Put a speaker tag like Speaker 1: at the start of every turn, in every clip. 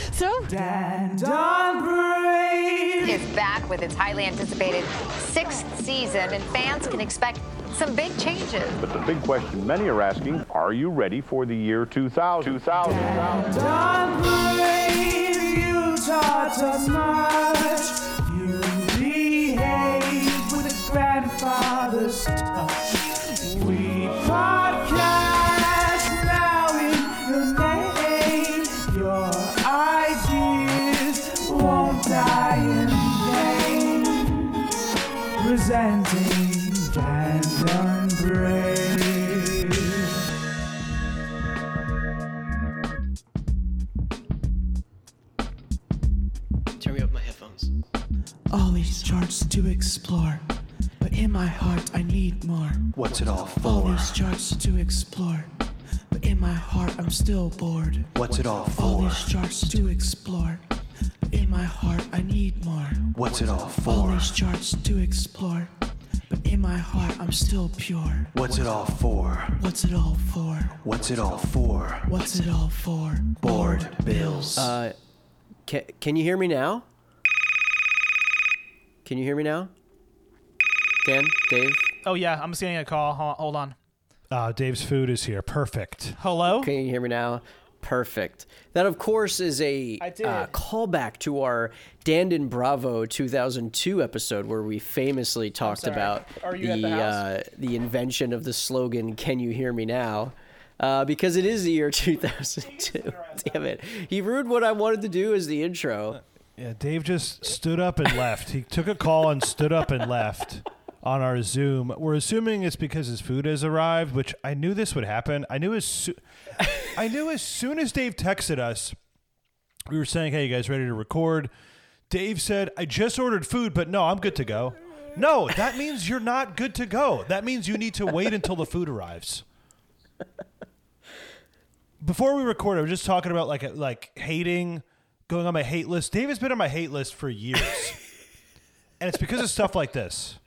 Speaker 1: Fatso?
Speaker 2: And Don Brave.
Speaker 3: is back with its highly anticipated sixth season, and fans can expect some big changes.
Speaker 4: But the big question many are asking, are you ready for the year 2000? 2000.
Speaker 2: Don Brave, you taught us much. You behave with a grandfather's touch. We podcast now in your name. Your ideas won't die in vain. Presenting Dan Don Brave.
Speaker 5: Tear me up my headphones.
Speaker 6: All these charts to explore, but in my heart I need more.
Speaker 7: What's it all
Speaker 6: All
Speaker 7: for?
Speaker 6: these charts to explore, but in my heart I'm still bored.
Speaker 7: What's it all
Speaker 6: All
Speaker 7: for?
Speaker 6: these charts to explore, but in my heart I need more.
Speaker 7: What's it all
Speaker 6: All
Speaker 7: for?
Speaker 6: these charts to explore, but in my heart I'm still pure.
Speaker 7: What's it all for?
Speaker 6: What's it all for?
Speaker 7: What's it all for?
Speaker 6: What's it all for?
Speaker 7: Board bills.
Speaker 5: Uh, can, can you hear me now? Can you hear me now? Dan, Dave.
Speaker 8: Oh yeah, I'm just getting a call. Hol- Hold on.
Speaker 9: Uh, Dave's food is here. Perfect.
Speaker 8: Hello.
Speaker 5: Can you hear me now? Perfect. That, of course, is a
Speaker 8: I did
Speaker 5: uh,
Speaker 8: it.
Speaker 5: callback to our Dandon Bravo 2002 episode where we famously talked
Speaker 8: sorry.
Speaker 5: about
Speaker 8: Are you
Speaker 5: the,
Speaker 8: at the house?
Speaker 5: Uh, the invention of the slogan, Can You Hear Me Now? Uh, because it is the year 2002. Damn it. He ruined what I wanted to do as the intro.
Speaker 9: Yeah, Dave just stood up and left. He took a call and stood up and left on our Zoom. We're assuming it's because his food has arrived, which I knew this would happen. I knew as soo- I knew as soon as Dave texted us, we were saying, "Hey, you guys ready to record?" Dave said, "I just ordered food, but no, I'm good to go." No, that means you're not good to go. That means you need to wait until the food arrives. before we recorded, I was just talking about like like hating, going on my hate list. Dave has been on my hate list for years, and it's because of stuff like this.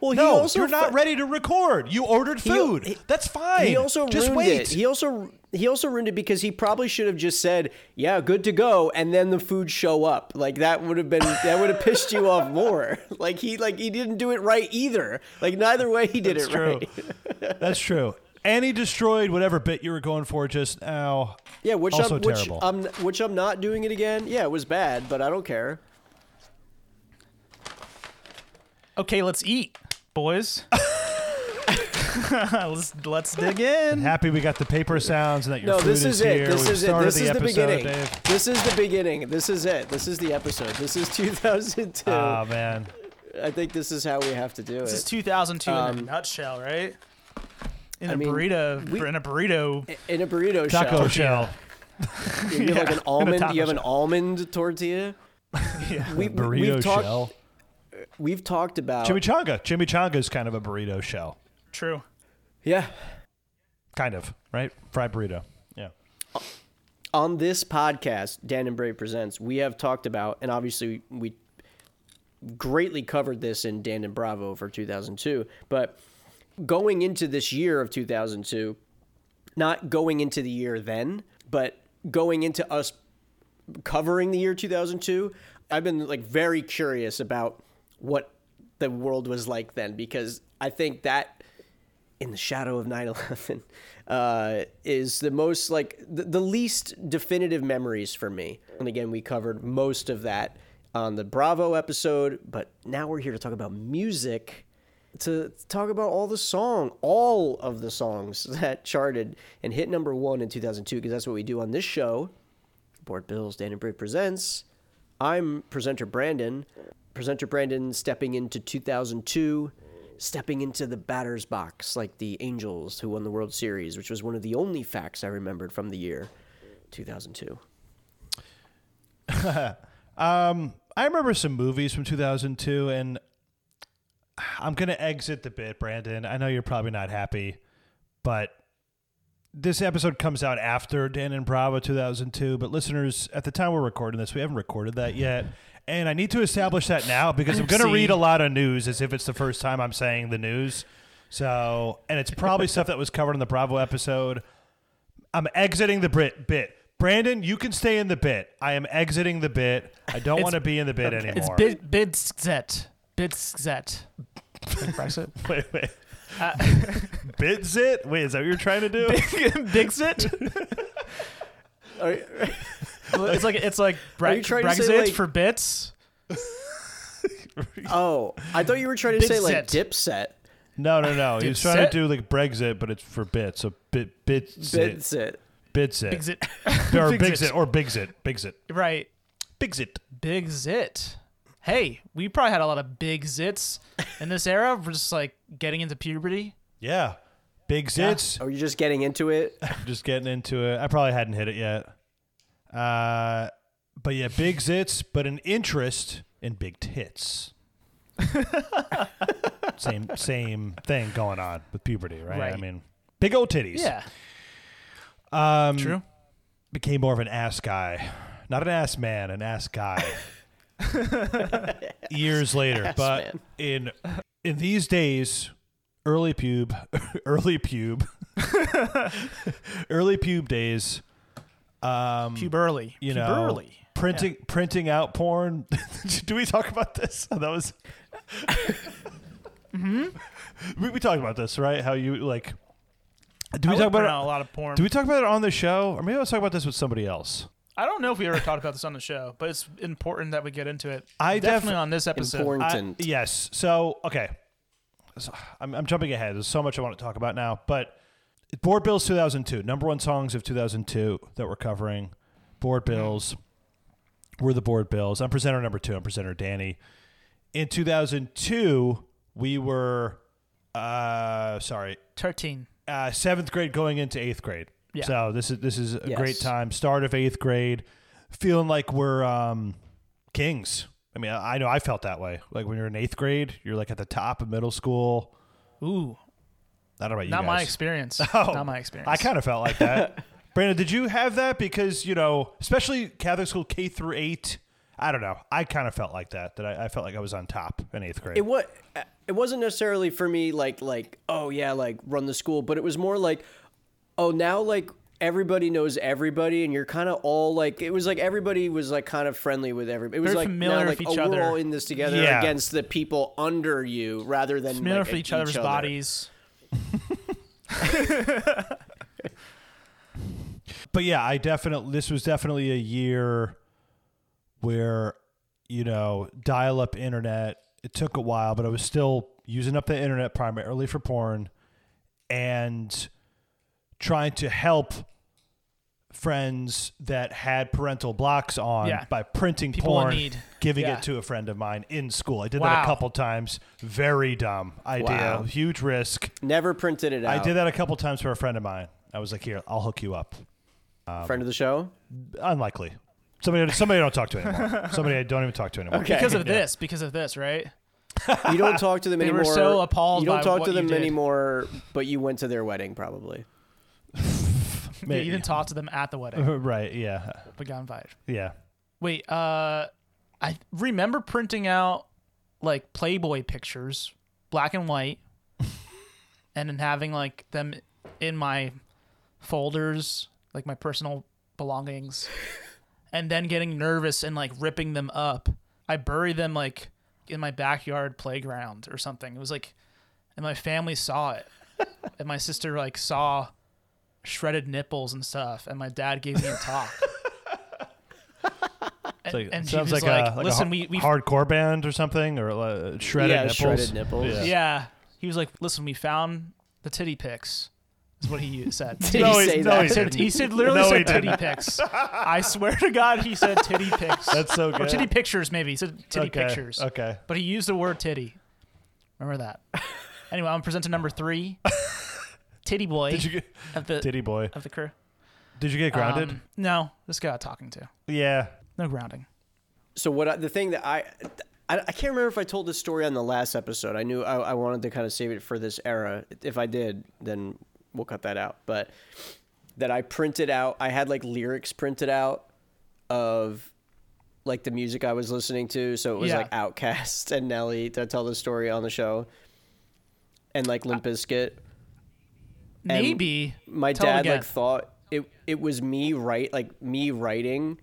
Speaker 5: Well,
Speaker 9: No,
Speaker 5: he also
Speaker 9: you're not
Speaker 5: fu-
Speaker 9: ready to record. You ordered
Speaker 5: He-
Speaker 9: food.
Speaker 5: he-
Speaker 9: That's fine.
Speaker 5: He also
Speaker 9: just
Speaker 5: ruined
Speaker 9: wait.
Speaker 5: it. He also he also ruined it because he probably should have just said, "Yeah, good to go," and then the food show up. Like that would have been that would have pissed you off more. Like he like he didn't do it right either. Like neither way he did
Speaker 9: That's
Speaker 5: it
Speaker 9: true.
Speaker 5: right.
Speaker 9: That's true. And he destroyed whatever bit you were going for just now.
Speaker 5: Yeah, which
Speaker 9: also
Speaker 5: I'm which
Speaker 9: terrible.
Speaker 5: I'm which I'm not doing it again. Yeah, it was bad, but I don't care.
Speaker 8: Okay, let's eat, boys. let's let's dig in.
Speaker 9: Happy we got the paper sounds and that your
Speaker 5: No,
Speaker 9: food
Speaker 5: this is, it.
Speaker 9: here.
Speaker 5: This
Speaker 9: We've
Speaker 5: is it.
Speaker 9: started
Speaker 5: This
Speaker 9: the
Speaker 5: is the
Speaker 9: episode,
Speaker 5: beginning.
Speaker 9: Dave.
Speaker 5: This is the beginning. This is it. This is the episode. This is 2002.
Speaker 9: Ah man,
Speaker 5: I think this is how we have to do it.
Speaker 8: This is 2002 in a nutshell, right? In a
Speaker 5: Um, mean,
Speaker 8: burrito.
Speaker 5: we-
Speaker 8: in a burrito.
Speaker 5: In a burrito shop.
Speaker 9: taco shell.
Speaker 5: You have like an almond.
Speaker 8: taco
Speaker 5: You have an
Speaker 8: shop.
Speaker 5: almond tortilla. we, we-
Speaker 9: Burrito
Speaker 5: we've talked.
Speaker 9: shell.
Speaker 5: We've talked about.
Speaker 9: Chimichanga. Chimichanga is kind of a burrito shell.
Speaker 8: True.
Speaker 5: yeah.
Speaker 9: Kind of, right? Fried burrito. Yeah.
Speaker 5: On this podcast, Dan and Brave presents. We have talked about, and obviously we greatly covered this in Dan and Bravo for 2002. But going into this year of 2002, not going into the year then, but going into us covering the year 2002, I've been like very curious about what the world was like then because I think that in the shadow of 9/11 uh, is the most like the, the least definitive memories for me. And again, we covered most of that on the Bravo episode, but now we're here to talk about music to talk about all the song, all of the songs that charted and hit number 1 in 2002 because that's what we do on this show. Board Bills, Dan and Brick presents. I'm presenter Brandon. Presenter Brandon stepping into 2002, stepping into the batter's box like the Angels who won the World Series, which was one of the only facts I remembered from the year 2002.
Speaker 9: Um, I remember some movies from 2002, and I'm going to exit the bit, Brandon. I know you're probably not happy, but this episode comes out after Dan and Bravo 2002. But listeners, at the time we're recording this, we haven't recorded that yet. And I need to establish that now because I'm going to
Speaker 8: Oopsie.
Speaker 9: read a lot of news as if it's the first time I'm saying the news. So, and it's probably stuff that was covered in the Bravo episode. I'm exiting the Brit bit. Brandon, you can stay in the bit. I am exiting the bit. I don't
Speaker 8: It's-
Speaker 9: want to be in the bit anymore.
Speaker 8: It's bid bidzet. Bidzet. Like Brexit.
Speaker 9: Wait, wait.
Speaker 8: Uh,
Speaker 9: Bids it? Wait, is that what you're trying to do?
Speaker 8: Bigzit.
Speaker 5: Are you-
Speaker 8: It's like it's like Bre-
Speaker 5: Are you trying to
Speaker 8: Brexit
Speaker 5: say, like-
Speaker 8: for bits.
Speaker 5: oh, I thought you were trying to say like
Speaker 8: Dipset.
Speaker 5: Dipset.
Speaker 9: No, no, no. He was trying to
Speaker 8: Dipset?
Speaker 9: do like Brexit, but it's for bits. So bit, bits it,
Speaker 5: Bidset.
Speaker 9: bits it,
Speaker 8: Bigzit.
Speaker 9: or
Speaker 8: Bigzit.
Speaker 9: bigs it, or bigs it, bigs it,
Speaker 8: Right.
Speaker 9: bigs it.
Speaker 8: Big zit. Hey, we probably had a lot of big zits in this era. We're just like getting into puberty.
Speaker 9: Yeah, bigs it.
Speaker 5: Are you just getting into it?
Speaker 9: Just getting into it. I probably hadn't hit it yet. Uh, but yeah, big zits, but an interest in big tits. same same thing going on with puberty, right? I
Speaker 8: Right.
Speaker 9: mean, big old titties.
Speaker 8: Yeah.
Speaker 9: Um,
Speaker 8: True.
Speaker 9: became more of an ass guy, not an ass man, an ass guy. Years later, but
Speaker 5: man.
Speaker 9: in in these days, early pube, early pube, early pube days, um,
Speaker 8: Puberly.
Speaker 9: you know,
Speaker 8: Puberly.
Speaker 9: printing printing out porn. Do we talk about this? That was.
Speaker 8: Mm-hmm.
Speaker 9: we, we talked about this, right? How you like? Do
Speaker 8: I
Speaker 9: we
Speaker 8: would
Speaker 9: talk about
Speaker 8: print
Speaker 9: it?
Speaker 8: out a lot of porn.
Speaker 9: Do we talk about it on the show, or maybe I was talking about this with somebody else?
Speaker 8: I don't know if we ever talked about this on the show, but it's important that we get into it.
Speaker 9: I
Speaker 8: definitely
Speaker 9: defi-
Speaker 8: on this episode.
Speaker 9: I-
Speaker 5: Important.
Speaker 9: yes. So okay, So, I'm, I'm jumping ahead. There's so much I want to talk about now, but Board Bills 2002, number one songs of 2002 that we're covering. Board Bills. We're the Board Bills. I'm presenter number two. I'm presenter Danny. In 2002, we were, uh, sorry,
Speaker 8: Thirteen.
Speaker 9: uh, seventh grade going into eighth grade.
Speaker 8: Yeah.
Speaker 9: So this is this is a
Speaker 5: Yes.
Speaker 9: great time. Start of eighth grade, feeling like we're um, kings. I mean, I I know I felt that way. Like when you're in eighth grade, you're like at the top of middle school.
Speaker 8: Ooh,
Speaker 9: I don't know about you.
Speaker 8: not my
Speaker 9: guys.
Speaker 8: experience.
Speaker 9: Oh,
Speaker 8: not my experience.
Speaker 9: I kind of felt like that. Brandon, did you have that? Because you know, especially Catholic school K through eight. I don't know. I kind of felt like that. That I, I felt like I was on top in eighth grade.
Speaker 5: It was. It wasn't necessarily for me like like oh yeah like run the school, but it was more like oh now like everybody knows everybody and you're kind of all like it was like everybody was like kind of friendly with everybody. It was
Speaker 8: Very
Speaker 5: like
Speaker 8: familiar
Speaker 5: now,
Speaker 8: with
Speaker 5: like,
Speaker 8: each
Speaker 5: oh,
Speaker 8: other.
Speaker 5: we're all in this together
Speaker 9: Yeah.
Speaker 5: against the people under you rather than
Speaker 8: familiar
Speaker 5: like,
Speaker 8: for
Speaker 5: at
Speaker 8: each other's
Speaker 5: other.
Speaker 8: bodies.
Speaker 9: but yeah, I definitely this was definitely a year where you know dial up internet. It took a while, but I was still using up the internet primarily for porn and trying to help friends that had parental blocks on
Speaker 8: Yeah.
Speaker 9: by printing
Speaker 8: People in
Speaker 9: porn,
Speaker 8: need.
Speaker 9: giving
Speaker 8: Yeah.
Speaker 9: it to a friend of mine in school. I did that
Speaker 8: Wow.
Speaker 9: a couple times. Very dumb idea.
Speaker 5: Wow.
Speaker 9: Huge risk.
Speaker 5: Never printed it
Speaker 9: I
Speaker 5: out.
Speaker 9: did that a couple times for a friend of mine. I was like, "Here, I'll hook you up."
Speaker 5: Friend of the show.
Speaker 9: unlikely. Somebody, somebody I don't talk to anymore. somebody I don't even talk to anymore.
Speaker 8: Because of this. Because of this. Right.
Speaker 5: You don't talk to them
Speaker 8: They were
Speaker 5: anymore.
Speaker 8: so appalled
Speaker 5: You don't
Speaker 8: by
Speaker 5: talk
Speaker 8: what
Speaker 5: to
Speaker 8: you
Speaker 5: them
Speaker 8: did.
Speaker 5: anymore, but you went to their wedding probably.
Speaker 8: Yeah, you didn't talk to them at the wedding,
Speaker 9: right? Yeah,
Speaker 8: but got invited.
Speaker 9: yeah.
Speaker 8: Wait, uh, I remember printing out like Playboy pictures, black and white, and then having like them in my folders, like my personal belongings, and then getting nervous and like ripping them up. I bury them like in my backyard playground or something. It was like, and my family saw it, and my sister like saw shredded nipples and stuff, and my dad gave me a talk.
Speaker 9: It's like-
Speaker 8: and he
Speaker 9: sounds
Speaker 8: was
Speaker 9: like,
Speaker 8: like,
Speaker 9: a like
Speaker 8: "Listen,
Speaker 9: a
Speaker 8: we- we-
Speaker 9: har- hardcore band or something or uh, shredded
Speaker 5: yeah,
Speaker 9: nipples.
Speaker 5: shredded nipples.
Speaker 9: Yeah.
Speaker 8: Yeah. He was like, listen, we found the titty pics, is what he said.
Speaker 5: Did
Speaker 9: No,
Speaker 5: you
Speaker 9: he-
Speaker 5: say
Speaker 9: no,
Speaker 5: that?
Speaker 9: he didn't.
Speaker 8: He said literally
Speaker 9: No, he
Speaker 8: said titty pics. I swear to God, he said titty pics.
Speaker 9: That's so good.
Speaker 8: or titty pictures, maybe. He said titty
Speaker 9: Okay,
Speaker 8: pictures.
Speaker 9: Okay.
Speaker 8: But he used the word titty. Remember that. Anyway, I'm presenter number three. titty boy
Speaker 9: Did you get
Speaker 8: of the
Speaker 9: titty boy?
Speaker 8: of the crew.
Speaker 9: Did you get grounded?
Speaker 8: Um, no, this guy I'm talking to.
Speaker 9: yeah.
Speaker 8: No grounding.
Speaker 5: so what I, the thing that I, I i can't remember if i told this story on the last episode i knew I, I wanted to kind of save it for this era if i did then we'll cut that out but that i printed out i had like lyrics printed out of like the music i was listening to so it was
Speaker 8: Yeah.
Speaker 5: like outcast and nelly to tell the story on the show and like limp bizkit And
Speaker 8: Maybe
Speaker 5: my
Speaker 8: Tell him
Speaker 5: dad
Speaker 8: again.
Speaker 5: like thought it it was me write like me writing,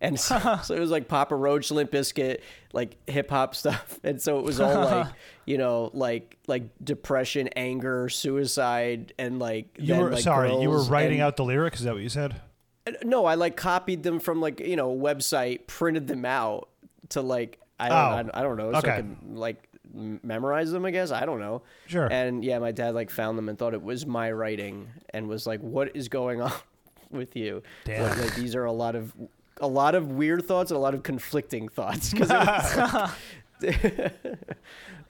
Speaker 5: and so, so it was like Papa Roach, Limp Bizkit, like hip hop stuff, and so it was all like you know like like depression, anger, suicide, and like
Speaker 9: You
Speaker 5: then,
Speaker 9: were
Speaker 5: like,
Speaker 9: sorry. You were
Speaker 5: girls
Speaker 9: writing
Speaker 5: and-
Speaker 9: out the lyrics. Is that what you said?
Speaker 5: No, I like copied them from like you know a website, printed them out to like I don't
Speaker 9: Oh.
Speaker 5: I, I don't know so
Speaker 9: Okay.
Speaker 5: I could like m- memorize them. I guess I don't know.
Speaker 9: Sure.
Speaker 5: And yeah, my dad like found them and thought it was my writing and was like, "What is going on with you?"
Speaker 9: Damn.
Speaker 5: Like, like, these are a lot of a lot of weird thoughts and a lot of conflicting thoughts 'cause it was-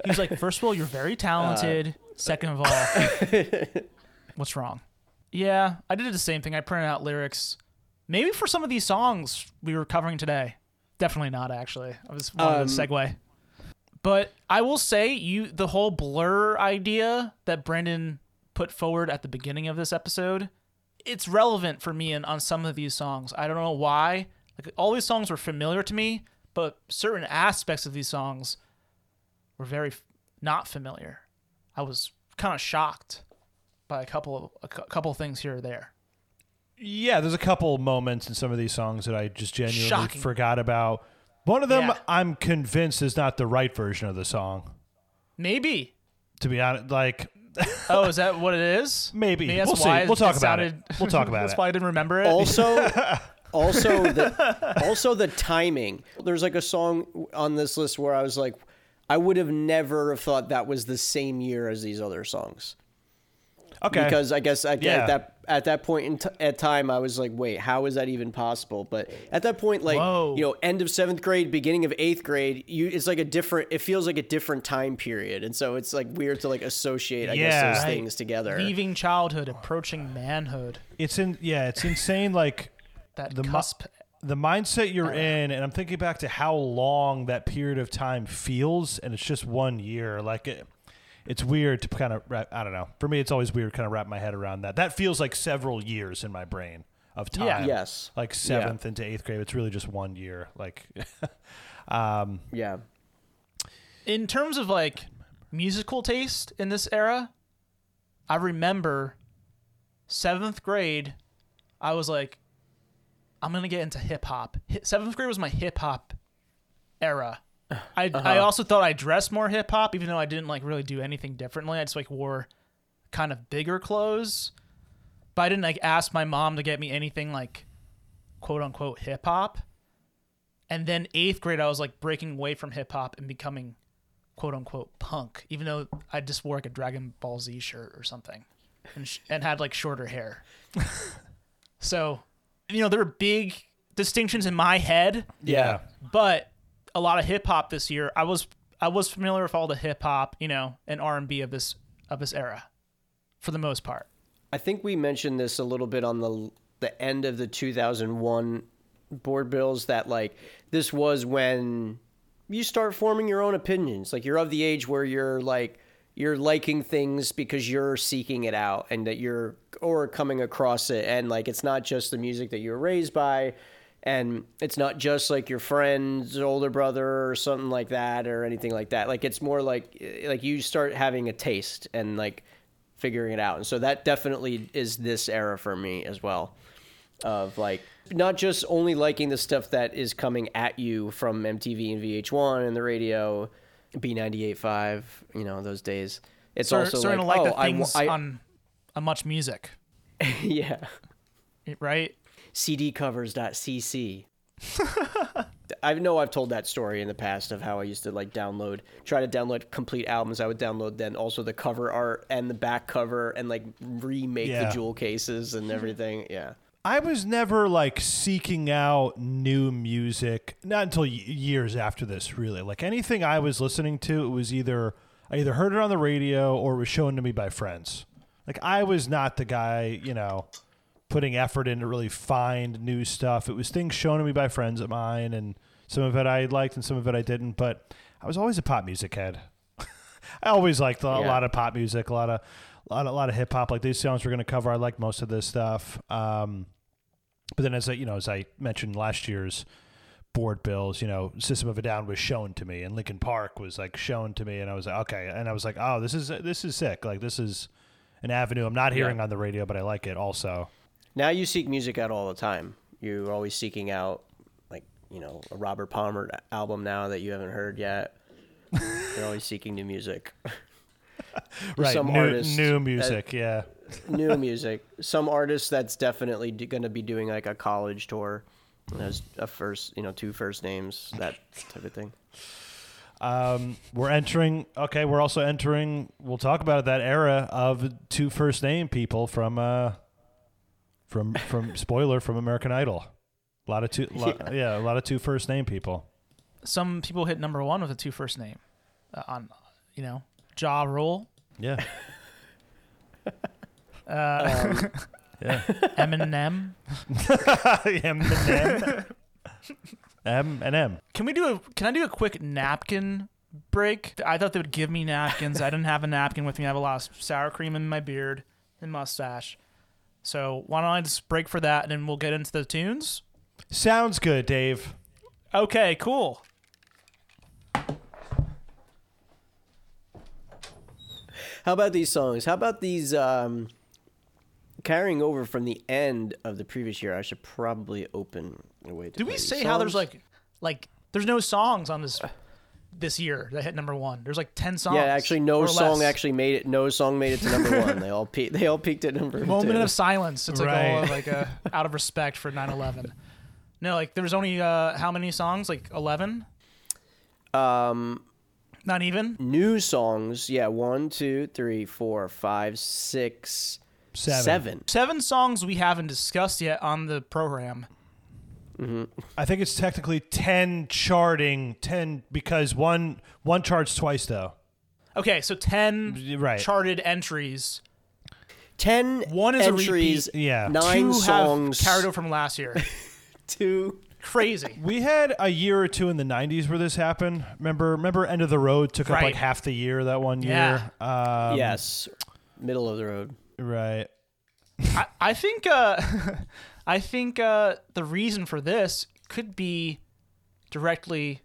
Speaker 8: He's like, first of all, you're
Speaker 9: Uh,
Speaker 8: very talented. Second of all, what's wrong? Yeah, I did the same thing. I printed out lyrics. Maybe for some of these songs we were covering today. Definitely not, actually. I was wanted to segue. But I will say you the whole blur idea that Brendan put forward at the beginning of this episode, it's relevant for me and on some of these songs. I don't know why. Like all these songs were familiar to me, but certain aspects of these songs were very f- not familiar. I was kind of shocked by a couple of a cou- couple things here or there.
Speaker 9: Yeah, there's a couple moments in some of these songs that I just genuinely
Speaker 8: Shocking.
Speaker 9: forgot about. One of them,
Speaker 8: Yeah.
Speaker 9: I'm convinced, is not the right version of the song.
Speaker 8: Maybe.
Speaker 9: To be honest, like
Speaker 8: Oh, is that what it is?
Speaker 9: Maybe.
Speaker 8: that's
Speaker 9: We'll see.
Speaker 8: why
Speaker 9: We'll talk
Speaker 8: it
Speaker 9: about it.
Speaker 8: sounded-
Speaker 9: We'll talk about
Speaker 8: that's
Speaker 9: it.
Speaker 8: why I didn't remember it.
Speaker 5: also also the also the timing there's like a song on this list where i was like i would have never have thought that was the same year as these other songs
Speaker 9: okay,
Speaker 5: because i guess I,
Speaker 9: Yeah.
Speaker 5: at that at that point in t- at time i was like wait how is that even possible but at that point like
Speaker 8: Whoa.
Speaker 5: you know end of seventh grade beginning of eighth grade you it's like a different it feels like a different time period and so it's like weird to like associate i
Speaker 9: Yeah.
Speaker 5: guess those
Speaker 9: Right.
Speaker 5: things together
Speaker 8: leaving childhood, approaching manhood.
Speaker 9: it's in. Yeah, it's insane. Like
Speaker 8: That
Speaker 9: The mu-
Speaker 8: cusp.
Speaker 9: the mindset
Speaker 8: Uh-huh.
Speaker 9: you're in, and I'm thinking back to how long that period of time feels, and it's just one year. Like it, it's weird to kind of. wrap I don't know. For me, it's always weird to kind of wrap my head around that. That feels like several years in my brain of time.
Speaker 8: Yeah.
Speaker 5: Yes.
Speaker 9: Like seventh into eighth grade, it's really just one year. Like, um,
Speaker 5: yeah
Speaker 8: in terms of like musical taste in this era, I remember seventh grade, I was like, I'm gonna get into hip hop. Hi- Seventh grade was my hip hop era. I I also thought I dressed more hip hop, even though I didn't like really do anything differently. I just like wore kind of bigger clothes, but I didn't like ask my mom to get me anything like quote unquote hip hop. And then eighth grade, I was like breaking away from hip hop and becoming quote unquote punk, even though I just wore like a Dragon Ball Z shirt or something and, sh- and had like shorter hair. so, you know, there were big distinctions in my head,
Speaker 9: yeah.
Speaker 8: but a lot of hip hop this year. I was I was familiar with all the hip hop, you know, and R and B of this of this era, for the most part.
Speaker 5: I think we mentioned this a little bit on the the end of the 2001 board bills that like this was when you start forming your own opinions. Like you're of the age where you're like you're liking things because you're seeking it out and that you're or coming across it and like it's not just the music that you were raised by and it's not just like your friend's older brother or something like that or anything like that. Like it's more like eh, like you start having a taste and like figuring it out. And so that definitely is this era for me as well of like not just only liking the stuff that is coming at you from MTV and VH1 and the radio, B98.5, you know, those days. It's
Speaker 8: Start-
Speaker 5: also
Speaker 8: starting
Speaker 5: like,
Speaker 8: to like
Speaker 5: oh,
Speaker 8: the things
Speaker 5: I, wa- I
Speaker 8: on, on much music,
Speaker 5: yeah,
Speaker 8: right?
Speaker 5: cdcovers.cc. I know I've told that story in the past of how I used to like download, try to download complete albums. I would download then also the cover art and the back cover and like remake
Speaker 9: Yeah.
Speaker 5: the jewel cases and everything. Yeah.
Speaker 9: I was never like seeking out new music, not until y- years after this, really. Like anything I was listening to, it was either I either heard it on the radio or it was shown to me by friends. Like I was not the guy, you know, putting effort in to really find new stuff. It was things shown to me by friends of mine, and some of it I liked and some of it I didn't. But I was always a pop music head. I always liked a lot of pop music, a lot of, a lot, a lot of hip hop. Like these songs we're gonna cover, I like most of this stuff. Um, but then, as I, you know, as I mentioned last year's board bills, you know, System of a Down was shown to me, and Lincoln Park was like shown to me, and I was like, okay, and I was like, oh, this is this is sick. Like this is an avenue I'm not hearing on the radio, but I like it also.
Speaker 5: Now you seek music out all the time. You're always seeking out, like you know, a Robert Palmer album now that you haven't heard yet. You're always seeking new music,
Speaker 9: right?
Speaker 5: some
Speaker 9: new,
Speaker 5: artist
Speaker 9: new
Speaker 5: that-
Speaker 9: music, yeah.
Speaker 5: new music. Some artist that's definitely going to be doing like a college tour. and Has a first, you know, two first names, that type of thing.
Speaker 9: Um, we're entering. Okay, we're also entering. We'll talk about that era of two first name people from uh, from from spoiler from American Idol. A lot of two, lo- yeah. a lot of two first name people.
Speaker 8: Some people hit number one with a two first name, uh, on, you know, Jaw Rule,
Speaker 9: Yeah,
Speaker 8: Eminem.
Speaker 9: M and M, M and M.
Speaker 8: Can we do a? Can I do a quick napkin break? I thought they would give me napkins. I didn't have a napkin with me. I have a lot of sour cream in my beard and mustache. So why don't I just break for that, and then we'll get into the tunes?
Speaker 9: Sounds good, Dave.
Speaker 8: Okay, cool.
Speaker 5: How about these songs? How about these um, carrying over from the end of the previous year? I should probably open a way to.
Speaker 8: Did
Speaker 5: play
Speaker 8: we
Speaker 5: these
Speaker 8: say how there's
Speaker 5: songs.
Speaker 8: like, like there's no songs on this this year that hit number one? There's like ten songs.
Speaker 5: Yeah, actually, no
Speaker 8: or
Speaker 5: song
Speaker 8: less.
Speaker 5: actually made it. No song made it to number one. They all pe- they all peaked at number
Speaker 8: Moment
Speaker 5: two.
Speaker 8: of silence. It's like all
Speaker 9: Right.
Speaker 8: like a, out of respect for 9/11. No, like there was only uh, how many songs? Like 11. Um, not even.
Speaker 5: Um, New songs, yeah, one, two, three, four, five, six,
Speaker 9: Seven.
Speaker 5: seven.
Speaker 8: seven songs we haven't discussed yet on the program.
Speaker 9: I think it's technically ten charting ten because one one charts twice though.
Speaker 8: Okay, so ten
Speaker 9: Right.
Speaker 8: charted entries.
Speaker 5: Ten
Speaker 8: One is a
Speaker 5: entries,
Speaker 8: repeat.
Speaker 9: Yeah.
Speaker 5: nine
Speaker 8: two
Speaker 5: songs,
Speaker 8: have carried over from last year.
Speaker 5: two.
Speaker 8: Crazy.
Speaker 9: We had a year or two in the '90s where this happened. Remember, remember, End of the Road took up
Speaker 8: Right.
Speaker 9: like half the year that one
Speaker 8: Yeah.
Speaker 9: year.
Speaker 8: Um,
Speaker 9: Uh,
Speaker 5: yes, middle of the road.
Speaker 9: right.
Speaker 8: I, I think. Uh, I think uh, the reason for this could be directly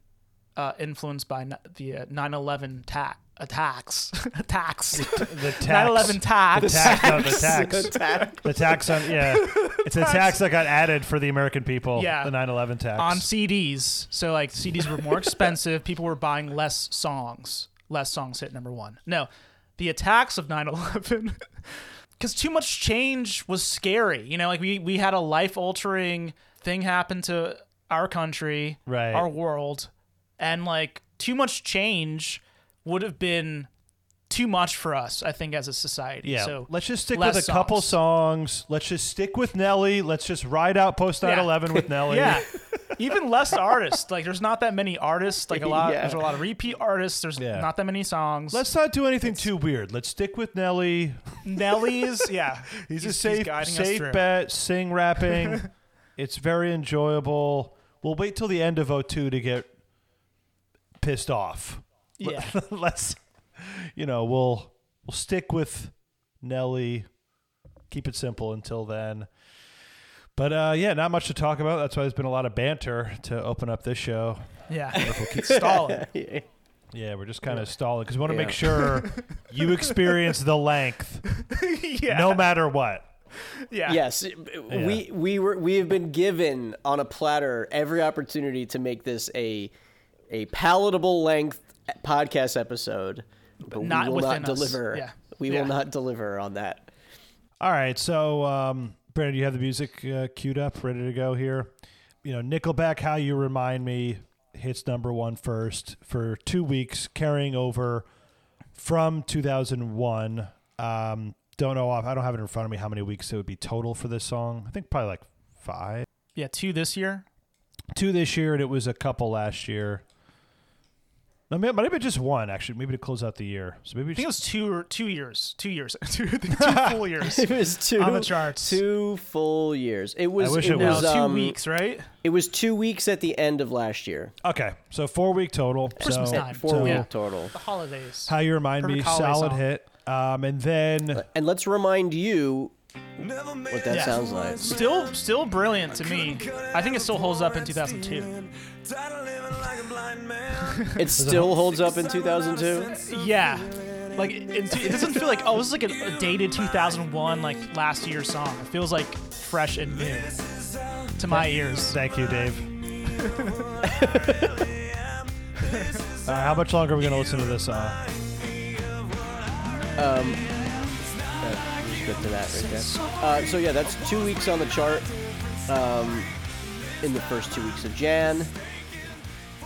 Speaker 8: uh, influenced by n- the uh, 9/11 ta- attacks. attacks.
Speaker 9: The tax.
Speaker 8: 9/11
Speaker 9: The
Speaker 8: tax.
Speaker 9: tax. no, the tax.
Speaker 5: Attack.
Speaker 9: the tax on yeah. It's a tax that got added for the American people.
Speaker 8: Yeah.
Speaker 9: The 9/11 tax.
Speaker 8: on CDs. So like CDs were more expensive. People were buying less songs. Less songs hit number one. No, the attacks of 9/11, because too much change was scary. You know, like we we had a life altering thing happen to our country,
Speaker 9: Right.
Speaker 8: our world, and like too much change would have been too much for us. I think as a society.
Speaker 9: yeah.
Speaker 8: So
Speaker 9: Let's just stick
Speaker 8: less
Speaker 9: with a couple
Speaker 8: songs.
Speaker 9: songs. Let's just stick with Nelly. Let's just ride out post 9/11 with Nelly.
Speaker 8: Yeah. Even less artists. Like there's not that many artists. Like a lot
Speaker 5: Yeah.
Speaker 8: there's a lot of repeat artists. There's
Speaker 9: Yeah.
Speaker 8: not that many songs.
Speaker 9: Let's not do anything too weird. Let's stick with Nelly.
Speaker 8: Nelly's, yeah.
Speaker 9: He's a safe,
Speaker 8: guiding us through.
Speaker 9: safe bet. Sing rapping. it's very enjoyable. We'll wait till the end of 02 to get pissed off.
Speaker 8: Yeah.
Speaker 9: Let's, you know, we'll we'll stick with Nelly. Keep it simple until then. But uh, yeah, not much to talk about. That's why there's been a lot of banter to open up this show.
Speaker 8: Yeah. Stalin.
Speaker 9: Yeah, we're just kind of stalling because we want to
Speaker 5: Yeah.
Speaker 9: make sure you experience the length,
Speaker 8: yeah.
Speaker 9: no matter what.
Speaker 8: yeah.
Speaker 5: Yes, we we were we have been given on a platter every opportunity to make this a a palatable length podcast episode, but
Speaker 8: not
Speaker 5: we will
Speaker 8: within
Speaker 5: not
Speaker 8: us.
Speaker 5: deliver.
Speaker 8: Yeah.
Speaker 5: We
Speaker 8: Yeah.
Speaker 5: will not deliver on that.
Speaker 9: All right, so um, Brandon, you have the music uh, queued up, ready to go here. You know, Nickelback, "How You Remind Me" hits number one first for two weeks, carrying over from 2001. Um, don't know off. I don't have it in front of me how many weeks it would be total for this song. I think probably like five,
Speaker 8: Yeah, two this year.
Speaker 9: two this year, and it was a couple last year. No, may- maybe just one actually. Maybe to close out the year. So maybe
Speaker 8: I think it
Speaker 9: just-
Speaker 8: was two or two years. Two years. two, two full years.
Speaker 5: It was two
Speaker 8: On the charts.
Speaker 5: two full years. It was.
Speaker 9: wish
Speaker 5: it,
Speaker 9: it
Speaker 8: No,
Speaker 5: was,
Speaker 9: was.
Speaker 8: two
Speaker 5: um,
Speaker 8: weeks, right?
Speaker 5: It was two weeks at the end of last year.
Speaker 9: okay. So four week total.
Speaker 8: Christmas
Speaker 9: so,
Speaker 8: time.
Speaker 5: Four
Speaker 9: so-
Speaker 5: week
Speaker 8: Yeah.
Speaker 5: total.
Speaker 8: The holidays.
Speaker 9: How You Remind Me,
Speaker 8: Perfect holiday
Speaker 9: solid
Speaker 8: song.
Speaker 9: hit. Um, and then
Speaker 5: And let's remind you what that
Speaker 8: Yeah.
Speaker 5: sounds like.
Speaker 8: Still still brilliant to me. I think it still holds up in 2002.
Speaker 5: It still holds up in 2002.
Speaker 8: Yeah. Like it, it doesn't feel like oh this is like a, a dated 2001 like last year's song. It feels like fresh and new to my ears.
Speaker 9: Thank you, Dave. Uh, how much longer are we gonna listen to this uh, song?
Speaker 5: Just go to that right there. Uh, so yeah, that's two weeks on the chart. Um, in the first two weeks of Jan,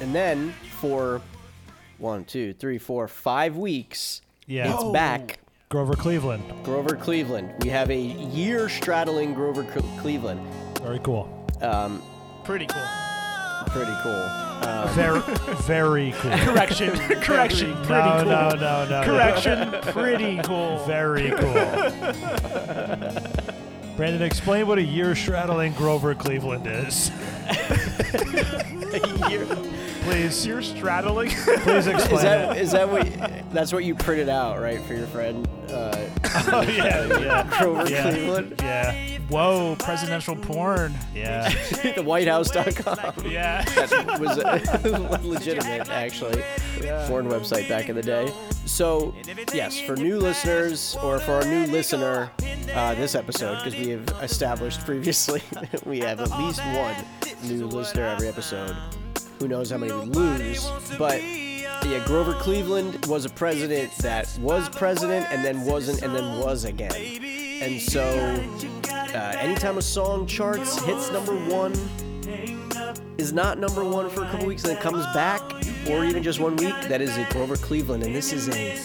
Speaker 5: and then for one, two, three, four, five weeks,
Speaker 9: Yeah.
Speaker 5: it's
Speaker 9: Oh.
Speaker 5: back.
Speaker 9: Grover Cleveland.
Speaker 5: Grover Cleveland. We have a year straddling Grover Cle- Cleveland.
Speaker 9: Very cool.
Speaker 8: Pretty cool.
Speaker 5: Pretty cool.
Speaker 9: Very, very cool.
Speaker 8: Correction. Correction. Pretty
Speaker 9: no,
Speaker 8: cool.
Speaker 9: no, no, no.
Speaker 8: Correction. Pretty cool.
Speaker 9: No. Very cool. Brandon, explain what a year straddling Grover Cleveland is. Please,
Speaker 8: You're straddling.
Speaker 9: please explain
Speaker 5: Is that
Speaker 9: it.
Speaker 5: is that what? That's what you printed out, right, for your friend uh,
Speaker 9: Oh, yeah, yeah,
Speaker 5: Grover
Speaker 9: yeah,
Speaker 5: Cleveland,
Speaker 9: yeah,
Speaker 8: Whoa, presidential porn.
Speaker 9: yeah.
Speaker 5: the WhiteHouse.com.
Speaker 8: Yeah.
Speaker 5: That was uh, legitimate, actually, foreign website back in the day. So, yes, for new listeners or for our new listener, uh, this episode, because we have established previously, that we have at least one new listener every episode. Who knows how many we lose? But yeah, Grover Cleveland was a president that was president and then wasn't and then was again. And so, uh, anytime a song charts hits number one, is not number one for a couple weeks and then comes back, or even just one week, that is a Grover Cleveland, and this is a,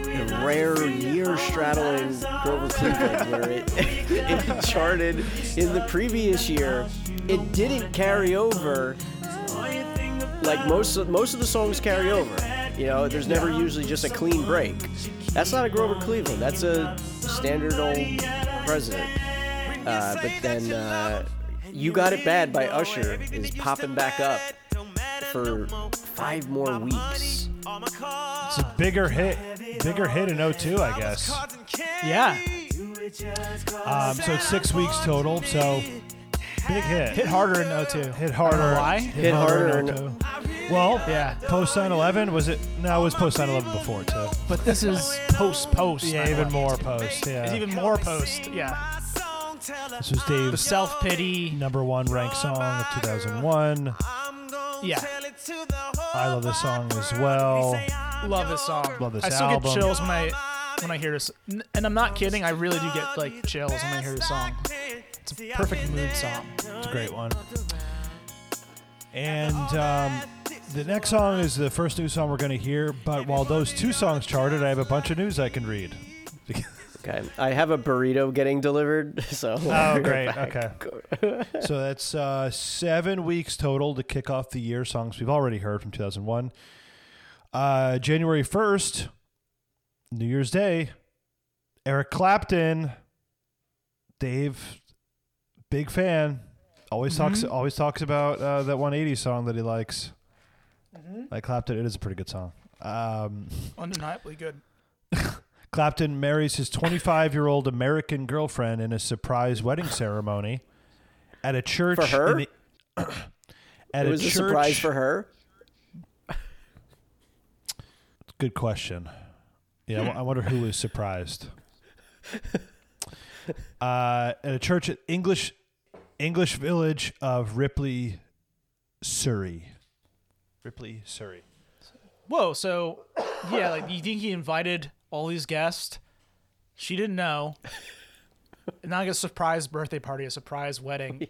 Speaker 5: a rare year straddling Grover Cleveland where it, it charted in the previous year. It didn't carry over. Like most of, most of the songs carry over. You know, there's never usually just a clean break. That's not a Grover Cleveland. That's a standard old president. Uh, but then uh, You Got It Bad by Usher is popping back up for five more weeks.
Speaker 9: It's a bigger hit, bigger hit in 02, I guess.
Speaker 8: Yeah.
Speaker 9: Um, so it's six weeks total. So big hit.
Speaker 8: Hit harder in 02.
Speaker 9: Hit harder.
Speaker 8: Why?
Speaker 5: Hit harder
Speaker 9: in
Speaker 5: in-
Speaker 9: 02. Well,
Speaker 8: Yeah.
Speaker 9: Post 9/11 was it? No, it was post 9/11 before too.
Speaker 8: But this is post post.
Speaker 9: Yeah, even more post. Yeah.
Speaker 8: It's even more post. Yeah.
Speaker 9: this was
Speaker 8: The
Speaker 9: Dave's
Speaker 8: self pity.
Speaker 9: number one ranked song of 2001.
Speaker 8: Yeah.
Speaker 9: I love this song as well.
Speaker 8: Love this song.
Speaker 9: Love this
Speaker 8: I still
Speaker 9: album.
Speaker 8: get chills when I when I hear this, N- and I'm not kidding. I really do get like chills when I hear this song. It's a perfect mood song.
Speaker 9: It's a great one. And um, the next song is the first new song we're going to hear. But while those two songs charted, I have a bunch of news I can read.
Speaker 5: Okay, I have a burrito getting delivered, so
Speaker 9: Oh, great. Okay. so that's uh, seven weeks total to kick off the year. Songs we've already heard from 2001. Uh, January 1st, New Year's Day, Eric Clapton, Dave, big fan. Always talks. Always talks about uh, that 180 song that he likes. Like Clapton, it is a pretty good song. Um,
Speaker 8: Undeniably good.
Speaker 9: Clapton marries his 25 year old American girlfriend in a surprise wedding ceremony at a church.
Speaker 5: For her?
Speaker 9: in the- at
Speaker 5: it was a
Speaker 9: church,
Speaker 5: surprise for her.
Speaker 9: Good question. Yeah, I wo- I wonder who was surprised. Uh, at a church at English English village of Ripley, Surrey. Ripley, Surrey.
Speaker 8: Whoa. So yeah, like you think he invited all these guests? She didn't know. Not like a surprise birthday party, a surprise wedding.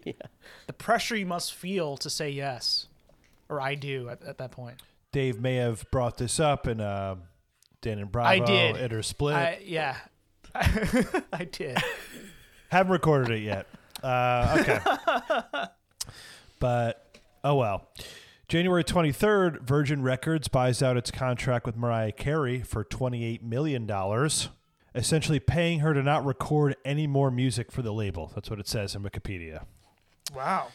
Speaker 8: The pressure you must feel to say yes, or I do at, at that point.
Speaker 9: Dave may have brought this up in uh, Dan and Bravo.
Speaker 8: did.
Speaker 9: It or split.
Speaker 8: I, yeah, I did.
Speaker 9: Haven't recorded it yet. Uh, okay. but oh well. January 23rd, Virgin Records buys out its contract with Mariah Carey for $28 million, essentially paying her to not record any more music for the label. That's what it says in Wikipedia.
Speaker 8: Wow.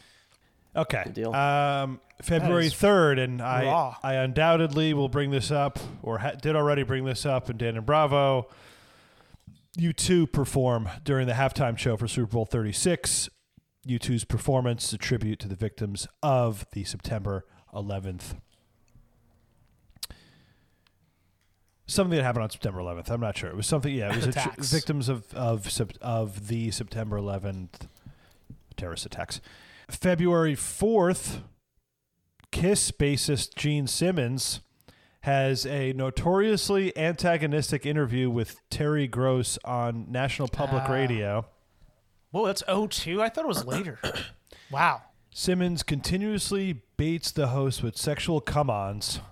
Speaker 9: Okay.
Speaker 5: deal.
Speaker 9: Um, February 3rd, and I,
Speaker 8: raw.
Speaker 9: I undoubtedly will bring this up, or ha- did already bring this up in Dan and Bravo. You two perform during the halftime show for Super Bowl 36. You two's performance, a tribute to the victims of the September 11th. Something that happened on September 11th. I'm not sure. It was something. Yeah, it was a tr-
Speaker 8: Attacks.
Speaker 9: victims of of Sep- of the September 11th terrorist attacks. February 4th, Kiss bassist Gene Simmons has a notoriously antagonistic interview with Terry Gross on national public radio.
Speaker 8: Whoa, that's 02? I thought it was later. wow.
Speaker 9: Simmons continuously baits the host with sexual come ons.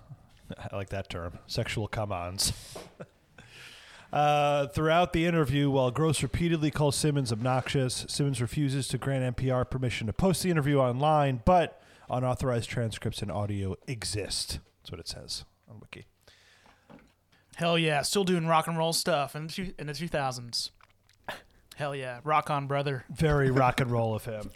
Speaker 9: I like that term sexual come ons. Uh, throughout the interview, while Gross repeatedly calls Simmons obnoxious, Simmons refuses to grant NPR permission to post the interview online, but unauthorized transcripts and audio exist. That's what it says on Wiki.
Speaker 8: Hell yeah, still doing rock and roll stuff in the, two- in the 2000s. Hell yeah, rock on, brother.
Speaker 9: very rock and roll of him.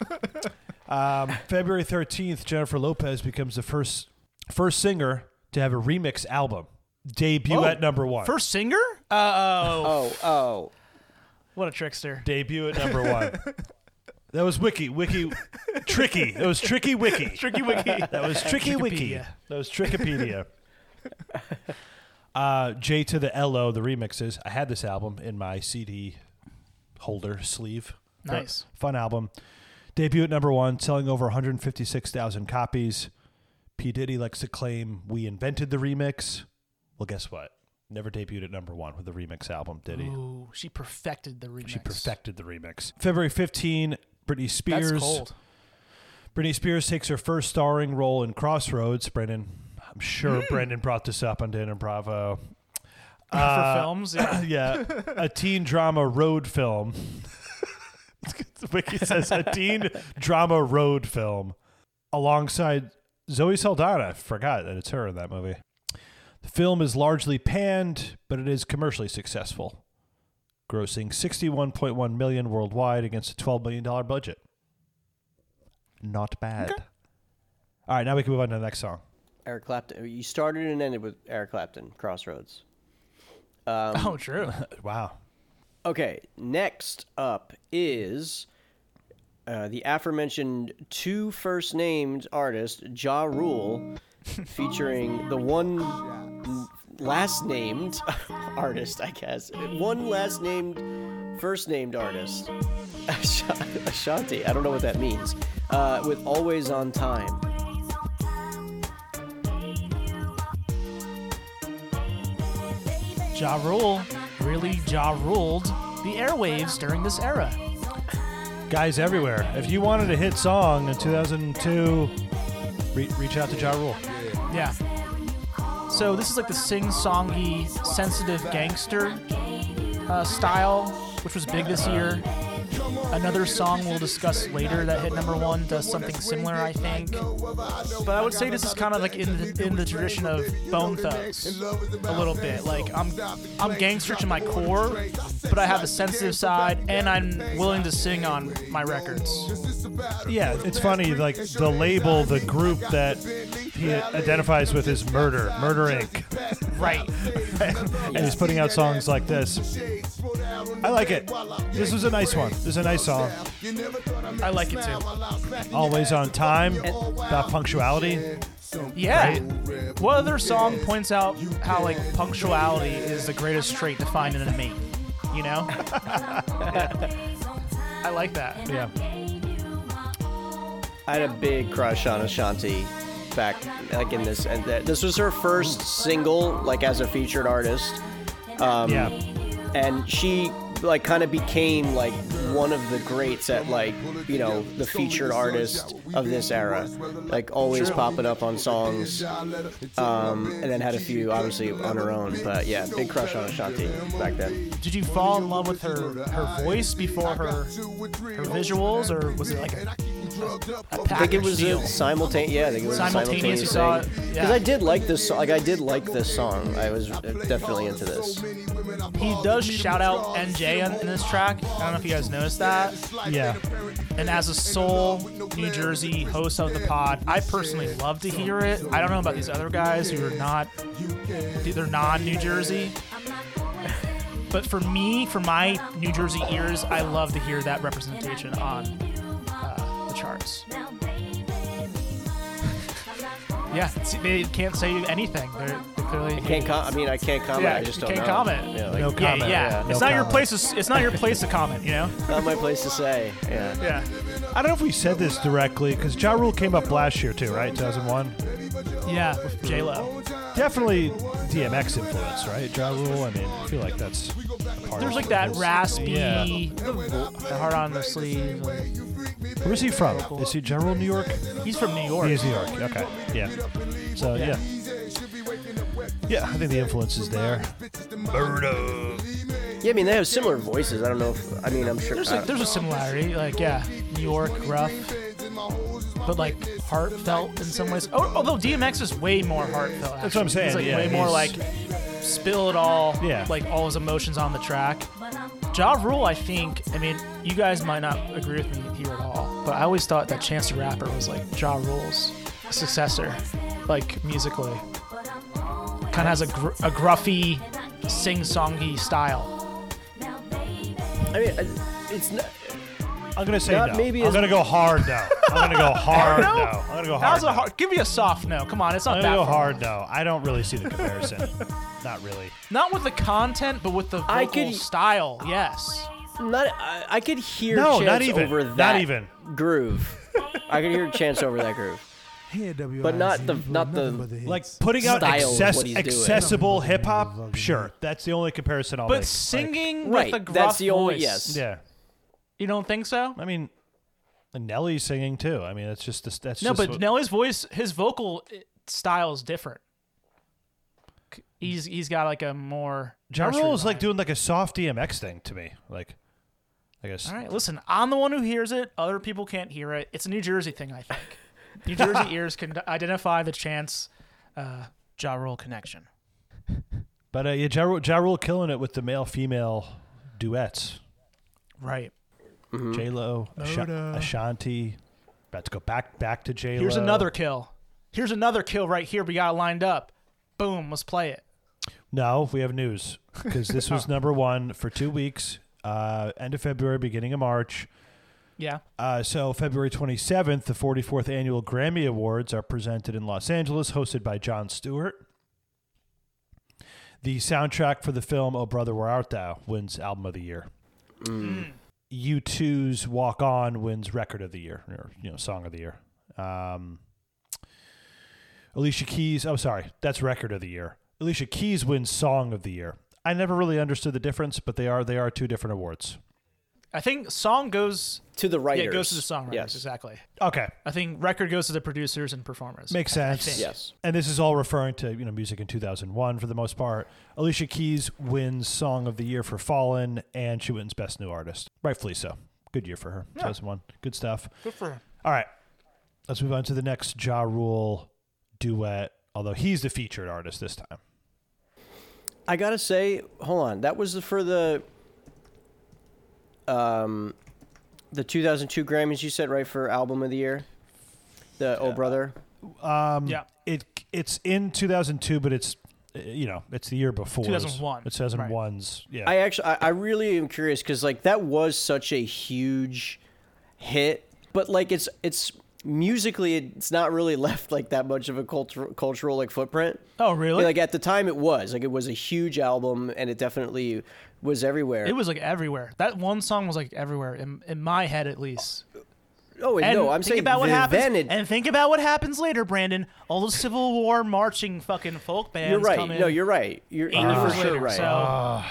Speaker 9: Um, February 13th, Jennifer Lopez becomes the first first singer to have a remix album debut at number one.
Speaker 8: First singer? Uh, oh,
Speaker 5: Oh, oh.
Speaker 8: what a trickster.
Speaker 9: debut at number one. That was Wiki Wiki Tricky. That was Tricky Wiki.
Speaker 8: Tricky Wiki.
Speaker 9: That was Tricky Wiki.
Speaker 8: Trickopedia.
Speaker 9: That was Trickopedia. uh, J to the LO, the remixes. I had this album in my CD holder sleeve.
Speaker 8: Nice.
Speaker 9: Fun album. Debut at number one, selling over 156,000 copies. P. Diddy likes to claim we invented the remix. Well, guess what? Never debuted at number one with the remix album, did he?
Speaker 8: Ooh, she perfected the remix.
Speaker 9: She perfected the remix. February 15, Britney Spears.
Speaker 8: That's cold.
Speaker 9: Britney Spears takes her first starring role in Crossroads. Brendan, I'm sure Brendan brought this up on Dan and Bravo.
Speaker 8: Hmm.
Speaker 9: Uh,
Speaker 8: For films, yeah.
Speaker 9: Yeah, a teen drama road film. Wiki says a teen drama road film alongside Zoe Saldana. I forgot that it's her in that movie. The film is largely panned, but it is commercially successful, grossing 61.1 million worldwide against a 12 million dollar budget. Not bad. All right, now we can move on to the next song.
Speaker 5: Eric Clapton. You started and ended with Eric Clapton, Crossroads. Um,
Speaker 8: oh, true.
Speaker 9: Wow.
Speaker 5: Okay, next up is uh, the aforementioned two first named artist, Ja Rule, featuring the one last named artist, I guess. One last named, first named artist, Ash- Ashanti. I don't know what that means. Uh, with Always on Time.
Speaker 8: Ja Rule really Ja ruled the airwaves during this era.
Speaker 9: guys everywhere. If you wanted a hit song in 2002, re- reach out to Ja Rule.
Speaker 8: Yeah. So this is like the sing-songy, sensitive gangster uh, style, which was big this year. Another song we'll discuss later that hit number one does something similar, I think. But I would say this is kind of like in the, in the tradition of Bone Thugs a little bit. Like I'm I'm gangster to my core, but I have a sensitive side, and I'm willing to sing on my records.
Speaker 9: Yeah, it's funny. Like the label, the group that he identifies with is Murder, Murder Inc.,
Speaker 8: Right.
Speaker 9: and he's putting out songs like this. I like it. This was a nice one. This is a nice song.
Speaker 8: I like it too.
Speaker 9: Always on time. About punctuality.
Speaker 8: Yeah. What other song points out how like punctuality is the greatest trait to find in a mate? You know? I like that.
Speaker 9: Yeah.
Speaker 5: I had a big crush on Ashanti back like in this and that, this was her first single like as a featured artist Um,
Speaker 9: Yeah.
Speaker 5: and she like kind of became like one of the greats at like you know the featured artist of this era like always popping up on songs um, and then had a few obviously on her own but yeah big crush on Ashanti back then
Speaker 8: Did you fall in love with her her voice before her her visuals or was it like a, a, a
Speaker 5: I think it
Speaker 8: package
Speaker 5: was
Speaker 8: deal?
Speaker 5: a simultaneous yeah I think it was
Speaker 8: Simultaneous,
Speaker 5: a
Speaker 8: you
Speaker 5: simultaneous
Speaker 8: saw
Speaker 5: thing.
Speaker 8: it, yeah.
Speaker 5: I did like this so- like I did like this song I was uh, definitely into this
Speaker 8: He does shout out NJ on, in this track. I don't know if you guys noticed that.
Speaker 9: Yeah.
Speaker 8: And as a sole New Jersey host of the pod, I personally love to hear it. I don't know about these other guys who are not, they're non New Jersey. But for me, for my New Jersey ears, I love to hear that representation on uh, the charts. Yeah, see, they can't say anything. They're clearly
Speaker 5: Can't com- I mean, I can't comment.
Speaker 8: Yeah,
Speaker 5: I just
Speaker 8: you
Speaker 5: don't
Speaker 8: can't
Speaker 5: know.
Speaker 8: comment.
Speaker 5: Yeah, like,
Speaker 9: No
Speaker 8: yeah,
Speaker 9: comment.
Speaker 8: yeah.
Speaker 5: Yeah,
Speaker 8: it's
Speaker 9: no
Speaker 8: not your
Speaker 9: comment.
Speaker 8: place. To, it's not your place to comment. You know.
Speaker 5: not my place to say. Yeah.
Speaker 8: Yeah.
Speaker 9: I don't know if we said this directly because Ja Rule came up last year too, right? 2001.
Speaker 8: Yeah. With J Lo.
Speaker 9: Definitely DMX influence, right? Ja Rule. I mean, I feel like that's. a part
Speaker 8: There's
Speaker 9: of
Speaker 8: like that
Speaker 9: his-
Speaker 8: raspy,
Speaker 9: Yeah.
Speaker 8: the heart on the sleeve. and-
Speaker 9: Where's he from? Is he general New York?
Speaker 8: He's from New York.
Speaker 9: He is New York. Okay. Yeah. So yeah. Yeah, I think the influence is there.
Speaker 5: Yeah, I mean, they have similar voices. I don't know if, I mean, I'm sure. uh,
Speaker 8: There's
Speaker 5: I
Speaker 8: like there's a similarity, like yeah, New York rough, but like heartfelt in some ways. Oh, although DMX is way more heartfelt.
Speaker 9: That's what I'm
Speaker 8: actually.
Speaker 9: saying,
Speaker 8: He's like
Speaker 9: yeah,
Speaker 8: way more like
Speaker 9: he's-
Speaker 8: spill it all,
Speaker 9: Yeah.
Speaker 8: like all his emotions on the track. Ja Rule, I think. I mean, you guys might not agree with me here at all, but I always thought that Chance the Rapper was like Ja Rule's successor, like musically. Kind of has a, gr- a gruffy, sing-songy style.
Speaker 5: I mean, I- it's not.
Speaker 9: I'm gonna say
Speaker 5: Not
Speaker 9: no.
Speaker 5: maybe
Speaker 9: I'm
Speaker 5: as-
Speaker 9: gonna go hard now. I'm gonna go hard now. I'm gonna go hard.
Speaker 8: That was
Speaker 9: no.
Speaker 8: a hard. Give me a soft no. Come on, it's not
Speaker 9: I'm
Speaker 8: that
Speaker 9: gonna go
Speaker 8: far.
Speaker 9: hard though. I don't really see the comparison. Not really.
Speaker 8: Not with the content, but with the vocal
Speaker 5: I could-
Speaker 8: style. Yes.
Speaker 5: Not, I, I could hear
Speaker 9: No,
Speaker 5: Chance
Speaker 9: not even.
Speaker 5: over
Speaker 9: Not
Speaker 5: that
Speaker 9: even.
Speaker 5: groove. I could hear Chance over that groove. But not the- not the-
Speaker 9: Like putting out
Speaker 5: Style is
Speaker 9: access-
Speaker 5: what he's doing.
Speaker 9: accessible hip hop. Sure, that's the only comparison I'll
Speaker 8: But
Speaker 9: make.
Speaker 8: singing
Speaker 5: Right,
Speaker 8: with a gruff
Speaker 5: that's the only-
Speaker 8: voice.
Speaker 5: yes.
Speaker 9: yeah,
Speaker 8: You don't think so?
Speaker 9: I mean, and Nelly's singing too. I mean, that's just the, that's
Speaker 8: No,
Speaker 9: just
Speaker 8: but
Speaker 9: what-
Speaker 8: Nelly's voice, his vocal eh, style is different. C- He's he's got like a more.
Speaker 9: Ja
Speaker 8: nursery
Speaker 9: Rule is like
Speaker 8: rhyme.
Speaker 9: doing like a soft DMX thing to me. Like, I guess.
Speaker 8: All right, listen. I'm the one who hears it. Other people can't hear it. It's a New Jersey thing, I think. New Jersey ears can identify the chance uh, Ja Rule connection.
Speaker 9: But uh, yeah, ja Rule, ja Rule killing it with the male female duets.
Speaker 8: Right.
Speaker 9: J Lo, Ashanti. About to go back back to J Lo.
Speaker 8: Here's another kill. Here's another kill right here. We got it lined up. Boom. Let's play it.
Speaker 9: No, we have news because this was number one for two weeks, uh, end of February, beginning of March.
Speaker 8: Yeah.
Speaker 9: Uh, so February 27th, the 44th annual Grammy Awards are presented in Los Angeles, hosted by John Stewart. The soundtrack for the film "Oh Brother, Where Art Thou" wins Album of the Year. U2's "Walk On" wins Record of the Year or you know Song of the Year. Um, Alicia Keys. Oh, sorry, that's Record of the Year. Alicia Keys wins Song of the Year. I never really understood the difference, but they are they are two different awards.
Speaker 8: I think song goes.
Speaker 5: To the writers.
Speaker 8: Yeah, it goes to the songwriters.
Speaker 5: Yes.
Speaker 8: Exactly.
Speaker 9: Okay,
Speaker 8: I think record goes to the producers and performers.
Speaker 9: Makes sense.
Speaker 8: think.
Speaker 5: Yes.
Speaker 9: And this is all referring to you know music in 2001 for the most part. Alicia Keys wins Song of the Year for Fallen, and she wins Best New Artist. Rightfully so. Good year for her. 2001. Good stuff.
Speaker 8: Good for him.
Speaker 9: All right, let's move on to the next Ja Rule duet. Although he's the featured artist this time.
Speaker 5: I gotta say, hold on. That was the- for the um, the 2002 Grammys. You said right for album of the year, the Oh Brother. Um,
Speaker 8: yeah.
Speaker 9: It it's in 2002, but it's uh, you know it's the year before.
Speaker 8: 2001,
Speaker 9: It's 2001's. Yeah.
Speaker 5: I actually, I, I really am curious because like that was such a huge hit, but like it's it's musically it's not really left like that much of a cultural cultural like footprint.
Speaker 8: Oh, really?
Speaker 5: Like at the time it was like it was a huge album and it definitely was everywhere.
Speaker 8: it was like everywhere. That one song was like everywhere in, in my head, at least.
Speaker 5: oh and
Speaker 8: And
Speaker 5: no, I'm
Speaker 8: think
Speaker 5: saying
Speaker 8: about what
Speaker 5: th-
Speaker 8: happens.
Speaker 5: then it,
Speaker 8: and think about what happens later, Brandon. All the Civil War marching fucking folk bands.
Speaker 5: You're right.
Speaker 8: Come in.
Speaker 5: No, you're right. You're,
Speaker 8: eight
Speaker 5: you're
Speaker 8: years
Speaker 5: for sure
Speaker 8: later,
Speaker 5: right.
Speaker 8: So,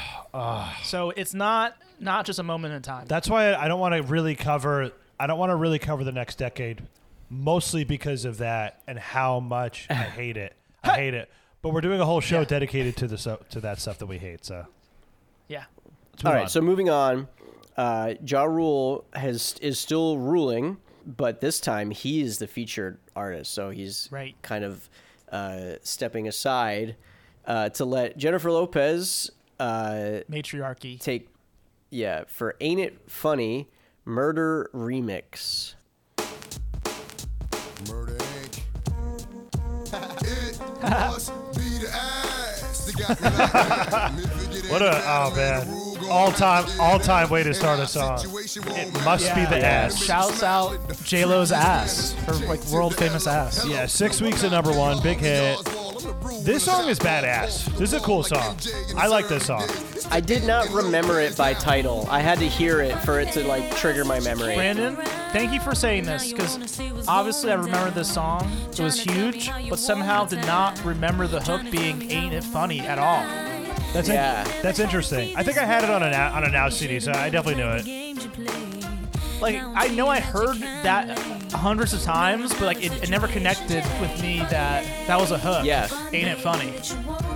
Speaker 8: so it's not not just a moment in time.
Speaker 9: That's why I don't want to really cover. I don't want to really cover the next decade, mostly because of that and how much I hate it. I hate it. But we're doing a whole show dedicated to the so- to that stuff that we hate. So
Speaker 8: yeah.
Speaker 9: let's move
Speaker 5: All right.
Speaker 9: on.
Speaker 5: So moving on, uh, Ja Rule has is still ruling, but this time he is the featured artist, so he's
Speaker 8: Right.
Speaker 5: kind of uh, stepping aside uh, to let Jennifer Lopez uh,
Speaker 8: Matriarchy.
Speaker 5: take yeah for "Ain't It Funny" murder remix.
Speaker 1: Murder Inc. it must be the ass. They got me like that. If it get
Speaker 9: What a-
Speaker 1: any better, man,
Speaker 9: oh, man.
Speaker 1: the rule gon'
Speaker 9: all time, all time way to start a song. It must be the ass.
Speaker 8: Shouts out J Lo's ass, her like world famous ass.
Speaker 9: Yeah, six weeks at number one, big hit. This song is badass. This is a cool song. I like this song.
Speaker 5: I did not remember it by title. I had to hear it for it to like trigger my memory.
Speaker 8: Brandon, thank you for saying this because obviously I remember this song. It was huge, but somehow did not remember the hook being "Ain't It Funny" at all.
Speaker 9: That's in-
Speaker 5: Yeah.
Speaker 9: that's interesting. I think I had it on an out- on an out CD, so I definitely knew it.
Speaker 8: Like I know I heard that hundreds of times, but like it, it never connected with me that that was a hook.
Speaker 5: Yeah.
Speaker 8: Ain't it funny?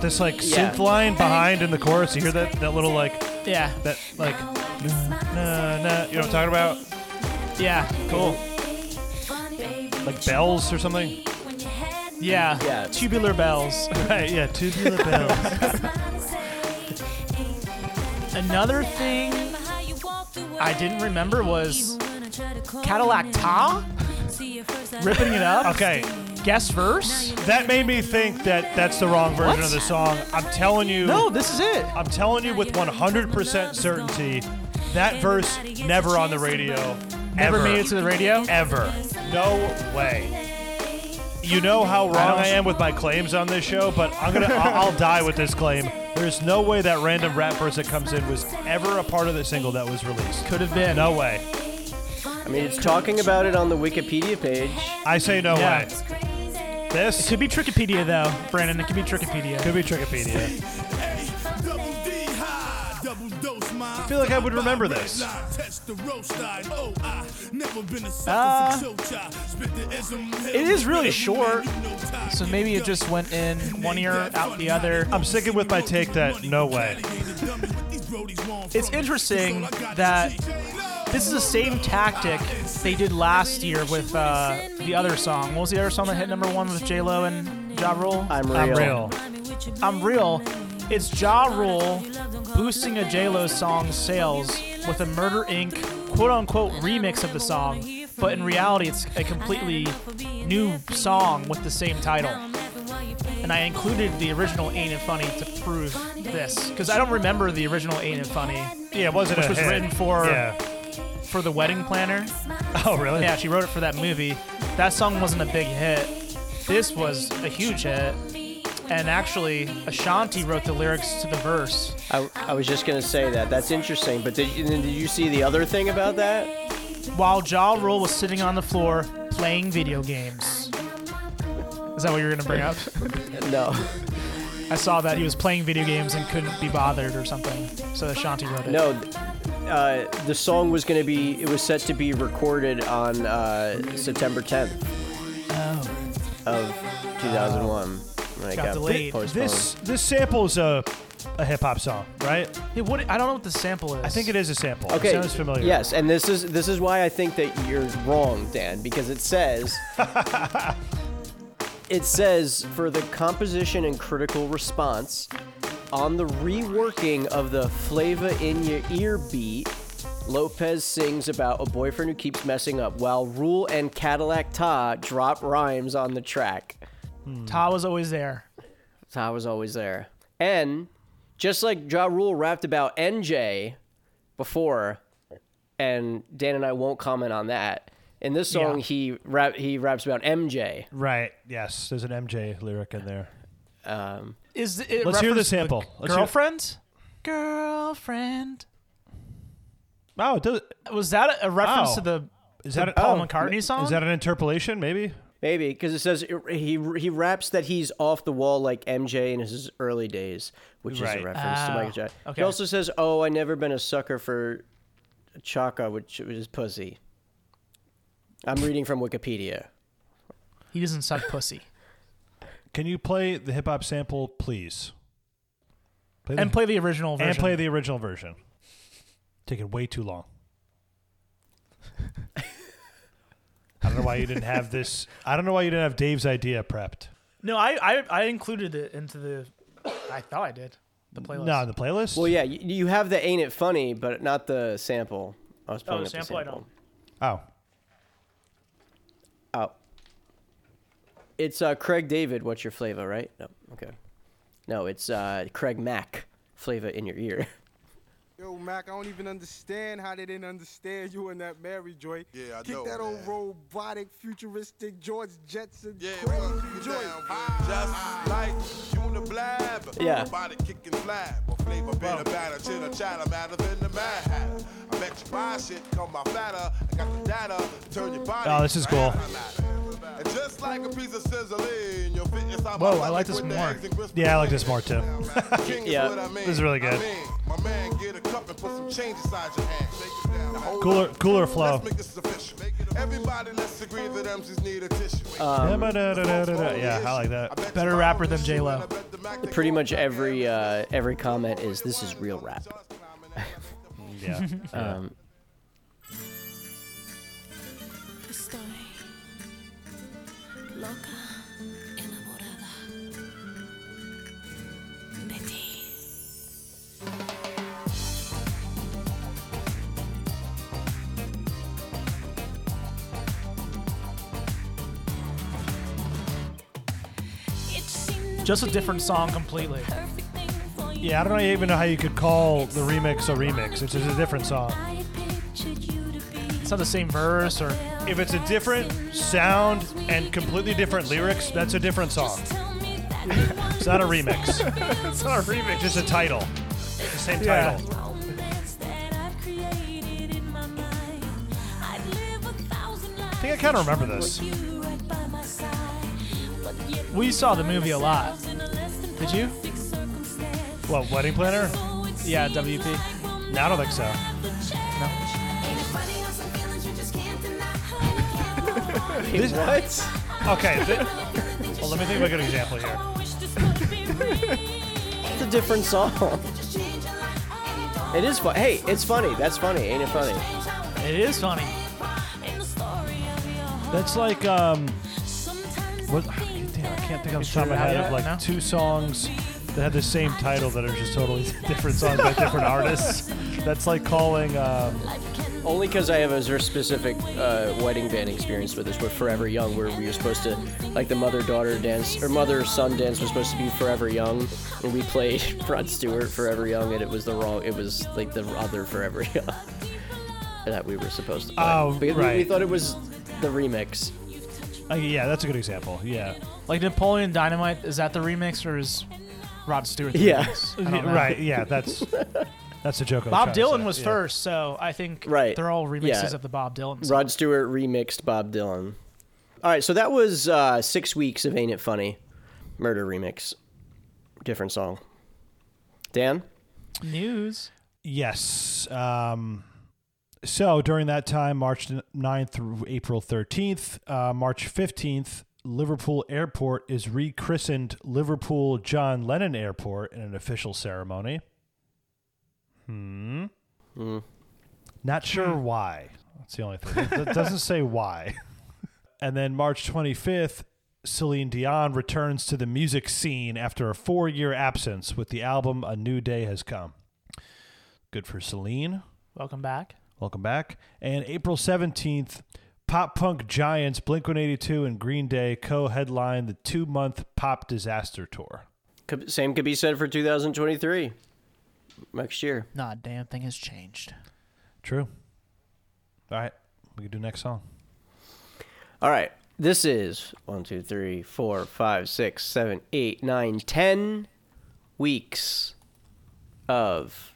Speaker 9: This like
Speaker 5: Yeah.
Speaker 9: synth line behind in the chorus. You hear that that little like
Speaker 8: Yeah.
Speaker 9: that like nah nah. You know what I'm talking about?
Speaker 8: Yeah. Cool.
Speaker 9: Like bells or something.
Speaker 8: Yeah.
Speaker 5: Yeah.
Speaker 8: Tubular bells.
Speaker 9: Right, yeah, tubular bells.
Speaker 8: Another thing I didn't remember was Cadillac Ta ripping it up.
Speaker 9: okay,
Speaker 8: Guess verse?
Speaker 9: that made me think that that's the wrong version
Speaker 8: What?
Speaker 9: of the song. I'm telling you,
Speaker 8: No, Oh, this is it.
Speaker 9: I'm telling you with 100% certainty, that verse never on the radio.
Speaker 8: Never
Speaker 9: ever,
Speaker 8: made it to the radio.
Speaker 9: ever. No way. You know how wrong I,
Speaker 8: don't-
Speaker 9: am with my claims on this show, but I'm gonna, I'll, I'll die with this claim. There's no way that random rap verse that comes in was ever a part of the single that was released.
Speaker 8: Could have been.
Speaker 9: No way.
Speaker 5: I mean, it's talking about it on the Wikipedia page.
Speaker 9: I say no
Speaker 8: Yeah.
Speaker 9: way. This
Speaker 8: Could be Trickopedia though, Brandon. It could be Trickopedia.
Speaker 9: could be Trickopedia.
Speaker 10: I
Speaker 9: feel like I would remember this.
Speaker 8: Uh, it is really short, so maybe it just went in one ear, out the other.
Speaker 9: I'm sticking with my take that no way.
Speaker 8: It's interesting that this is the same tactic they did last year with uh, the other song. What was the other song that hit number one with J Lo and Ja Rule? Um,
Speaker 5: I'm real.
Speaker 9: I'm real.
Speaker 8: I'm real. It's Ja Rule boosting a J Lo song's sales with a Murder Inc. quote unquote remix of the song, but in reality, it's a completely new song with the same title. And I included the original Ain't It Funny to prove this, because I don't remember the original Ain't It Funny
Speaker 9: Yeah, it wasn't
Speaker 8: Which
Speaker 9: a
Speaker 8: was
Speaker 9: hit.
Speaker 8: written for-
Speaker 9: Yeah.
Speaker 8: for the wedding planner.
Speaker 9: Oh, really?
Speaker 8: Yeah, she wrote it for that movie. That song wasn't a big hit. This was a huge hit. And actually, Ashanti wrote the lyrics to the verse.
Speaker 5: I, I was just gonna say that. That's interesting. But did you, did you see the other thing about that?
Speaker 8: while Ja Rule was sitting on the floor playing video games. Is that what you were going to bring up?
Speaker 5: No,
Speaker 8: I saw that he was playing video games and couldn't be bothered or something. So Ashanti wrote it.
Speaker 5: no. Uh, the song was gonna be. It was set to be recorded on uh, September 10th of 2001. when it
Speaker 8: Got
Speaker 5: got
Speaker 8: delayed.
Speaker 5: postponed.
Speaker 9: This this sample's a a hip hop song, right?
Speaker 8: Hey, what, I don't know what the sample is.
Speaker 9: I think it is a sample.
Speaker 5: Okay.
Speaker 9: It sounds familiar.
Speaker 5: Yes, and this is this is why I think that you're wrong, Dan, because it says it says for the composition and critical response on the reworking of the Flava in Your Ear beat. Lopez sings about a boyfriend who keeps messing up, while Rule and Cadillac Ta drop rhymes on the track.
Speaker 8: Ta was always there.
Speaker 5: So I was always there. And just like Ja Rule rapped about NJ before, and Dan and I won't comment on that. In this song,
Speaker 8: Yeah.
Speaker 5: he rap he raps about MJ.
Speaker 9: Right. Yes. There's an MJ lyric in there.
Speaker 8: Is it
Speaker 9: Let's hear the
Speaker 8: reference to
Speaker 9: sample. Let's hear-
Speaker 8: Girlfriend? Girlfriend.
Speaker 9: Oh, it does,
Speaker 8: Was that a, a reference
Speaker 9: Oh.
Speaker 8: to the
Speaker 9: is that a,
Speaker 8: Paul
Speaker 9: oh,
Speaker 8: McCartney song?
Speaker 9: Is that an interpolation? Maybe.
Speaker 5: Maybe because it says he he raps that he's off the wall like MJ in his early days, which is
Speaker 9: Right.
Speaker 5: a reference to
Speaker 8: Ah,
Speaker 5: Michael Jackson.
Speaker 8: okay.
Speaker 5: He also says, "Oh, I never been a sucker for Chaka, which is pussy." I'm reading from Wikipedia.
Speaker 8: he doesn't suck pussy.
Speaker 9: Can you play the hip hop sample, please? Play the,
Speaker 8: And play the original version.
Speaker 9: and play the original version. Taking way too long. I don't know why you didn't have this. I don't know why you didn't have Dave's idea prepped.
Speaker 8: No, I, I, I included it into the. I thought I did. The playlist.
Speaker 9: No, in the playlist.
Speaker 5: Well, yeah, you, you have the "Ain't It Funny," but not the sample. I was pulling
Speaker 8: the
Speaker 5: up
Speaker 8: sample I
Speaker 5: the sample.
Speaker 8: don't.
Speaker 9: Oh,
Speaker 5: Oh. It's uh, Craig David. What's your flavor? Right? No. Okay. No, it's uh, Craig Mack. Flavor in your ear.
Speaker 11: Yo, Mac, I don't even understand how they didn't understand you and that Mary joint.
Speaker 1: Yeah, I
Speaker 11: Kick
Speaker 1: know,
Speaker 11: that
Speaker 1: man.
Speaker 11: old robotic, futuristic George Jetson. Yeah, joint.
Speaker 12: Just like Juna Blab.
Speaker 11: Yeah.
Speaker 12: Body kicking flab. A flavor been a batter. Chill a chatter matter than the mad hatter. I bet you buy shit, come my fatter. I got the data. Turn your body.
Speaker 9: Oh, this is cool.
Speaker 12: And just like a piece of sizzling, you'll fit inside my
Speaker 9: Whoa, Oh, I
Speaker 12: pocket
Speaker 9: like this
Speaker 12: with the
Speaker 9: more.
Speaker 12: eggs and crisp
Speaker 9: Yeah, I like this more too.
Speaker 12: King is what I mean.
Speaker 9: this is really good.
Speaker 12: I mean, my man, get a cup and put some change inside your hand. Shake it down. Now hold
Speaker 9: Cooler-
Speaker 12: up.
Speaker 9: cooler flow.
Speaker 12: Let's make this official. Everybody, let's agree that MCs need a tissue.
Speaker 9: Um, Da-ba-da-da-da-da-da. Yeah, I like that. Better rapper than J Lo.
Speaker 5: Pretty much every uh, every comment is this is real rap.
Speaker 9: Yeah.
Speaker 5: um,
Speaker 13: Estoy loca, enamorada de ti.
Speaker 8: Just a different song completely.
Speaker 9: Yeah, I don't even know how you could call the remix a remix. It's just a different song.
Speaker 8: It's not the same verse or.
Speaker 9: If it's a different sound and completely different lyrics, that's a different song. it's not a remix.
Speaker 8: it's not a remix.
Speaker 9: Just a title. It's the same
Speaker 8: Yeah.
Speaker 9: title.
Speaker 13: I
Speaker 9: think I kind of remember this.
Speaker 8: We saw Oh, the movie a lot. Did you?
Speaker 9: What, Wedding Planner?
Speaker 8: Yeah, WP.
Speaker 9: No, I don't think so. This- Okay. th- well, let me think of a good example here.
Speaker 5: It's a different song. It is fun. Hey, it's funny. That's funny. Ain't it funny?
Speaker 8: It is funny.
Speaker 9: That's like um, what? ah, Damn, I can't think off the top of my head of like two songs that had the same title that are just totally different songs by different artists. That's like calling um,
Speaker 5: Only because I have a very specific uh, wedding band experience with this, with Forever Young, where we were supposed to, like the mother daughter dance, or mother son dance was supposed to be Forever Young, and we played Rod Stewart Forever Young, and it was the wrong, it was like the other Forever Young that we were supposed to play.
Speaker 9: Oh,
Speaker 5: Because we- we
Speaker 9: right.
Speaker 5: thought it was the remix.
Speaker 9: uh, yeah, that's a good example. Yeah,
Speaker 8: Like Napoleon Dynamite, is that the remix or is Rod Stewart the
Speaker 9: Yeah.
Speaker 8: remix? I don't know.
Speaker 9: right. Yeah, that's that's a joke. I was
Speaker 8: Bob
Speaker 9: trying to
Speaker 8: Dylan
Speaker 9: say,
Speaker 8: was
Speaker 9: yeah.
Speaker 8: first, so I think
Speaker 5: Right.
Speaker 8: they're all remixes
Speaker 5: Yeah.
Speaker 8: of the Bob Dylan.
Speaker 5: Rod Stewart remixed Bob Dylan. All right, so that was uh, six weeks of Ain't It Funny, Murder Remix, different song. Dan,
Speaker 8: News.
Speaker 9: Yes. Um, so during that time, March 9th through April 13th, uh, March 15th, Liverpool Airport is rechristened Liverpool John Lennon Airport in an official ceremony. Hmm. Not sure why. That's the only thing. It doesn't say why. And then March 25th, Celine Dion returns to the music scene after a four year absence with the album A New Day Has Come. Good for Celine.
Speaker 8: Welcome back.
Speaker 9: Welcome back. And April 17th, pop punk giants Blink 182 and Green Day co headline the two month pop disaster tour.
Speaker 5: could, same could be said for 2023, next year.
Speaker 8: Nah, damn thing has changed.
Speaker 9: True. All right. We can do next song.
Speaker 5: All right, this is one, two, three, four, five, six, seven, eight, nine, ten weeks of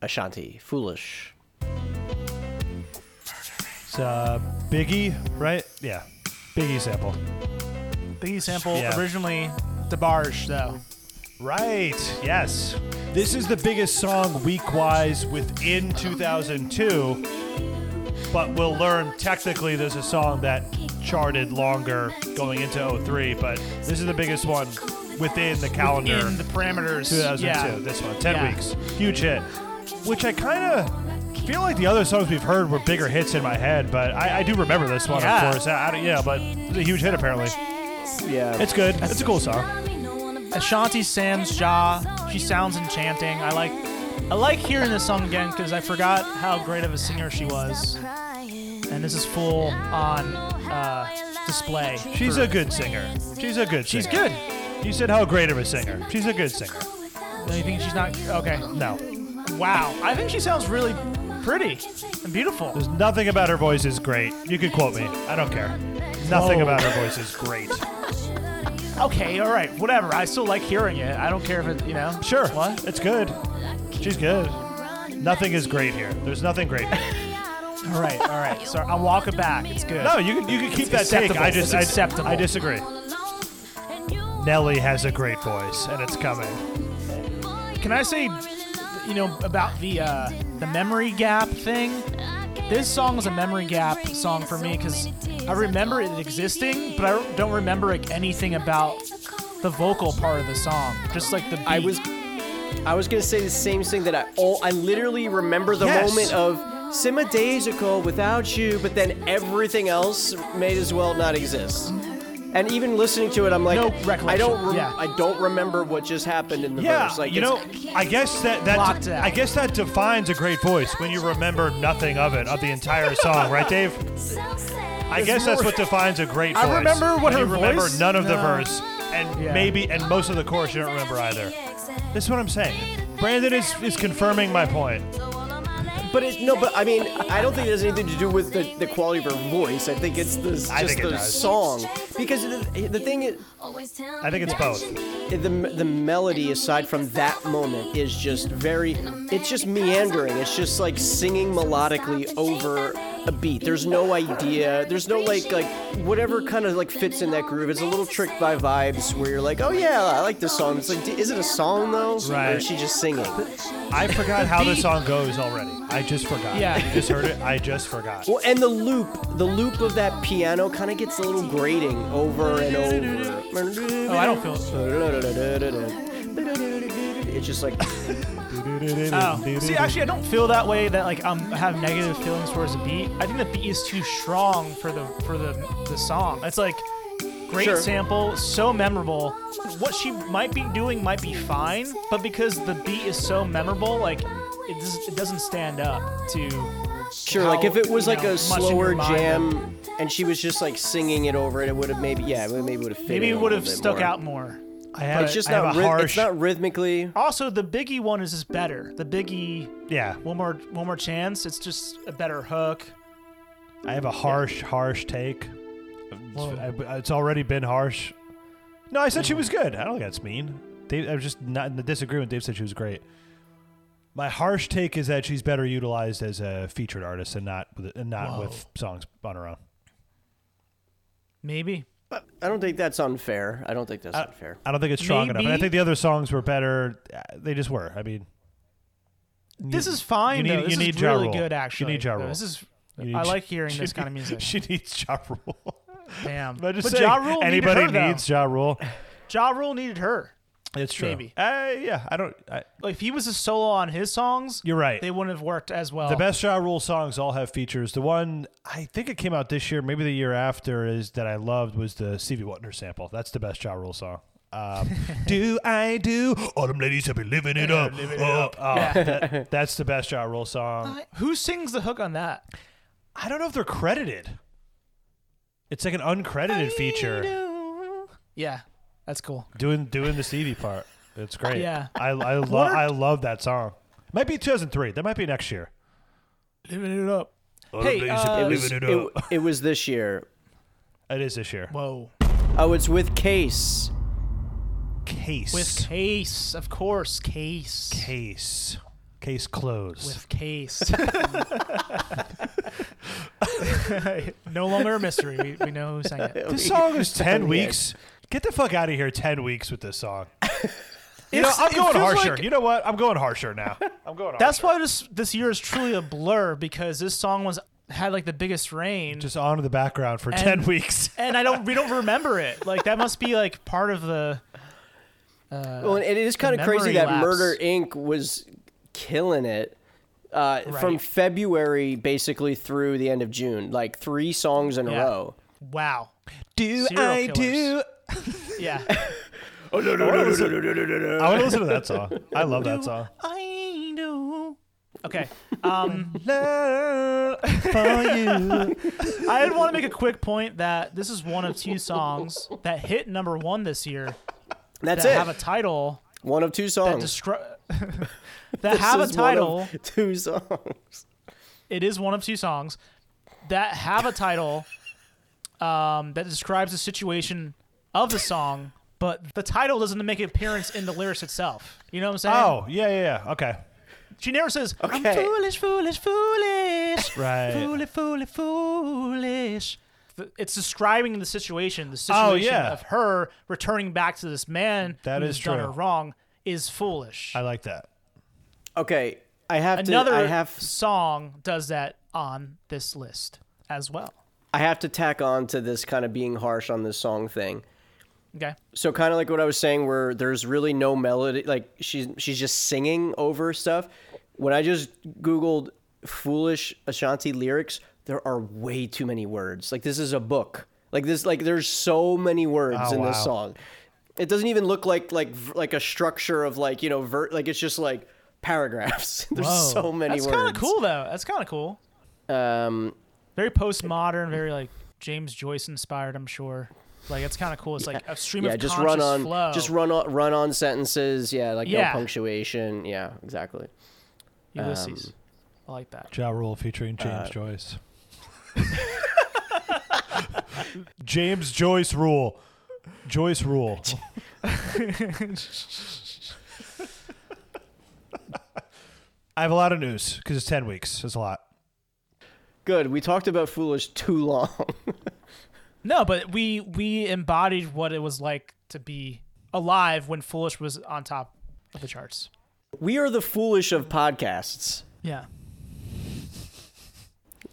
Speaker 5: Ashanti, Foolish.
Speaker 9: It's uh, Biggie, right? Yeah. Biggie sample.
Speaker 8: Biggie sample
Speaker 9: Yeah.
Speaker 8: originally DeBarge though.
Speaker 9: Right. Yes. This is the biggest song week wise within 2002. But we'll learn technically there's a song that charted longer going into 03, but this is the biggest one within the calendar.
Speaker 8: Within the parameters,
Speaker 9: 2002.
Speaker 8: yeah.
Speaker 9: This one. 10
Speaker 8: Yeah.
Speaker 9: weeks. Huge hit. Which I kind of feel like the other songs we've heard were bigger hits in my head, but I, I do remember this one,
Speaker 8: Yeah.
Speaker 9: of course. I, I, don't- yeah, but it's a huge hit apparently.
Speaker 5: Yeah.
Speaker 9: It's good. It's a cool song.
Speaker 8: Ashanti Sam's Ja. She sounds enchanting. I like I like hearing this song again because I forgot how great of a singer she was. And this is full on uh, display.
Speaker 9: She's
Speaker 8: for-
Speaker 9: a good singer. She's a good
Speaker 8: She's
Speaker 9: singer. good. You said how great of a singer. She's a good singer.
Speaker 8: No, you think she's not okay?
Speaker 9: No.
Speaker 8: Wow. I think she sounds really pretty and beautiful.
Speaker 9: There's nothing about her voice is great. You can quote me. I don't care. Nothing
Speaker 8: Whoa.
Speaker 9: about her voice is great.
Speaker 8: Okay, all right, whatever. I still like hearing it. I don't care if it, you know.
Speaker 9: Sure. What? It's good. She's good. Nothing is great here. There's nothing great. Here.
Speaker 8: All right, all right. So I'll walk it back. It's good.
Speaker 9: No, you can you can keep that
Speaker 8: It's
Speaker 9: take.
Speaker 8: acceptable.
Speaker 9: I just
Speaker 8: It's
Speaker 9: I,
Speaker 8: acceptable.
Speaker 9: I disagree. Nelly has a great voice, and it's coming.
Speaker 8: Can I say, you know, about the uh, the memory gap thing? This song is a memory gap song for me because I remember it existing, but I don't remember like anything about the vocal part of the song. Just like the beat.
Speaker 5: I was I was gonna say the same thing that I all I literally remember the
Speaker 8: Yes.
Speaker 5: moment of Sima days ago without you, but then everything else may as well not exist. And even listening to it, I'm like,
Speaker 9: No
Speaker 5: I don't,
Speaker 9: recollection,
Speaker 5: rem-
Speaker 9: yeah.
Speaker 5: I don't remember what just happened in the
Speaker 9: Yeah,
Speaker 5: verse. Like
Speaker 9: Ah, you know,
Speaker 5: it's-
Speaker 9: I guess that
Speaker 5: Blocked
Speaker 9: that
Speaker 5: out.
Speaker 9: I guess that defines a great voice when you remember nothing of it of the entire song, right, Dave? I
Speaker 8: There's
Speaker 9: guess that's
Speaker 8: more-
Speaker 9: what defines a great voice.
Speaker 8: I remember what
Speaker 9: when
Speaker 8: her
Speaker 9: you remember
Speaker 8: voice-
Speaker 9: none of the
Speaker 8: no.
Speaker 9: verse, and
Speaker 8: Yeah.
Speaker 9: maybe and most of the chorus you don't remember either. This is what I'm saying. Brandon is is confirming my point.
Speaker 5: But it, no, but I mean, I don't think it has anything to do with the, the quality of her voice. I think it's the just
Speaker 9: I think it
Speaker 5: the
Speaker 9: does.
Speaker 5: song because the, the thing is,
Speaker 9: I think it's both.
Speaker 5: the the melody aside from that moment is just very, it's just meandering. It's just like singing melodically over a beat. There's no idea. There's no like like whatever kind of like fits in that groove. It's a little tricked by vibes where you're like, oh yeah, I like this song. It's like, d- is it a song though, or
Speaker 9: Right.
Speaker 5: is she just singing?
Speaker 9: I forgot how the song goes already. I just forgot.
Speaker 5: Yeah.
Speaker 9: You just heard it. I just forgot.
Speaker 5: Well, and the loop, the loop of that piano kind of gets a little grating over and over. Oh,
Speaker 8: I don't feel
Speaker 5: It's just like.
Speaker 8: Oh. See, actually, I don't feel that way. That like um, I have negative feelings towards the beat. I think the beat is too strong for the for the the song. It's like great
Speaker 5: Sure.
Speaker 8: sample, so memorable. What she might be doing might be fine, but because the beat is so memorable, like it, just, it doesn't stand up to.
Speaker 5: Sure,
Speaker 8: how,
Speaker 5: like if it was
Speaker 8: you
Speaker 5: like
Speaker 8: know,
Speaker 5: a
Speaker 8: much in your
Speaker 5: slower
Speaker 8: mind.
Speaker 5: jam and she was just like singing it over it, it would have maybe, yeah, it maybe would have fit.
Speaker 8: maybe
Speaker 5: in
Speaker 8: it
Speaker 5: a
Speaker 8: would have
Speaker 5: little bit
Speaker 8: stuck
Speaker 5: more.
Speaker 8: out more.
Speaker 9: I have,
Speaker 5: it's just
Speaker 9: I have
Speaker 5: not
Speaker 9: a
Speaker 5: ryth- it's
Speaker 9: harsh.
Speaker 5: not rhythmically.
Speaker 8: Also, the Biggie one is just better. The Biggie,
Speaker 9: Yeah.
Speaker 8: one more one more chance. It's just a better hook.
Speaker 9: I have a harsh, harsh take.
Speaker 8: Whoa.
Speaker 9: It's, I- it's already been harsh. No, I said she was good. I don't think that's mean. Dave, I was just not in the disagreement. Dave said she was great. My harsh take is that she's better utilized as a featured artist and not with, and not
Speaker 8: Whoa.
Speaker 9: with songs on her own.
Speaker 8: Maybe.
Speaker 5: But I don't think that's unfair. I don't think that's
Speaker 8: Uh,
Speaker 9: I-
Speaker 5: unfair.
Speaker 9: I don't think it's strong enough. And I
Speaker 8: Maybe-
Speaker 9: think the other songs were better. Uh, They just were. I mean,
Speaker 8: This
Speaker 9: you-
Speaker 8: is fine.
Speaker 9: You need,
Speaker 8: though. This
Speaker 9: you
Speaker 8: is
Speaker 9: need Ja
Speaker 8: really
Speaker 9: Rule.
Speaker 8: good, actually.
Speaker 9: You need Ja
Speaker 8: though.
Speaker 9: Rule.
Speaker 8: This is.
Speaker 9: You need
Speaker 8: I
Speaker 9: Ja-
Speaker 8: like hearing
Speaker 9: she
Speaker 8: this kind of
Speaker 9: need-
Speaker 8: music.
Speaker 9: She needs Ja Rule.
Speaker 8: Damn.
Speaker 9: But just
Speaker 8: but
Speaker 9: saying,
Speaker 8: Ja Rule
Speaker 9: anybody
Speaker 8: needed her,
Speaker 9: needs Ja Rule.
Speaker 8: Though. Ja Rule needed her.
Speaker 9: It's true.
Speaker 8: Maybe.
Speaker 9: Uh, yeah, I don't. I,
Speaker 8: Like, if he was a solo on his songs,
Speaker 9: You're right.
Speaker 8: They wouldn't have worked as well.
Speaker 9: the best Ja Rule songs all have features. The one I think it came out this year, maybe the year after, is that I loved was the Stevie Wonder sample. That's the best Ja Rule song. Um, do I do? All them ladies have been living it up.
Speaker 8: living it
Speaker 9: up.
Speaker 8: up.
Speaker 9: Oh,
Speaker 8: Yeah.
Speaker 9: that- that's the best Ja Rule song.
Speaker 8: Who sings the hook on that?
Speaker 9: I don't know if they're credited. It's like an uncredited feature
Speaker 8: Yeah, that's cool.
Speaker 9: doing doing the Stevie part. It's great.
Speaker 8: Yeah.
Speaker 9: I I love
Speaker 8: What are-
Speaker 9: I love that song. Might be 2003. That might be next year.
Speaker 8: Living it up.
Speaker 9: All them
Speaker 8: Hey,
Speaker 9: ladies have
Speaker 8: uh,
Speaker 9: been
Speaker 5: It was,
Speaker 9: living
Speaker 5: it,
Speaker 9: it up.
Speaker 5: it was this year.
Speaker 9: It is this year.
Speaker 8: whoa.
Speaker 5: Oh, it's with Case.
Speaker 9: Case.
Speaker 8: With Case, of course, Case.
Speaker 9: case. Case closed.
Speaker 8: With Case. no longer a mystery. We, we know who sang it.
Speaker 9: this song is
Speaker 8: Oh,
Speaker 9: 10
Speaker 5: Yes.
Speaker 9: weeks. Get the fuck out of here 10 weeks with this song. You know,
Speaker 8: It's-
Speaker 9: I'm
Speaker 8: it
Speaker 9: going
Speaker 8: feels
Speaker 9: harsher.
Speaker 8: like-
Speaker 9: you know what? I'm going harsher now. I'm going harsher.
Speaker 8: That's why this this year is truly a blur because this song was had like the biggest range,
Speaker 9: Just on to the background for
Speaker 8: And-
Speaker 9: 10 weeks.
Speaker 8: and I don't we don't remember it. Like that must be like part of the. Uh,
Speaker 5: Well, and it is
Speaker 8: the
Speaker 5: kind of crazy
Speaker 8: memory
Speaker 5: that
Speaker 8: lapse.
Speaker 5: Murder Inc. was killing it uh, from
Speaker 8: Right.
Speaker 5: February basically through the end of June, like three songs in
Speaker 8: Yeah.
Speaker 5: a row.
Speaker 8: Wow.
Speaker 9: Do
Speaker 8: Serial I killers. Yeah.
Speaker 9: Oh, no, no, no, no, no, no, no, no, no. I want to listen to that song. I love that song.
Speaker 8: I do. Okay. Um,
Speaker 9: Love for you.
Speaker 8: I did want to make a quick point that this is one of two songs that hit number one this year
Speaker 5: That's
Speaker 8: that
Speaker 5: it.
Speaker 8: have a title
Speaker 5: One of two
Speaker 8: that
Speaker 5: songs.
Speaker 8: descri- that
Speaker 5: This
Speaker 8: have a
Speaker 5: is one of
Speaker 8: title.
Speaker 5: two songs.
Speaker 8: It is one of two songs that have a title um, that describes the situation of the song, but the title doesn't make an appearance in the lyrics itself. You know what I'm saying?
Speaker 9: Oh, yeah, yeah, yeah. Okay.
Speaker 8: She never says, I'm
Speaker 9: Okay.
Speaker 8: foolish, foolish, foolish.
Speaker 9: Right.
Speaker 8: Foolish, foolish, foolish. Th- It's describing the situation. The situation
Speaker 9: Oh, yeah.
Speaker 8: of her returning back to this man
Speaker 9: That
Speaker 8: who's
Speaker 9: is
Speaker 8: done her
Speaker 9: true.
Speaker 8: wrong is foolish.
Speaker 9: I like that.
Speaker 5: Okay, I have
Speaker 8: Another
Speaker 5: to. I have.
Speaker 8: song does that on this list as well.
Speaker 5: I have to tack on to this kind of being harsh on this song thing.
Speaker 8: Okay.
Speaker 5: So kind of like what I was saying, where there's really no melody. Like she's she's just singing over stuff. When I just googled "foolish Ashanti lyrics," there are way too many words. Like this is a book. Like this. Like there's so many words
Speaker 9: Oh,
Speaker 5: in
Speaker 9: wow.
Speaker 5: this song. It doesn't even look like like v- like a structure of like you know ver- like it's just like paragraphs. there's
Speaker 8: Whoa.
Speaker 5: so many
Speaker 8: That's
Speaker 5: words.
Speaker 8: kind of cool, though. That's kind of cool.
Speaker 5: Um,
Speaker 8: Very postmodern, very like James Joyce inspired, I'm sure. Like, it's kind of cool. It's like a stream
Speaker 5: yeah,
Speaker 8: of
Speaker 5: just
Speaker 8: conscious
Speaker 5: run on,
Speaker 8: flow.
Speaker 5: just run on, run on sentences. Yeah, like
Speaker 8: Yeah.
Speaker 5: no punctuation. Yeah, exactly.
Speaker 8: Ulysses.
Speaker 5: Um,
Speaker 8: I like that.
Speaker 9: Ja Rule featuring James
Speaker 5: Uh,
Speaker 9: Joyce. James Joyce Rule. Joyce Rule. I have a lot of news because it's 10 weeks. It's a lot.
Speaker 5: Good. We talked about foolish too long.
Speaker 8: No, but we we embodied what it was like to be alive when Foolish was on top of the charts.
Speaker 5: we are the foolish of podcasts
Speaker 8: Yeah.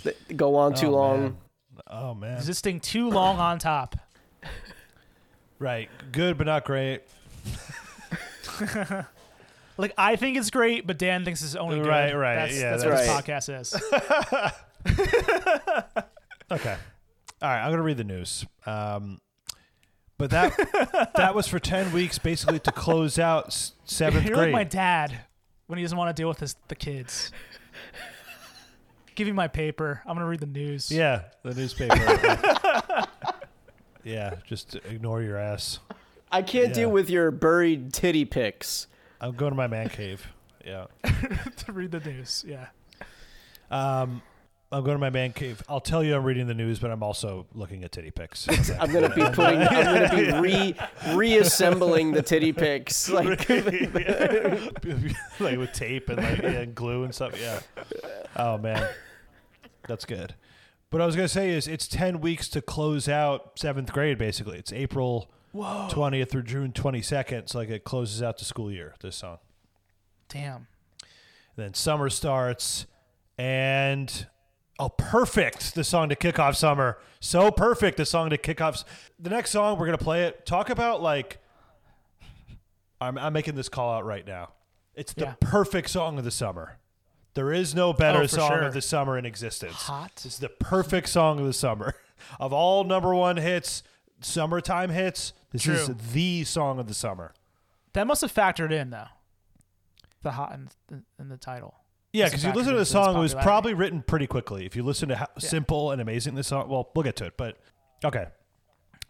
Speaker 5: that go on too
Speaker 9: Oh,
Speaker 5: long.
Speaker 9: man. Oh, man.
Speaker 8: Existing too long on top.
Speaker 9: Right. Good, but not great.
Speaker 8: Like I think it's great, but Dan thinks it's only good.
Speaker 9: Right, right,
Speaker 8: That's,
Speaker 9: yeah,
Speaker 8: that's, what
Speaker 9: that's-
Speaker 8: this podcast is.
Speaker 9: Okay. All right. I'm going to read the news. Um, but that that was for 10 weeks basically to close out s- seventh
Speaker 8: You're
Speaker 9: grade.
Speaker 8: like my dad when he doesn't want to deal with his, the kids. Give me my paper. I'm gonna read the news.
Speaker 9: Yeah, the newspaper. yeah, just ignore your ass.
Speaker 5: I can't deal
Speaker 9: Yeah.
Speaker 5: with your buried titty pics.
Speaker 9: I'm going to my man cave. Yeah.
Speaker 8: to read the news. Yeah.
Speaker 9: Um, I'm going to my man cave. I'll tell you I'm reading the news, but I'm also looking at titty pics. How's that
Speaker 5: I'm gonna be
Speaker 9: for-
Speaker 5: putting. I'm gonna be re reassembling the titty pics. Like
Speaker 9: like with tape and like yeah, and glue and stuff. Yeah. Oh man, that's good. But I was gonna say is it's ten weeks to close out seventh grade. Basically, it's April
Speaker 8: Whoa.
Speaker 9: twentieth through June twenty second. So like it closes out the school year. This song.
Speaker 8: Damn.
Speaker 9: then summer starts and oh perfect the song to kick off summer so perfect the song to kick off s- the next song we're gonna play it talk about like i'm, I'm making this call out right now it's the
Speaker 8: Yeah. Oh,
Speaker 9: perfect song of the summer there is no better
Speaker 8: for
Speaker 9: song
Speaker 8: sure.
Speaker 9: of the summer in existence
Speaker 8: Hot.
Speaker 9: it's the perfect song of the summer of all number one hits summertime hits this is
Speaker 8: True.
Speaker 9: the song of the summer
Speaker 8: That must have factored in though. The hot in, in the title.
Speaker 9: Yeah,
Speaker 8: Must
Speaker 9: because you
Speaker 8: have
Speaker 9: listen to
Speaker 8: factored
Speaker 9: the
Speaker 8: into its
Speaker 9: song, it was
Speaker 8: popularity.
Speaker 9: probably written pretty quickly. If you listen to how simple and amazing this song, well, we'll get to it. But okay,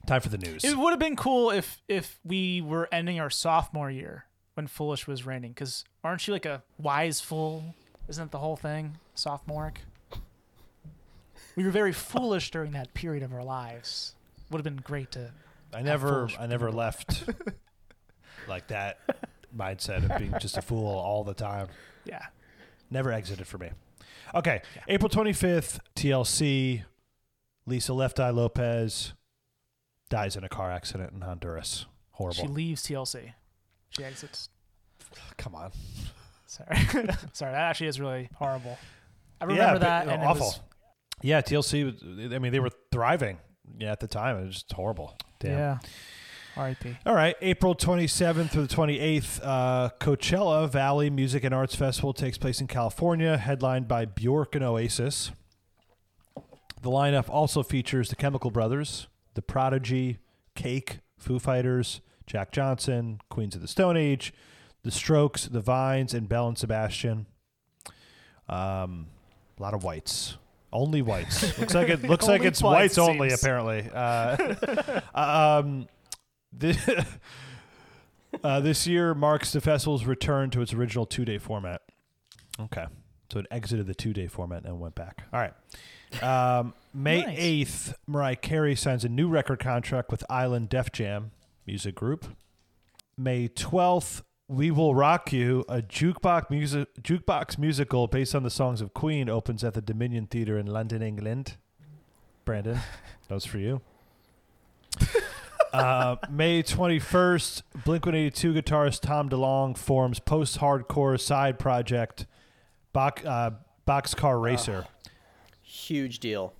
Speaker 9: time for the news.
Speaker 8: It would have been cool if if we were ending our sophomore year when Foolish was reigning, because aren't you like a wise fool? Isn't that the whole thing sophomoric? We were very foolish during that period of our lives. Would have been great to.
Speaker 9: I
Speaker 8: have
Speaker 9: never,
Speaker 8: Foolish
Speaker 9: I never
Speaker 8: remember.
Speaker 9: left like that mindset of being just a fool all the time.
Speaker 8: Yeah.
Speaker 9: Never exited for me. Okay, April twenty fifth, TLC. Lisa Left Eye Lopez dies in a car accident in Honduras. Horrible.
Speaker 8: She leaves TLC. She exits.
Speaker 9: Come on.
Speaker 8: Sorry, sorry. That actually is really horrible. I
Speaker 9: Yeah,
Speaker 8: remember
Speaker 9: but,
Speaker 8: that.
Speaker 9: you know,
Speaker 8: and
Speaker 9: awful.
Speaker 8: It was,
Speaker 9: Yeah, TLC. was- I mean, they were thriving. Yeah, at the time, it was just horrible. Damn.
Speaker 8: yeah. R.I.P.
Speaker 9: All right, April 27th through the 28th, uh, Coachella Valley Music and Arts Festival takes place in California, headlined by Bjork and Oasis. The lineup also features the Chemical Brothers, The Prodigy, Cake, Foo Fighters, Jack Johnson, Queens of the Stone Age, The Strokes, The Vines, and Bell and Sebastian. Um, a lot of whites. Only whites. Looks like it looks like
Speaker 8: Only
Speaker 9: it's whites
Speaker 8: whites, it
Speaker 9: only
Speaker 8: seems.
Speaker 9: apparently. Uh, um, the, uh, this year marks the festival's return to its original two-day format. Okay. So it exited the two day format and went back. All right. Um, May
Speaker 8: Nice.
Speaker 9: 8th, Mariah Carey signs a new record contract with Island Def Jam Music Group. May 12th, We Will Rock You, a jukebox, music, jukebox musical based on the songs of Queen, opens at the Dominion Theatre in London, England. Brandon, that was for you. Uh, May 21st, Blink 182 guitarist Tom DeLong forms post hardcore side project Box, uh, Boxcar Racer.
Speaker 5: Huge deal.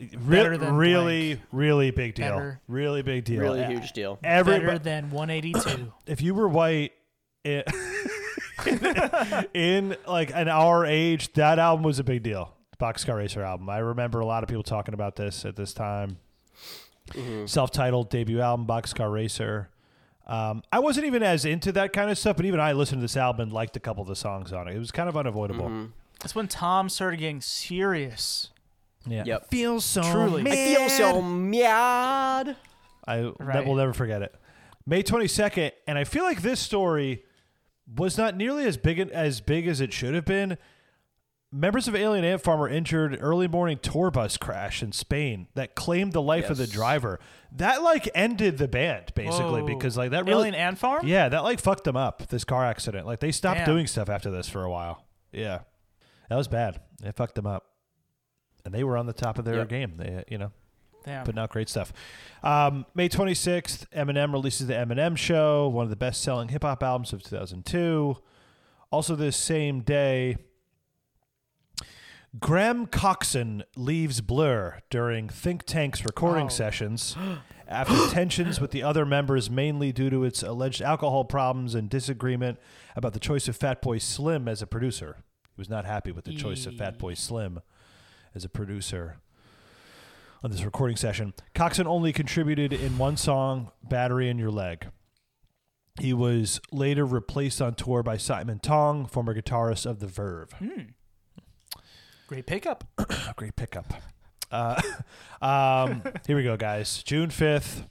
Speaker 9: Re-
Speaker 8: better than
Speaker 9: really, really big deal.
Speaker 8: Better.
Speaker 9: Really big deal.
Speaker 5: Really huge deal.
Speaker 8: Better
Speaker 9: Everybody,
Speaker 8: than 182.
Speaker 9: if you were white it, in like an our age, that album was a big deal. Boxcar Racer album. I remember a lot of people talking about this at this time.
Speaker 8: Mm-hmm.
Speaker 9: Self-titled debut album, Boxcar Racer. Um, I wasn't even as into that kind of stuff, but even I listened to this album and liked a couple of the songs on it. It was kind of unavoidable.
Speaker 8: Mm-hmm. That's when Tom started getting serious.
Speaker 9: Yeah,
Speaker 5: Yep.
Speaker 9: feels so
Speaker 8: Truly.
Speaker 5: I feel so mad.
Speaker 9: I that
Speaker 8: Right.
Speaker 9: will never forget it. May twenty second, and I feel like this story was not nearly as big as big as it should have been. Members of Alien Ant Farm were injured in early morning tour bus crash in Spain that claimed the life of the
Speaker 5: Yes.
Speaker 9: driver. That like ended the band basically
Speaker 8: Whoa.
Speaker 9: because like that really
Speaker 8: Alien Ant Farm?
Speaker 9: yeah that like fucked them up. This car accident like they stopped
Speaker 8: Damn.
Speaker 9: doing stuff after this for a while. Yeah, that was bad. It fucked them up, and they were on the top of their
Speaker 5: Yep.
Speaker 9: game. They you know
Speaker 8: Damn.
Speaker 9: but not great stuff. Um, May 26th, Eminem releases the Eminem Show, one of the best-selling hip-hop albums of 2002. Also, this same day, Graham Coxon leaves Blur during Think Tank's recording
Speaker 8: Oh.
Speaker 9: sessions after tensions with the other members, mainly due to its alleged alcohol problems and disagreement about the choice of Fatboy Slim as a producer. He was not happy with the choice of Fatboy Slim as a producer on this recording session. Coxon only contributed in one song, Battery in Your Leg. He was later replaced on tour by Simon Tong, former guitarist of The Verve.
Speaker 8: Great pickup.
Speaker 9: A great pickup. Uh, um, here we go, guys. June 5th,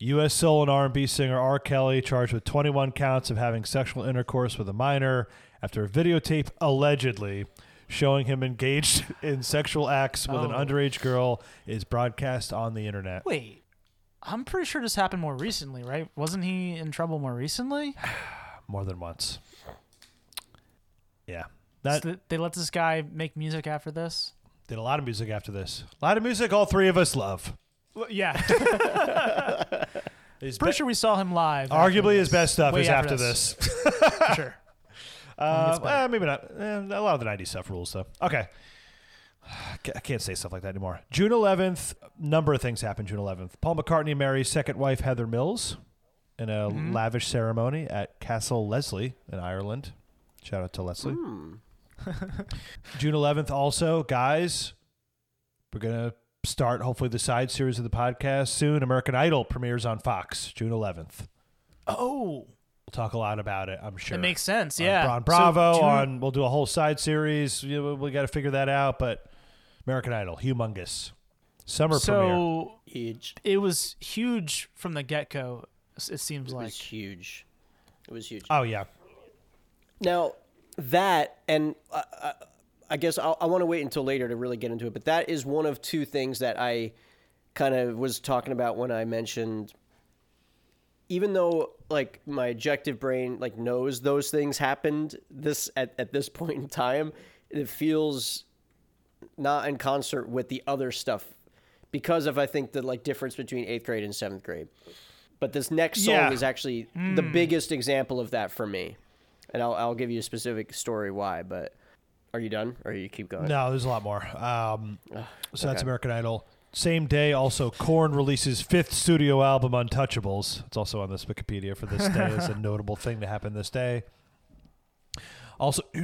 Speaker 9: U.S. soul and R&B singer R. Kelly charged with 21 counts of having sexual intercourse with a minor after a videotape allegedly showing him engaged in sexual acts with an
Speaker 8: Oh.
Speaker 9: underage girl is broadcast on the internet.
Speaker 8: Wait. I'm pretty sure this happened more recently, right? Wasn't he in trouble more recently?
Speaker 9: more than once. Yeah.
Speaker 8: So
Speaker 9: That
Speaker 8: th- they let this guy make music after this?
Speaker 9: did a lot of music after this. A lot of music all three of us love.
Speaker 8: yeah.
Speaker 9: His
Speaker 8: pretty
Speaker 9: be-
Speaker 8: sure we saw him
Speaker 9: Oh,
Speaker 8: live. after
Speaker 9: arguably his
Speaker 8: this.
Speaker 9: best stuff
Speaker 8: Way
Speaker 9: is after this.
Speaker 8: sure.
Speaker 9: Uh,
Speaker 8: it's better.
Speaker 9: well, maybe not. Eh, a lot of the 90s stuff rules, though. Okay. I ca- I can't say stuff like that anymore. June 11th, number of things happened June 11th. Paul McCartney marries second wife Heather Mills in a
Speaker 8: Mm-hmm.
Speaker 9: lavish ceremony at Castle Leslie in Ireland. Shout out to Leslie.
Speaker 8: Hmm.
Speaker 9: June 11th, also, guys, we're going to start hopefully the side series of the podcast soon. American Idol premieres on Fox June 11th.
Speaker 8: Oh,
Speaker 9: We'll talk a lot about it, I'm sure.
Speaker 8: it makes sense.
Speaker 9: on
Speaker 8: Yeah.
Speaker 9: Bron
Speaker 8: So
Speaker 9: Bravo
Speaker 8: June-
Speaker 9: on we'll do a whole side series. You know, we got to figure that out, but American Idol, humongous. Summer premiere.
Speaker 8: So
Speaker 5: Huge.
Speaker 8: it was huge from the get go. It seems
Speaker 5: It
Speaker 8: like.
Speaker 5: was huge. It was huge.
Speaker 9: Oh yeah.
Speaker 5: Now that and uh, uh, I guess I'll, I want to wait until later to really get into it, but that is one of two things that I kind of was talking about when I mentioned. Even though like my objective brain like knows those things happened this at, at this point in time, it feels not in concert with the other stuff because of I think the like difference between eighth grade and seventh grade. But this next song
Speaker 9: Yeah.
Speaker 5: is actually the biggest example of that for me, and I'll I'll give you a specific story why. But are you done, or you keep going?
Speaker 9: No, there's a lot more. Um, so that's American Idol. Same day, also, Korn releases fifth studio album, Untouchables. It's also on this Wikipedia for this day. It's a notable thing to happen this day. Also,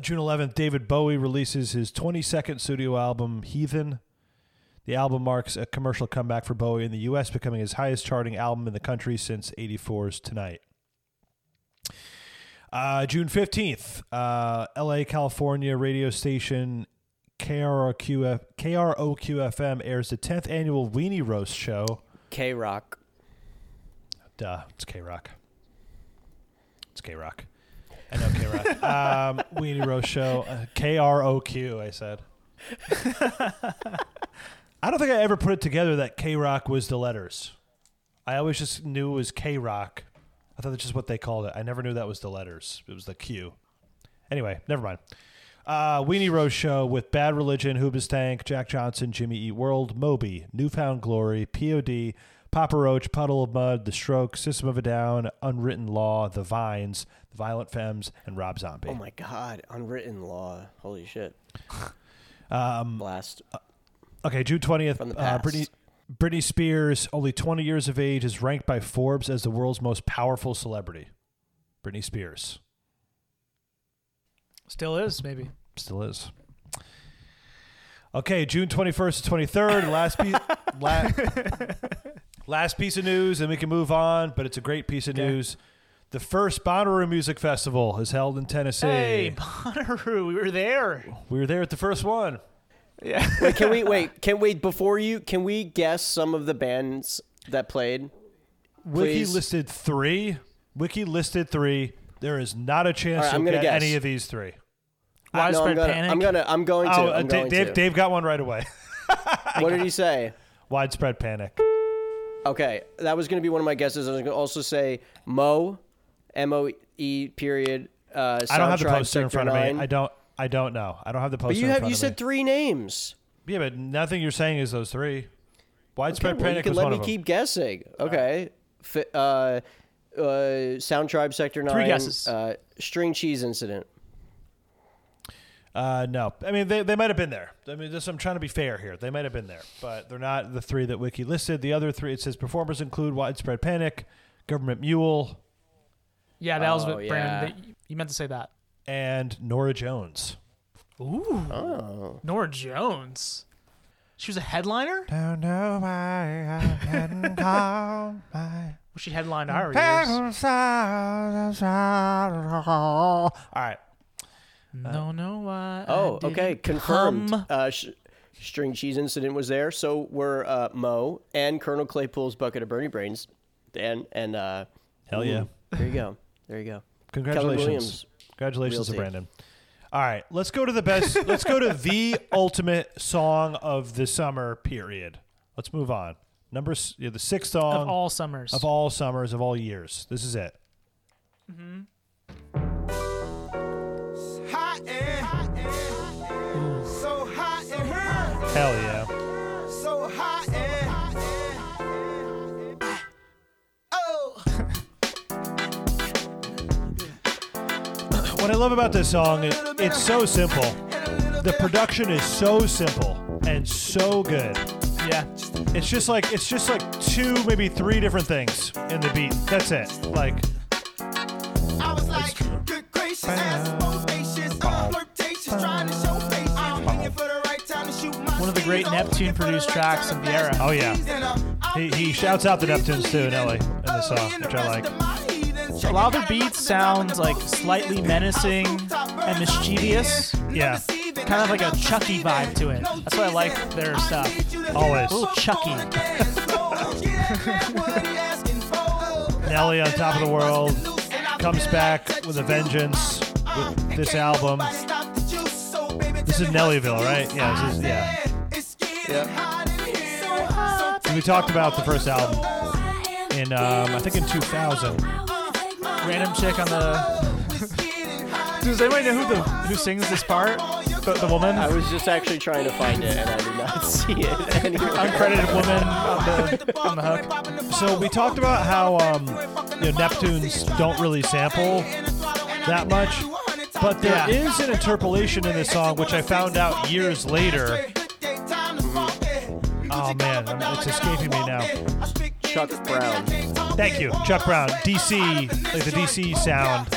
Speaker 9: June 11th, David Bowie releases his 22nd studio album, Heathen. The album marks a commercial comeback for Bowie in the U.S., becoming his highest charting album in the country since 84's Tonight. Uh, June 15th, uh, LA, California radio station KROQF, KROQFM airs the 10th annual Weenie Roast Show.
Speaker 5: K Rock.
Speaker 9: Duh, it's K Rock. It's K Rock. I know K Rock. um, Weenie Roast Show. Uh, K R O Q, I said. I don't think I ever put it together that K Rock was the letters. I always just knew it was K Rock. I thought that's just what they called it. I never knew that was the letters, it was the Q. Anyway, never mind. Uh, Weenie Rose Show with Bad Religion, Hoobas Tank, Jack Johnson, Jimmy Eat World, Moby, Newfound Glory, POD, Papa Roach, Puddle of Mud, The Stroke, System of a Down, Unwritten Law, The Vines, The Violent Femmes, and Rob Zombie.
Speaker 5: Oh my God, unwritten law. Holy shit.
Speaker 9: Um,
Speaker 5: Blast.
Speaker 9: Okay, June twentieth.
Speaker 5: From the
Speaker 9: Uh,
Speaker 5: past.
Speaker 9: Britney, Britney Spears, only twenty years of age, is ranked by Forbes as the world's most powerful celebrity. Britney Spears
Speaker 8: Still is maybe.
Speaker 9: still is. Okay, June twenty first to twenty third. Last piece. la- last piece of news, and we can move on. But it's a great piece of news. The first Bonnaroo Music Festival is held in Tennessee.
Speaker 8: Hey, Bonnaroo, we were there.
Speaker 9: We were there at the first one.
Speaker 8: Yeah.
Speaker 5: Wait, can we wait? Can we before you? Can we guess some of the bands that played?
Speaker 9: Wiki
Speaker 5: Please.
Speaker 9: listed three. Wiki listed three. There is not a
Speaker 5: All
Speaker 9: chance
Speaker 5: right, I'm
Speaker 9: you'll
Speaker 5: gonna
Speaker 9: get
Speaker 5: guess.
Speaker 9: any of these three.
Speaker 5: I- no, I'm gonna, I'm gonna. I'm going to.
Speaker 9: Oh, uh,
Speaker 5: I'm
Speaker 9: Da-
Speaker 5: going
Speaker 9: Dave,
Speaker 5: to.
Speaker 9: Dave got one right away.
Speaker 5: what did he say?
Speaker 9: Widespread panic.
Speaker 5: Okay, that was going to be one of my guesses. I was going to also say Mo, M O E period. Uh,
Speaker 9: I don't have the
Speaker 5: Soundtribe,
Speaker 9: poster in
Speaker 5: Sector
Speaker 9: front of me.
Speaker 5: 9.
Speaker 9: I don't. I don't know. I don't have the poster.
Speaker 5: But you
Speaker 9: in
Speaker 5: have.
Speaker 9: front
Speaker 5: You
Speaker 9: of
Speaker 5: said three names.
Speaker 9: me. Yeah, but nothing you're saying is those three. Widespread
Speaker 5: Okay, well,
Speaker 9: panic
Speaker 5: you can
Speaker 9: was
Speaker 5: let
Speaker 9: one
Speaker 5: me
Speaker 9: of them.
Speaker 5: keep guessing. Okay. Fi uh, uh, Sound Tribe Sector 9.
Speaker 8: guesses.
Speaker 5: Uh, string Cheese Incident.
Speaker 9: Uh, no, I mean they, they might have been there. I mean, this, I'm trying to be fair here. They might have been there, but they're not the three that Wiki listed. The other three, it says performers include Widespread Panic, Government Mule,
Speaker 8: Yeah, that was
Speaker 5: Oh,
Speaker 8: what Brandon.
Speaker 5: yeah.
Speaker 8: that- you meant to say that.
Speaker 9: and Nora Jones.
Speaker 8: Ooh,
Speaker 5: Oh.
Speaker 8: Nora Jones. She was a headliner.
Speaker 9: Don't know why I hadn't called my
Speaker 8: Well, she headlined our years.
Speaker 9: All right.
Speaker 8: No, no, why? I
Speaker 5: Oh, okay.
Speaker 8: didn't
Speaker 5: Confirmed.
Speaker 8: come.
Speaker 5: Uh, sh- string Cheese Incident was there. So were uh, Mo and Colonel Claypool's Bucket of Bernie Brains. And, and uh,
Speaker 9: Hell yeah.
Speaker 5: ooh, There you go. There you go. Keller
Speaker 9: Congratulations.
Speaker 5: Williams.
Speaker 9: Congratulations to
Speaker 5: Realty.
Speaker 9: Brandon. All right, let's go to the best. let's go to the ultimate song of the summer period. Let's move on. Number s- yeah, the sixth song
Speaker 8: Of all summers.
Speaker 9: of all summers of all years. This is it.
Speaker 8: Mm-hmm.
Speaker 10: Hot and hot and so hot and hot,
Speaker 9: Hell yeah.
Speaker 10: so hot and hot and- oh.
Speaker 9: What I love about this song is it's so simple. The production is so simple and so good.
Speaker 8: Yeah.
Speaker 9: It's just like it's just like two maybe three different things in the beat. That's it. Like
Speaker 10: I was like, good gracious, ass bodacious, I'm flirtatious, trying to show patience. I'm waiting for the right time to shoot my
Speaker 8: One of the great
Speaker 10: shot.
Speaker 8: Neptune produced tracks of the era.
Speaker 9: oh yeah. He, he shouts out the Neptunes too in LA in the song, which I like.
Speaker 8: A lot of their beats sound like slightly menacing and mischievous.
Speaker 9: Yeah.
Speaker 8: Kind of like a Chucky vibe to it. That's why I like their stuff.
Speaker 9: Always.
Speaker 8: A little Chucky.
Speaker 9: Nelly on top of the world comes back with a vengeance with this album. This is Nellyville, right? Yeah, this is yeah. And we talked about the first album in um, I think in 2000.
Speaker 8: Random chick on the. Does anybody know who the who sings this part? The, the woman,
Speaker 5: I was just actually trying to find it and I did not see it anywhere.
Speaker 8: uncredited woman on the on the hook.
Speaker 9: So we talked about how um, you know, Neptunes don't really sample that much, but there is
Speaker 8: Yeah.
Speaker 9: an interpolation in this song which I found out years later. Oh man, I'm- it's escaping me now.
Speaker 5: Chuck Brown.
Speaker 9: Thank you, Chuck Brown. DC, like the DC sound.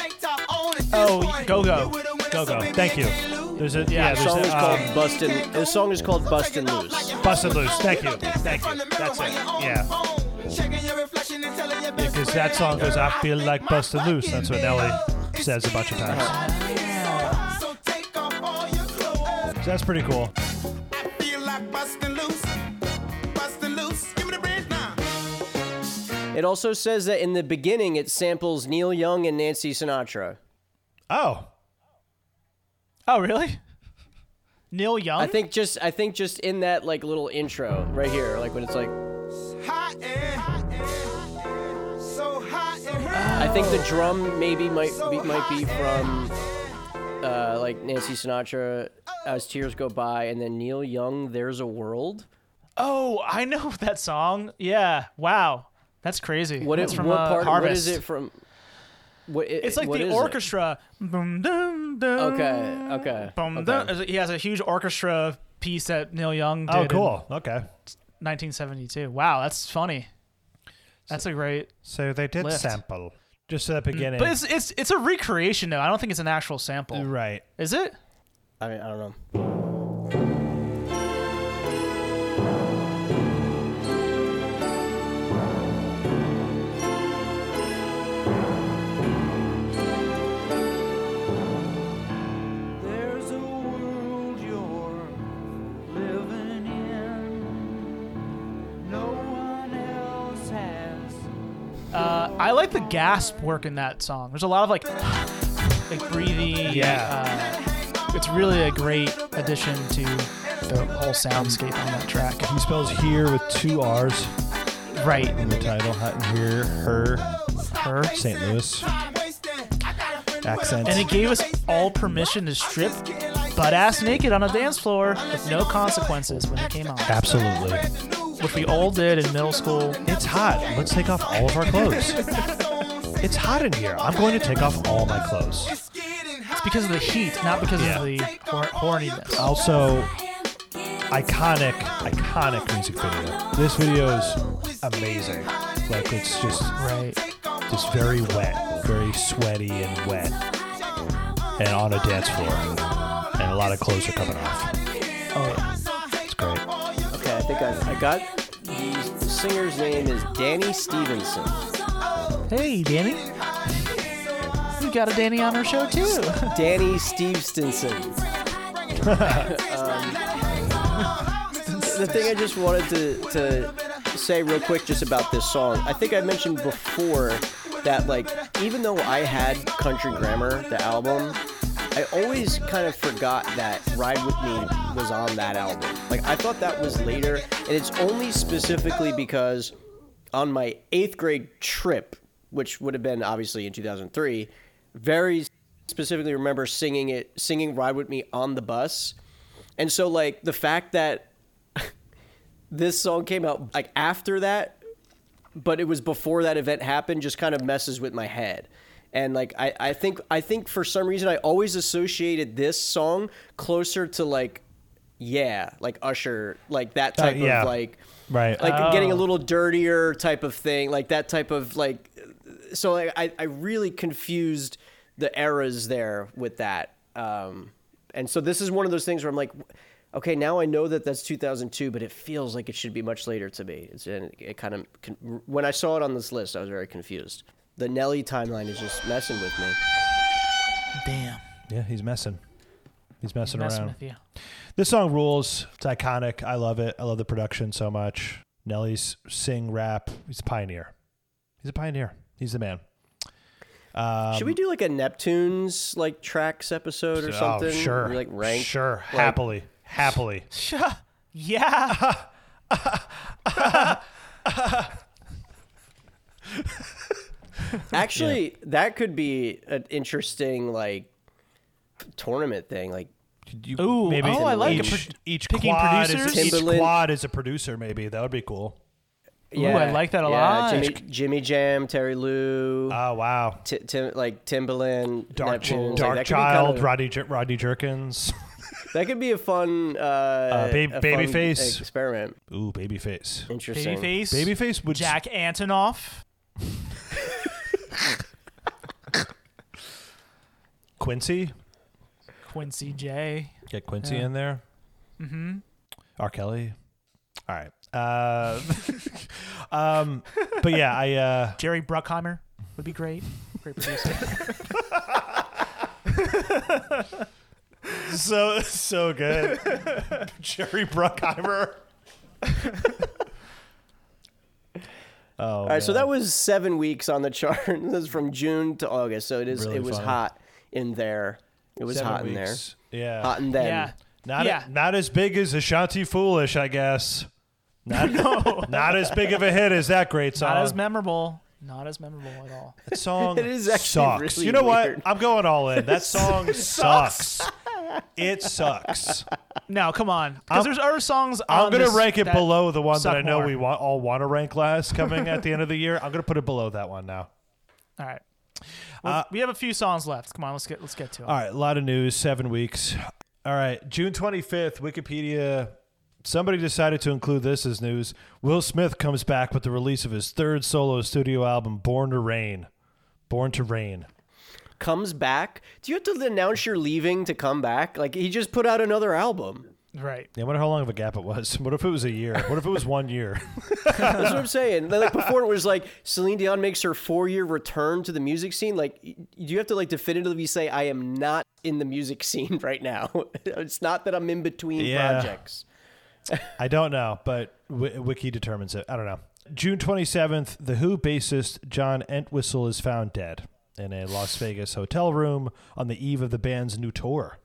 Speaker 8: Oh, go go.
Speaker 9: Go go. Thank you. There's a yeah.
Speaker 5: The
Speaker 9: there's
Speaker 5: song
Speaker 9: a,
Speaker 5: is called
Speaker 9: um,
Speaker 5: Bustin'. The song is called Bustin' Loose.
Speaker 9: Bust It Loose. Thank you. Thank you. That's it. Yeah. Because that song goes, I feel like busted loose. That's what Nelly says a bunch of times. So that's pretty cool.
Speaker 5: It also says that in the beginning it samples Neil Young and Nancy Sinatra.
Speaker 9: Oh.
Speaker 8: Oh, really? Neil Young?
Speaker 5: I think just I think just in that like little intro right here, like when it's like
Speaker 10: Hot and hot and so hot and
Speaker 5: I think the drum maybe might be, might be from uh, like Nancy Sinatra as Tears Go By and then Neil Young There's a World.
Speaker 8: Oh, I know that song. Yeah. Wow. That's crazy.
Speaker 5: What
Speaker 8: That's
Speaker 5: it,
Speaker 8: from
Speaker 5: what
Speaker 8: uh,
Speaker 5: part what is
Speaker 8: Harvest.
Speaker 5: it from what i-
Speaker 8: It's like
Speaker 5: what
Speaker 8: the
Speaker 5: is it?
Speaker 8: orchestra. Boom, dum, dum,
Speaker 5: Okay, okay.
Speaker 8: boom,
Speaker 5: okay.
Speaker 8: dum. He has a huge orchestra piece that Neil Young did.
Speaker 9: Oh,
Speaker 8: in
Speaker 9: cool. Okay.
Speaker 8: 1972. Wow, that's funny. That's a great.
Speaker 9: So they did
Speaker 8: lift. Mm.
Speaker 9: sample just at the beginning.
Speaker 8: But it's it's it's a recreation though. I don't think it's an actual sample.
Speaker 9: right.
Speaker 8: Is it?
Speaker 5: I mean, I don't know.
Speaker 10: There's a world you're living in. No one else has.
Speaker 8: Uh, I like the gasp work in that song. There's a lot of like, like breathy.
Speaker 9: Yeah.
Speaker 8: uh, it's really a great addition to the whole soundscape on that track.
Speaker 9: He spells here with two R's.
Speaker 8: Right.
Speaker 9: In the title, hot in here, her,
Speaker 8: her,
Speaker 9: St. Louis accent.
Speaker 8: And it gave us all permission to strip butt ass naked on a dance floor with no consequences when it came on.
Speaker 9: Absolutely.
Speaker 8: Which we all did in middle school.
Speaker 9: It's hot. Let's take off all of our clothes. it's hot in here. I'm going to take off all my clothes.
Speaker 8: It's because of the heat, not because of the hor- horniness.
Speaker 9: Also, iconic, iconic music video. This video is amazing. Like it's just
Speaker 8: right,
Speaker 9: just very wet, very sweaty and wet, and on a dance floor, and a lot of clothes are coming off.
Speaker 5: Oh yeah.
Speaker 9: It's great.
Speaker 5: Okay, I think I, I got the singer's name is Danny Stevenson.
Speaker 8: Hey, Danny. We got a Danny on our show too.
Speaker 5: Danny Stevenson. The thing I just wanted to, to say real quick just about this song, I think I mentioned before that, like, even though I had Country Grammar, the album, I always kind of forgot that Ride With Me was on that album. Like, I thought that was later, and it's only specifically because on my eighth grade trip, which would have been obviously in 2003, very specifically remember singing it, singing Ride With Me on the bus. And so, like, the fact that this song came out like after that, but it was before that event happened. Just kind of messes with my head, and like I, I think I think for some reason I always associated this song closer to like, yeah, like Usher, like that
Speaker 9: Uh,
Speaker 5: type
Speaker 9: yeah.
Speaker 5: of like,
Speaker 9: Right.
Speaker 5: like getting a
Speaker 9: Oh.
Speaker 5: little dirtier type of thing, like that type of like. So like I, I really confused the eras there with that, um, and so this is one of those things where I'm like, okay, now I know that that's 2002, but it feels like it should be much later to me. It's, and it kind of con- when I saw it on this list, I was very confused. The Nelly timeline is just messing with me.
Speaker 8: Damn.
Speaker 9: Yeah, he's messing. He's messing,
Speaker 8: messing
Speaker 9: around.
Speaker 8: with you.
Speaker 9: This song rules. It's iconic. I love it. I love the production so much. Nelly's sing rap. He's a pioneer. He's a pioneer. He's the man. Um,
Speaker 5: should we do like a Neptunes like tracks episode or something?
Speaker 9: Oh, sure.
Speaker 5: We, like rank.
Speaker 9: Sure.
Speaker 5: like-
Speaker 9: Happily. Happily.
Speaker 8: Yeah.
Speaker 5: Actually, that could be an interesting like tournament thing. Like,
Speaker 8: Ooh,
Speaker 9: Maybe
Speaker 8: oh, I like it.
Speaker 9: each,
Speaker 8: Pro-
Speaker 9: each
Speaker 8: picking
Speaker 9: quad
Speaker 8: producers.
Speaker 9: Is, each
Speaker 5: Timbaland.
Speaker 9: quad is a producer. Maybe that would be cool.
Speaker 8: Ooh, I like that
Speaker 5: yeah,
Speaker 8: a lot.
Speaker 5: Jimmy, Jimmy Jam, Terry Lou,
Speaker 9: Oh wow,
Speaker 5: Ti- Tim, like Timbaland,
Speaker 9: Dark,
Speaker 5: Neptunes, like,
Speaker 9: Dark
Speaker 5: that could be
Speaker 9: Child,
Speaker 5: kinda-
Speaker 9: Rodney Jer- Rodney Jerkins.
Speaker 5: That could be a fun uh,
Speaker 9: Ba-
Speaker 5: a fun
Speaker 9: Babyface.
Speaker 5: experiment.
Speaker 9: Ooh, Babyface.
Speaker 5: Interesting.
Speaker 8: Babyface.
Speaker 9: Babyface would
Speaker 8: Jack Antonoff.
Speaker 9: Quincy
Speaker 8: Quincy J.
Speaker 9: get Quincy
Speaker 8: Yeah.
Speaker 9: in there.
Speaker 8: Mm-hmm.
Speaker 9: R. Kelly. All right. Uh, um, but yeah, I uh,
Speaker 8: Jerry Bruckheimer would be great. Great producer.
Speaker 9: so so good. Jerry Bruckheimer. oh,
Speaker 5: All right, so that was seven weeks on the chart. this is from June to August, so it is
Speaker 9: Really
Speaker 5: it was
Speaker 9: funny.
Speaker 5: hot. in there. It was
Speaker 9: Seven
Speaker 5: hot in there.
Speaker 9: weeks. Yeah.
Speaker 5: Hot in them.
Speaker 9: Not not as big as Ashanti Foolish, I guess. Not, not as big of a hit as that great song.
Speaker 8: Not as memorable. Not as memorable at all.
Speaker 9: That song
Speaker 8: It is actually
Speaker 9: sucks.
Speaker 8: really
Speaker 9: you know
Speaker 8: weird.
Speaker 9: what? I'm going all in. That song
Speaker 8: Sucks.
Speaker 9: sucks. It sucks.
Speaker 8: No, come on. Because
Speaker 9: I'm-
Speaker 8: there's other songs.
Speaker 9: I'm
Speaker 8: on
Speaker 9: gonna
Speaker 8: this
Speaker 9: rank it
Speaker 8: that
Speaker 9: below the one that
Speaker 8: suck
Speaker 9: I know
Speaker 8: more.
Speaker 9: we want, all want to rank last coming at the end of the year. I'm gonna put it below that one now.
Speaker 8: All right. Well, we have a few songs left. Come on, let's get let's get to it.
Speaker 9: All right, a lot of news, seven weeks. All right, June 25th, Wikipedia. Somebody decided to include this as news. Will Smith comes back with the release of his third solo studio album, Born to Rain. Born to Rain.
Speaker 5: Comes back. Do you have to announce you're leaving to come back? Like he just put out another album.
Speaker 8: Right.
Speaker 9: Yeah, I wonder how long of a gap it was. What if it was a year? What if it was one year?
Speaker 5: That's what I'm saying. Like before, it was like Celine Dion makes her four-year return to the music scene. Like y- you have to like definitively say, "I am not in the music scene right now." it's not that I'm in between
Speaker 9: Yeah.
Speaker 5: projects.
Speaker 9: I don't know, but w- Wiki determines it. I don't know. June 27th, The Who bassist John Entwistle is found dead in a Las Vegas hotel room on the eve of the band's new tour.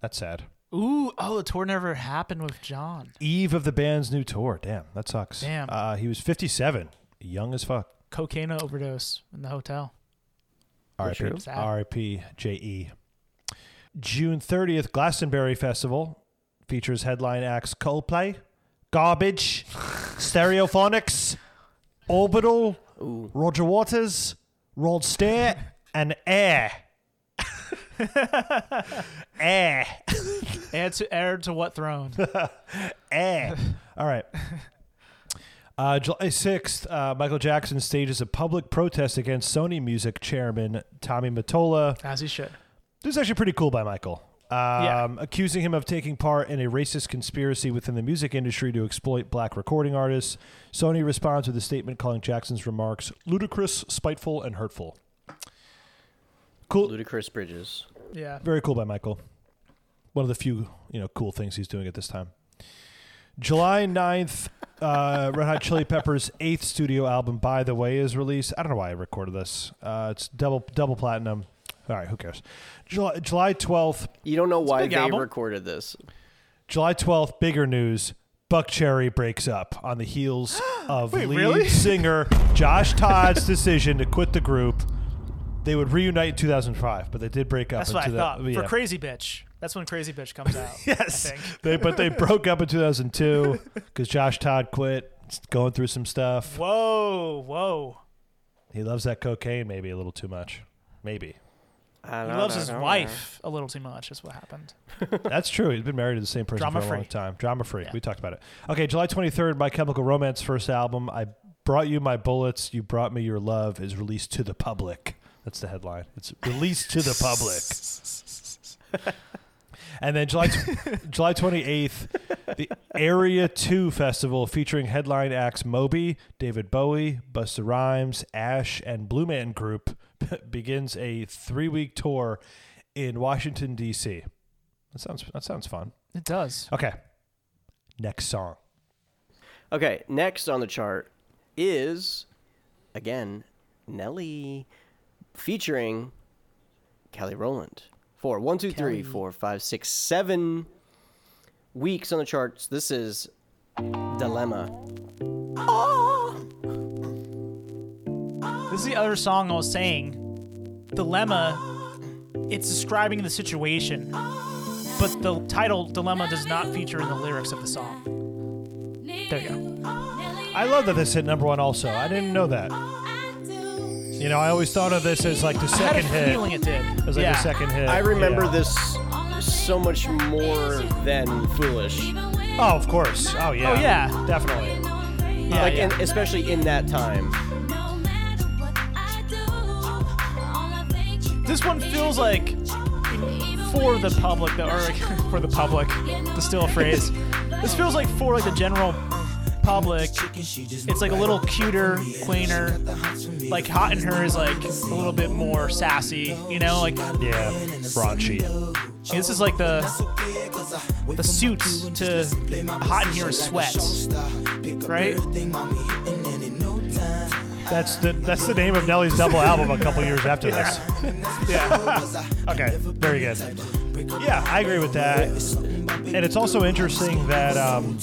Speaker 9: That's sad.
Speaker 8: Ooh, oh, the tour never happened with John.
Speaker 9: Eve of the band's new tour. Damn, that sucks.
Speaker 8: Damn.
Speaker 9: Uh, he was 57, young as fuck.
Speaker 8: Cocaine overdose in the hotel.
Speaker 9: R.I.P.
Speaker 8: True. Sad.
Speaker 9: R.I.P. J.E. E. June 30th, Glastonbury Festival features headline acts Coldplay, Garbage, Stereophonics, Orbital, Roger Waters, Rod Stare, and Air. Air.
Speaker 8: Air to air to what throne?
Speaker 9: Air. All right. Uh, July 6th, uh, Michael Jackson stages a public protest against Sony Music chairman Tommy Mottola.
Speaker 8: As he should.
Speaker 9: This is actually pretty cool by Michael. Um, Accusing him of taking part in a racist conspiracy within the music industry to exploit black recording artists. Sony responds with a statement calling Jackson's remarks ludicrous, spiteful, and hurtful. Cool.
Speaker 5: Ludacris Bridges.
Speaker 8: Yeah.
Speaker 9: Very cool by Michael. One of the few, you know, cool things he's doing at this time. July 9th, uh, Red Hot Chili Peppers' eighth studio album, By the Way, is released. I don't know why I recorded this. Uh, it's double double platinum. All right, who cares? July, July 12th.
Speaker 5: You don't know why
Speaker 9: big
Speaker 5: they
Speaker 9: album.
Speaker 5: recorded this.
Speaker 9: July 12th, bigger news. Buck Cherry breaks up on the heels of
Speaker 5: Wait,
Speaker 9: lead
Speaker 5: really?
Speaker 9: singer Josh Todd's decision to quit the group. They would reunite in 2005, but they did break up.
Speaker 8: That's
Speaker 9: in
Speaker 8: what I
Speaker 9: 2000
Speaker 8: thought.
Speaker 9: yeah.
Speaker 8: For Crazy Bitch. That's when Crazy Bitch comes out. yes. I think.
Speaker 9: They but they broke up in 2002 because Josh Todd quit, going through some stuff.
Speaker 8: Whoa, whoa.
Speaker 9: He loves that cocaine maybe a little too much, maybe.
Speaker 8: He loves his wife a little too much. Is what happened.
Speaker 9: That's true. He's been married to the same person for a
Speaker 8: Drama-free.
Speaker 9: long time. Drama free. We talked about it. Okay, July 23rd, My Chemical Romance first album, I Brought You My Bullets, You Brought Me Your Love is released to the public. That's the headline. It's released to the public. and then July tw- July 28th, the Area 2 Festival featuring headline acts Moby, David Bowie, Busta Rhymes, Ash, and Blue Man Group begins a three week tour in Washington, D.C. That sounds, that sounds fun.
Speaker 8: It does.
Speaker 9: Okay. Next song.
Speaker 5: Okay, next on the chart is again Nelly featuring Kelly Rowland for one, two, three, four, five, six, seven weeks on the charts. This is Dilemma.
Speaker 8: This is the other song I was saying. Dilemma. It's describing the situation, but the title "Dilemma" does not feature in the lyrics of the song. There you go.
Speaker 9: I love that this hit number one also. I didn't know that. You know, I always thought of this as like the
Speaker 8: I had a
Speaker 9: second hit.
Speaker 8: feeling it did.
Speaker 9: It was like the second hit.
Speaker 5: I remember
Speaker 9: Yeah.
Speaker 5: this so much more than Foolish.
Speaker 9: Oh, of course. Oh, yeah.
Speaker 5: Oh, yeah.
Speaker 9: Definitely.
Speaker 5: Yeah, like, In, especially in that time.
Speaker 8: This one feels like for the public, the, or for the public, to steal a phrase. This feels like for like the general public. It's like a little cuter, plainer. Like Hot in Her is like a little bit more sassy, you know? Like
Speaker 9: yeah, raunchy.
Speaker 8: This is like the the suits to Hot in Here is sweats, right?
Speaker 9: That's the that's the name of Nelly's double album a couple years after this.
Speaker 10: Yeah.
Speaker 9: Okay, very good. Yeah, I agree with that. And it's also interesting that um,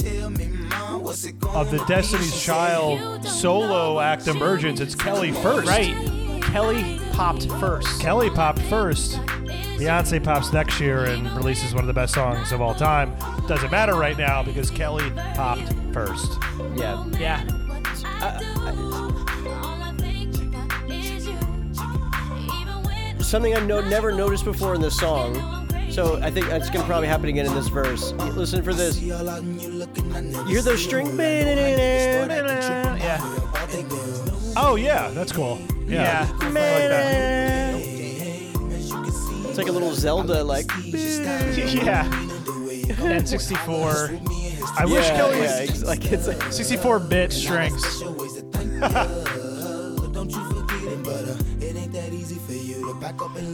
Speaker 9: of the Destiny's Child solo act emergence, it's Kelly first.
Speaker 8: Right. Kelly popped first.
Speaker 9: Kelly popped first. Beyonce pops next year and releases one of the best songs of all time. Doesn't matter right now because Kelly popped first.
Speaker 5: Yeah.
Speaker 8: Yeah.
Speaker 5: Something I've no- never noticed before in this song. So I think that's gonna probably happen again in this verse. Listen for this. You're the string. Yeah.
Speaker 9: Oh yeah, that's cool. Yeah.
Speaker 5: I like that. It's like a little Zelda, like.
Speaker 8: yeah. N64.
Speaker 9: I wish
Speaker 8: Yeah,
Speaker 9: Kelly
Speaker 8: yeah, ex-
Speaker 9: was
Speaker 5: like it's like
Speaker 8: 64-bit strings.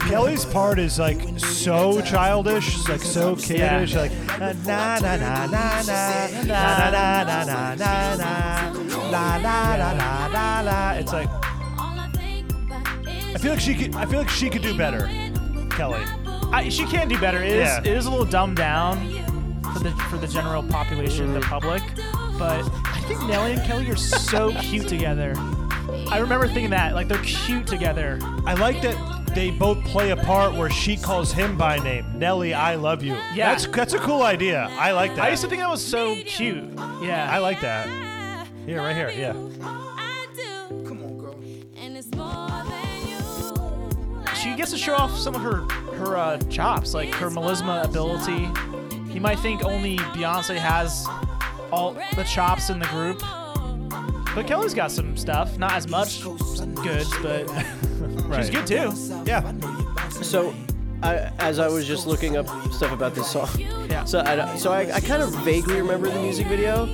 Speaker 9: Kelly's part is like so childish, like so kiddish, like na na na na na na na na na na na na la la la la la la. It's like I feel like she could. I feel like she could do better, Kelly.
Speaker 8: I, she can do better. It is
Speaker 9: Yeah.
Speaker 8: it is a little dumbed down for the for the general population, the public. But I think Nelly and Kelly are so cute together. I remember thinking that like they're cute together.
Speaker 9: I like that they both play a part where she calls him by name, Nelly. I love you.
Speaker 8: Yeah.
Speaker 9: that's that's a cool idea. I like that.
Speaker 8: I used to think that was so cute. Yeah.
Speaker 9: I like that. Here, right here. Yeah.
Speaker 8: she gets to show off some of her her uh, chops, like her melisma ability. You might think only Beyonce has all the chops in the group, but Kelly's got some stuff. Not as much good, but she's good too.
Speaker 9: Yeah.
Speaker 5: So, I, as I was just looking up stuff about this song,
Speaker 8: Yeah.
Speaker 5: so I, so I, I kind of vaguely remember the music video,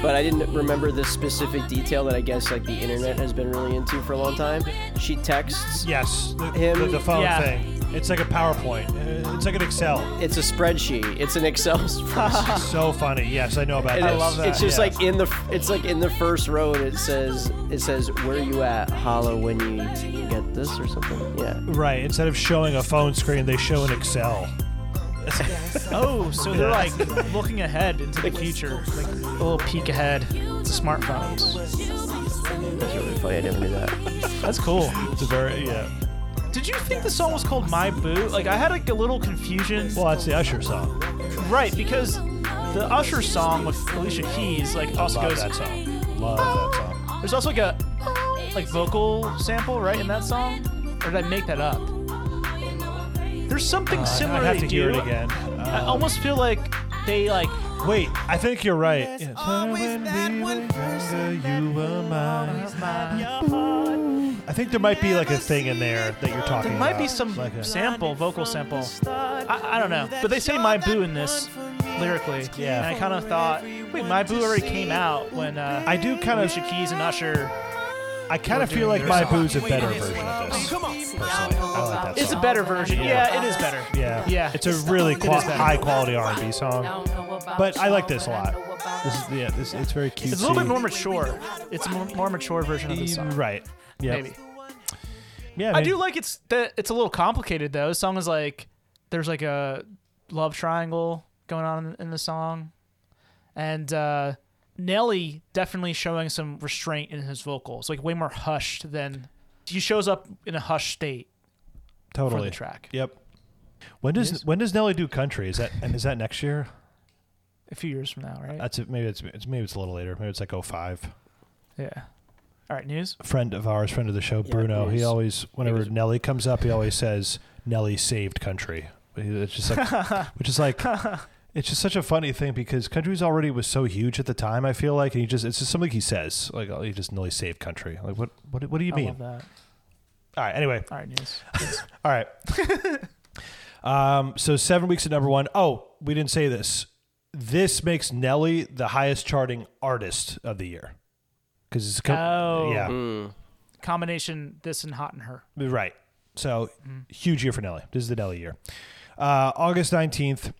Speaker 5: but I didn't remember this specific detail that I guess like the internet has been really into for a long time. She texts
Speaker 9: Yes, the,
Speaker 5: him
Speaker 9: the, the phone thing. It's like a PowerPoint. Uh, It's like an Excel.
Speaker 5: It's a spreadsheet. It's an Excel spreadsheet.
Speaker 9: so funny. Yes, I know about
Speaker 5: And
Speaker 9: this.
Speaker 5: it's, It's just like in the it's like in the first row, and it says it says where you at, holla when you get this or something. Yeah.
Speaker 9: right. Instead of showing a phone screen, they show an Excel.
Speaker 8: Oh, so they're
Speaker 9: Yeah.
Speaker 8: like looking ahead into the future, like a little peek ahead to smartphones.
Speaker 5: That's really funny. I never knew that.
Speaker 8: That's cool.
Speaker 9: It's a very yeah.
Speaker 8: Did you think the song was called My Boo? Like I had like a little confusion.
Speaker 9: Well, that's the Usher song.
Speaker 8: Right, because the Usher song with Alicia Keys like also
Speaker 9: Love
Speaker 8: goes.
Speaker 9: that song. Love that song.
Speaker 8: There's also like a like vocal sample right in that song, or did I make that up? There's something
Speaker 9: Uh, I'd
Speaker 8: similar.
Speaker 9: have
Speaker 8: they
Speaker 9: to hear
Speaker 8: do.
Speaker 9: it again.
Speaker 8: I
Speaker 9: Um,
Speaker 8: almost feel like they like.
Speaker 9: Wait, I think you're right. Yeah. I think there might be like a thing in there that you're talking
Speaker 8: There
Speaker 9: about.
Speaker 8: might be some
Speaker 9: Like a-
Speaker 8: sample, vocal sample. I, I don't know, but they say "My Boo" in this lyrically.
Speaker 9: Yeah.
Speaker 8: And I kind of thought, wait, "My Boo" already came out when uh,
Speaker 9: I do kinda-
Speaker 8: Alicia Keys and Usher.
Speaker 9: I kind
Speaker 8: were
Speaker 9: of feel
Speaker 8: doing
Speaker 9: like
Speaker 8: their
Speaker 9: My
Speaker 8: song.
Speaker 9: Boo's a better version of this. Personally, I like that
Speaker 8: It's a
Speaker 9: song.
Speaker 8: better version. Yeah, it is better.
Speaker 9: Yeah,
Speaker 8: Yeah.
Speaker 9: It's a really
Speaker 8: It
Speaker 9: qual-
Speaker 8: is better.
Speaker 9: high quality R&B song, but I like this a lot. This is yeah, this it's very cute.
Speaker 8: It's a little bit more mature. It's a more, more mature version of the song.
Speaker 9: right. Yeah,
Speaker 8: Maybe.
Speaker 9: Yeah,
Speaker 8: I
Speaker 9: mean,
Speaker 8: do like it's that it's a little complicated though. The song is like there's like a love triangle going on in, in the song, and uh, Nelly definitely showing some restraint in his vocals, like way more hushed than he shows up in a hushed state.
Speaker 9: totally
Speaker 8: the track.
Speaker 9: Yep. When does when does Nelly do country? Is that and is that next year?
Speaker 8: A few years from now, right?
Speaker 9: That's it. Maybe it's, it's maybe it's a little later. Maybe it's like 05.
Speaker 8: yeah. All right, news.
Speaker 9: A friend of ours, friend of the show, Bruno. He
Speaker 8: yes.
Speaker 9: always whenever Nelly comes up, he always says Nelly saved country. It's just like which is like it's just such a funny thing because country's already was so huge at the time. I feel like and he just it's just something he says like oh, he just Nelly saved country. Like what what what do you
Speaker 8: I
Speaker 9: mean?
Speaker 8: love that.
Speaker 9: All right. Anyway.
Speaker 8: All right, news.
Speaker 9: All right. um, so seven weeks at number one. Oh, we didn't say this. This makes Nelly the highest charting artist of the year. Because it's com-
Speaker 8: Oh.
Speaker 9: yeah,
Speaker 8: Combination this and hot and her.
Speaker 9: right.
Speaker 8: Mm-hmm.
Speaker 9: So huge year for Nelly. This is the Nelly year. Uh, August nineteenth,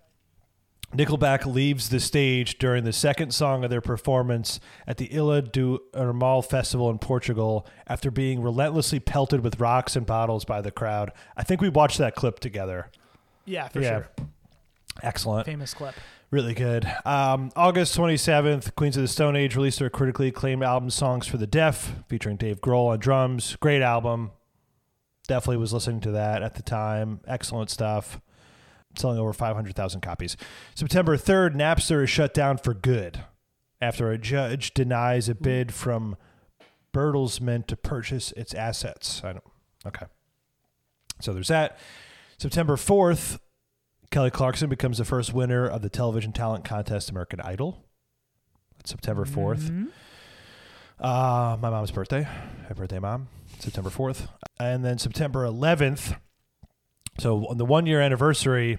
Speaker 9: Nickelback leaves the stage during the second song of their performance at the Ilha do Normal Festival in Portugal after being relentlessly pelted with rocks and bottles by the crowd. I think we watched that clip together.
Speaker 8: Yeah, for sure.
Speaker 9: Excellent.
Speaker 8: Famous clip.
Speaker 9: Really good. Um, August 27th, Queens of the Stone Age released their critically acclaimed album Songs for the Deaf, featuring Dave Grohl on drums. Great album. Definitely was listening to that at the time. Excellent stuff. Selling over 500,000 copies. September 3rd, Napster is shut down for good after a judge denies a bid from Bertelsmann to purchase its assets. I don't. Okay. So there's that. September 4th, Kelly Clarkson becomes the first winner of the television talent contest American Idol. That's September 4th. Uh, my mom's birthday. Happy birthday, mom. September 4th. And then September 11th. So on the one year anniversary,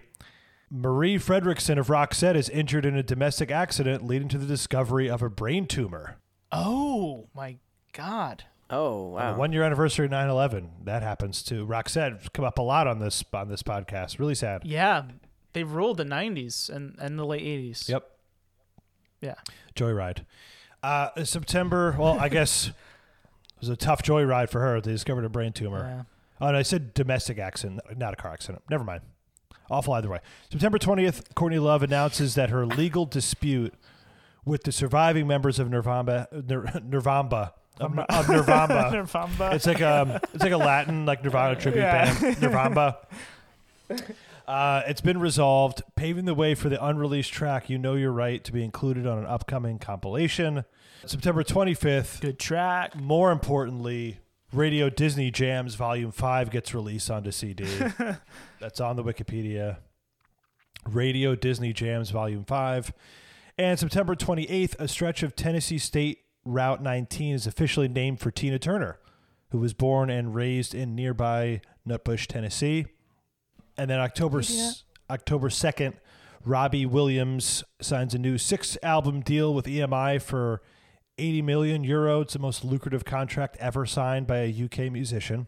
Speaker 9: Marie Fredrickson of Roxette is injured in a domestic accident leading to the discovery of a brain tumor.
Speaker 8: Oh my god.
Speaker 5: Oh
Speaker 9: On the one year anniversary of 9 11. That happens to Roxette. It's come up a lot on this on this podcast. Really sad.
Speaker 8: Yeah, they ruled the '90s and and the late '80s.
Speaker 9: Yep.
Speaker 8: Yeah.
Speaker 9: Joyride. Uh, September. Well, I guess it was a tough joyride for her. They discovered a brain tumor. Oh, and I said domestic accident, not a car accident. Never mind. Awful either way. September 20th, Courtney Love announces that her legal dispute with the surviving members of Nirvana, Nir, Nirvana, of, Nir- of Nirvana.
Speaker 8: Nirvana.
Speaker 9: It's like a, it's like a Latin, like Nirvana tribute
Speaker 8: Yeah.
Speaker 9: band, Nirvana. Uh, it's been resolved, paving the way for the unreleased track "You Know You're Right" to be included on an upcoming compilation, September 25th.
Speaker 8: Good track.
Speaker 9: More importantly, Radio Disney Jams Volume Five gets released onto CD. That's on the Wikipedia. Radio Disney Jams Volume Five, and September 28th, a stretch of Tennessee State Route 19 is officially named for Tina Turner, who was born and raised in nearby Nutbush, Tennessee. And then October s- October second, Robbie Williams signs a new six album deal with EMI for eighty million euro. It's the most lucrative contract ever signed by a UK musician.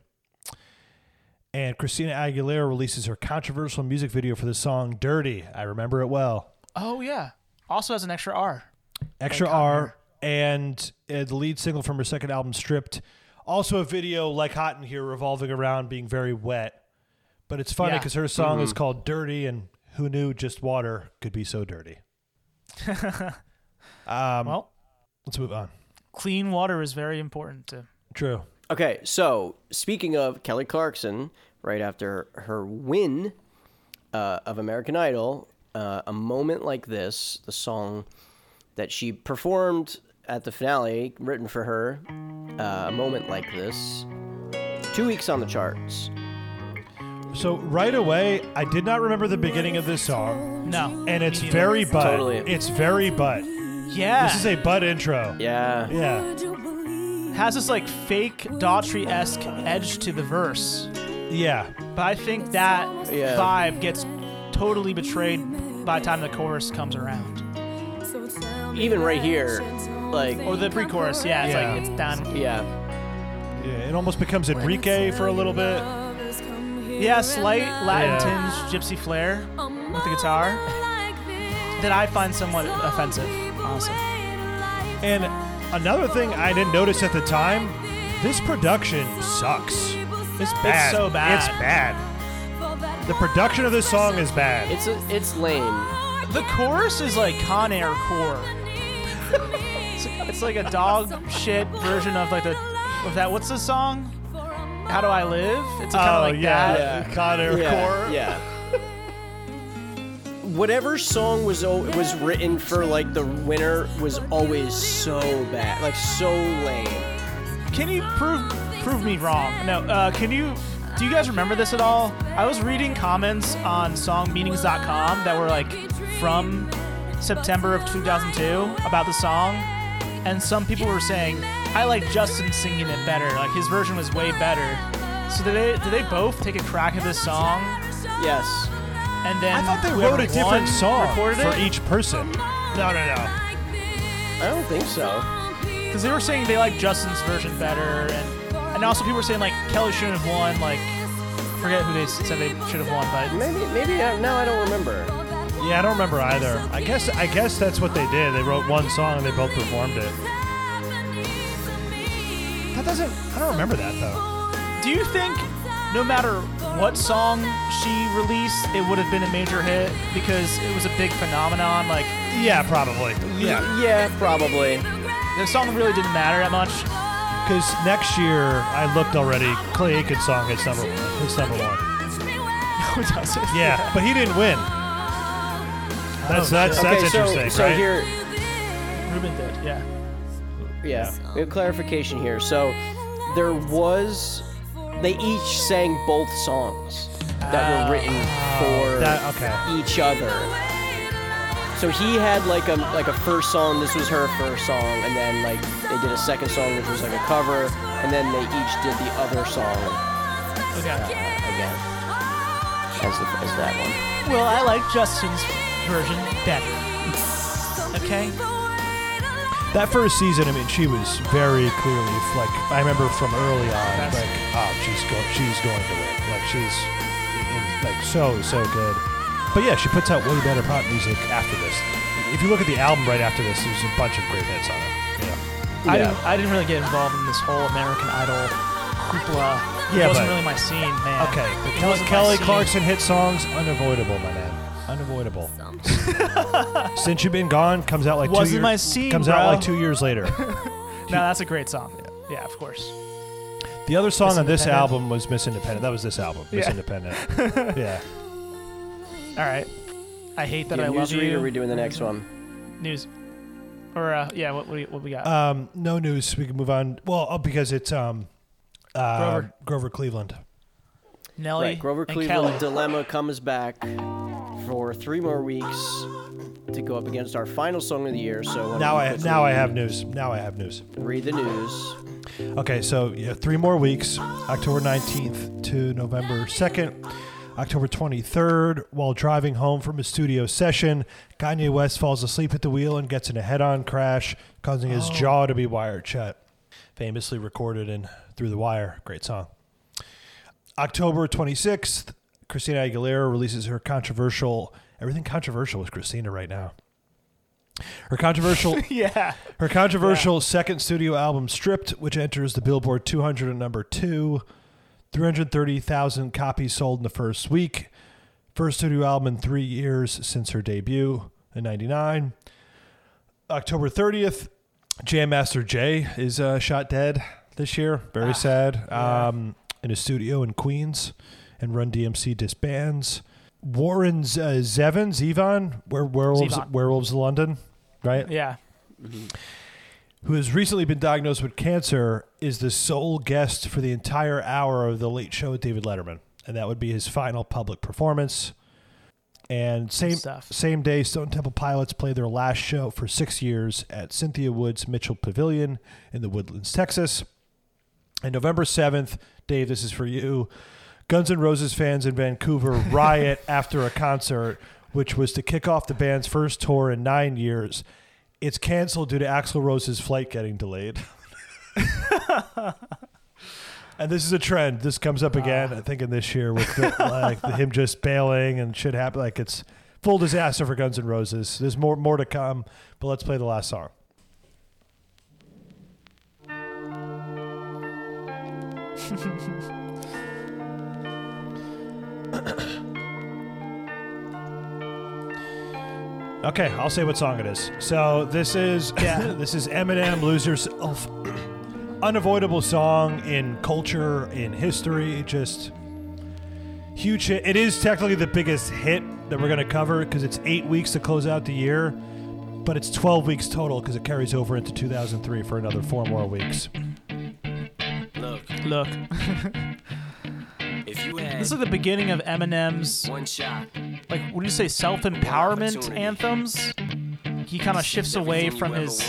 Speaker 9: And Christina Aguilera releases her controversial music video for the song "Dirty." I remember it well.
Speaker 8: Oh yeah. Also has an extra R.
Speaker 9: Extra R and uh, the lead single from her second album, Stripped. Also, a video like Hot in Here revolving around being very wet. But it's funny
Speaker 8: Yeah.
Speaker 9: because her song is
Speaker 8: Mhm.
Speaker 9: called Dirty, and who knew just water could be so dirty? Um,
Speaker 8: well,
Speaker 9: let's move on.
Speaker 8: Clean water is very important to.
Speaker 9: True.
Speaker 5: Okay, so speaking of Kelly Clarkson, right after her win uh, of American Idol, uh, a moment like this, the song that she performed at the finale, written for her, uh, a moment like this, two weeks on the charts.
Speaker 9: So, right away, I did not remember the beginning of this song.
Speaker 8: No.
Speaker 9: And it's
Speaker 8: Me neither.
Speaker 9: very butt.
Speaker 5: Totally.
Speaker 9: It's very butt.
Speaker 8: Yeah.
Speaker 9: This is a butt intro.
Speaker 5: Yeah.
Speaker 9: Yeah.
Speaker 8: Has this like fake Daughtry esque edge to the verse.
Speaker 9: Yeah.
Speaker 8: But I think that
Speaker 9: Yeah.
Speaker 8: vibe gets totally betrayed by the time the chorus comes around.
Speaker 5: Even right here, like.
Speaker 8: Or the pre chorus, yeah. It's
Speaker 9: Yeah.
Speaker 8: like it's done.
Speaker 5: Yeah.
Speaker 9: Yeah, it almost becomes Enrique for a little bit.
Speaker 8: Yeah, slight Latin
Speaker 9: Yeah.
Speaker 8: tinge gypsy flair with the guitar that I find somewhat offensive, honestly.
Speaker 9: And another thing I didn't notice at the time, this production sucks. It's bad.
Speaker 8: so bad.
Speaker 9: It's bad. The production of this song is bad.
Speaker 5: It's a, it's lame.
Speaker 8: The chorus is like Con Air core. it's, it's like a dog shit version of like the of that. What's the song? How do I live? It's kind
Speaker 9: Oh,
Speaker 8: of like
Speaker 9: yeah,
Speaker 8: that.
Speaker 9: yeah. Con Air
Speaker 5: yeah,
Speaker 9: core.
Speaker 5: Yeah. Whatever song was o- was written for like the winner was always so bad, like so lame.
Speaker 8: Can you prove prove me wrong? No. Uh, can you? Do you guys remember this at all? I was reading comments on songmeanings.com that were like from September of 2002 about the song, and some people were saying, "I like Justin singing it better. Like his version was way better." So did they did they both take a crack at this song,
Speaker 5: Yes.
Speaker 8: and then
Speaker 9: I thought they
Speaker 8: whoever
Speaker 9: wrote a
Speaker 8: won
Speaker 9: different song for
Speaker 8: recorded it?
Speaker 9: each person. No, no, no.
Speaker 5: I don't think so.
Speaker 8: Because they were saying they like Justin's version better, and and also people were saying like Kelly shouldn't have won. Like, forget who they s- said they should have won, but
Speaker 5: Maybe maybe I, now I uh, don't remember.
Speaker 9: Yeah, I don't remember either. I guess I guess that's what they did. They wrote one song and they both performed it. That doesn't. I don't remember that though.
Speaker 8: Do you think no matter what song she released, it would have been a major hit because it was a big phenomenon? Like,
Speaker 9: yeah, probably. Yeah.
Speaker 5: yeah, probably.
Speaker 8: The song really didn't matter that much.
Speaker 9: Because next year, I looked already. Clay Aiken's song hits number one. Hits number one.
Speaker 8: No, it doesn't.
Speaker 9: Yeah, but he didn't win. That's that's
Speaker 5: Oh, Okay,
Speaker 9: that's
Speaker 5: so-
Speaker 9: interesting,
Speaker 5: so
Speaker 9: right?
Speaker 5: here,
Speaker 8: Ruben did. Yeah.
Speaker 5: yeah, we have clarification here. So there was, they each sang both songs that were written
Speaker 8: Ah,
Speaker 5: for
Speaker 9: that- okay.
Speaker 5: each other. So he had like a like a first song. This was her first song, and then like they did a second song, which was like a cover, and then they each did the other song
Speaker 8: Okay.
Speaker 5: again as, the, as that one.
Speaker 8: Well, I like Justin's version better. Okay.
Speaker 9: That first season, I mean, she was very clearly like I remember from early on,
Speaker 8: That's-
Speaker 9: like oh, she's going, she's going to win. Like she's in, like so so good. But yeah, she puts out way better pop music after this. If you look at the album right after this, there's a bunch of great hits on it. Yeah.
Speaker 8: I didn't. I didn't really get involved in this whole American Idol hoopla. It
Speaker 9: Yeah,
Speaker 8: wasn't
Speaker 9: but-
Speaker 8: really my scene, man.
Speaker 9: Okay, but
Speaker 8: It
Speaker 9: Kelly,
Speaker 8: wasn't my
Speaker 9: Kelly
Speaker 8: scene.
Speaker 9: Clarkson hit songs unavoidable, my man. Unavoidable. Since you've been gone, comes out like two
Speaker 8: Wasn't
Speaker 9: years,
Speaker 8: my scene,
Speaker 9: comes
Speaker 8: bro.
Speaker 9: out like two years later.
Speaker 8: No, that's a great song. Yeah, of course.
Speaker 9: The other song
Speaker 8: Miss
Speaker 9: on this
Speaker 8: Independent?
Speaker 9: album was Miss Independent. That was this album, Miss
Speaker 8: Yeah.
Speaker 9: Independent. yeah.
Speaker 8: All right. I hate that
Speaker 5: Yeah,
Speaker 8: I love
Speaker 5: newsreader,
Speaker 8: you.
Speaker 5: we're doing the next one.
Speaker 8: News. Or uh, yeah, what what, do you- what we got?
Speaker 9: Um, no news. We can move on. Well, oh, because it's um, uh,
Speaker 8: Grover.
Speaker 9: Grover Cleveland.
Speaker 8: Nelly
Speaker 5: right, Grover
Speaker 8: and
Speaker 5: Cleveland
Speaker 8: Kelly.
Speaker 5: dilemma comes back for three more weeks to go up against our final song of the year. So why don't
Speaker 9: Now
Speaker 5: you
Speaker 9: I
Speaker 5: quickly
Speaker 9: now I have news. Now I have news.
Speaker 5: read the news.
Speaker 9: Okay, so yeah, three more weeks, October 19th to November 2nd, October 23rd. While driving home from a studio session, Kanye West falls asleep at the wheel and gets in a head-on crash, causing his jaw to be wired shut. Famously recorded in Through the Wire, great song. October 26th, Christina Aguilera releases her controversial. Everything controversial with Christina right now. Her controversial
Speaker 8: yeah.
Speaker 9: her controversial second studio album, Stripped, which enters the Billboard 200 at number two, 330,000 copies sold in the first week. First studio album in three years since her debut in 99. October 30th, Jam Master Jay is uh, shot dead this year.
Speaker 8: Ah,
Speaker 9: Very sad. Um, in a studio in Queens, and Run DMC disbands. Warren Z- uh, Zevon, Zevon, Were- Werewolves,
Speaker 8: Zevon.
Speaker 9: Werewolves of London, right?
Speaker 8: Yeah.
Speaker 9: who has recently been diagnosed with cancer, is the sole guest for the entire hour of The Late Show with David Letterman, and that would be his final public performance. And same
Speaker 8: stuff.
Speaker 9: same day, Stone Temple Pilots play their last show for six years at Cynthia Woods Mitchell Pavilion in the Woodlands, Texas. And November seventh, Dave, this is for you. Guns N' Roses fans in Vancouver riot after a concert, which was to kick off the band's first tour in nine years. It's canceled due to Axl Rose's flight getting delayed. and this is a trend. This comes up again, I think, in this year with the, like the, him just bailing and shit happen. Like it's full disaster for Guns N' Roses. There's more more to come, but let's play the last song. Okay, I'll say what song it is. So this is this is Eminem "Lose Yourself," unavoidable song in culture, in history, just huge hit. It is technically the biggest hit that we're gonna cover because it's eight weeks to close out the year, but it's twelve weeks total because it carries over into 2003 for another four more weeks.
Speaker 14: Look,
Speaker 8: Look.
Speaker 14: if you had
Speaker 8: This is the beginning of Eminem's
Speaker 14: one shot,
Speaker 8: like what do you say self empowerment anthems? He kind of shifts away from his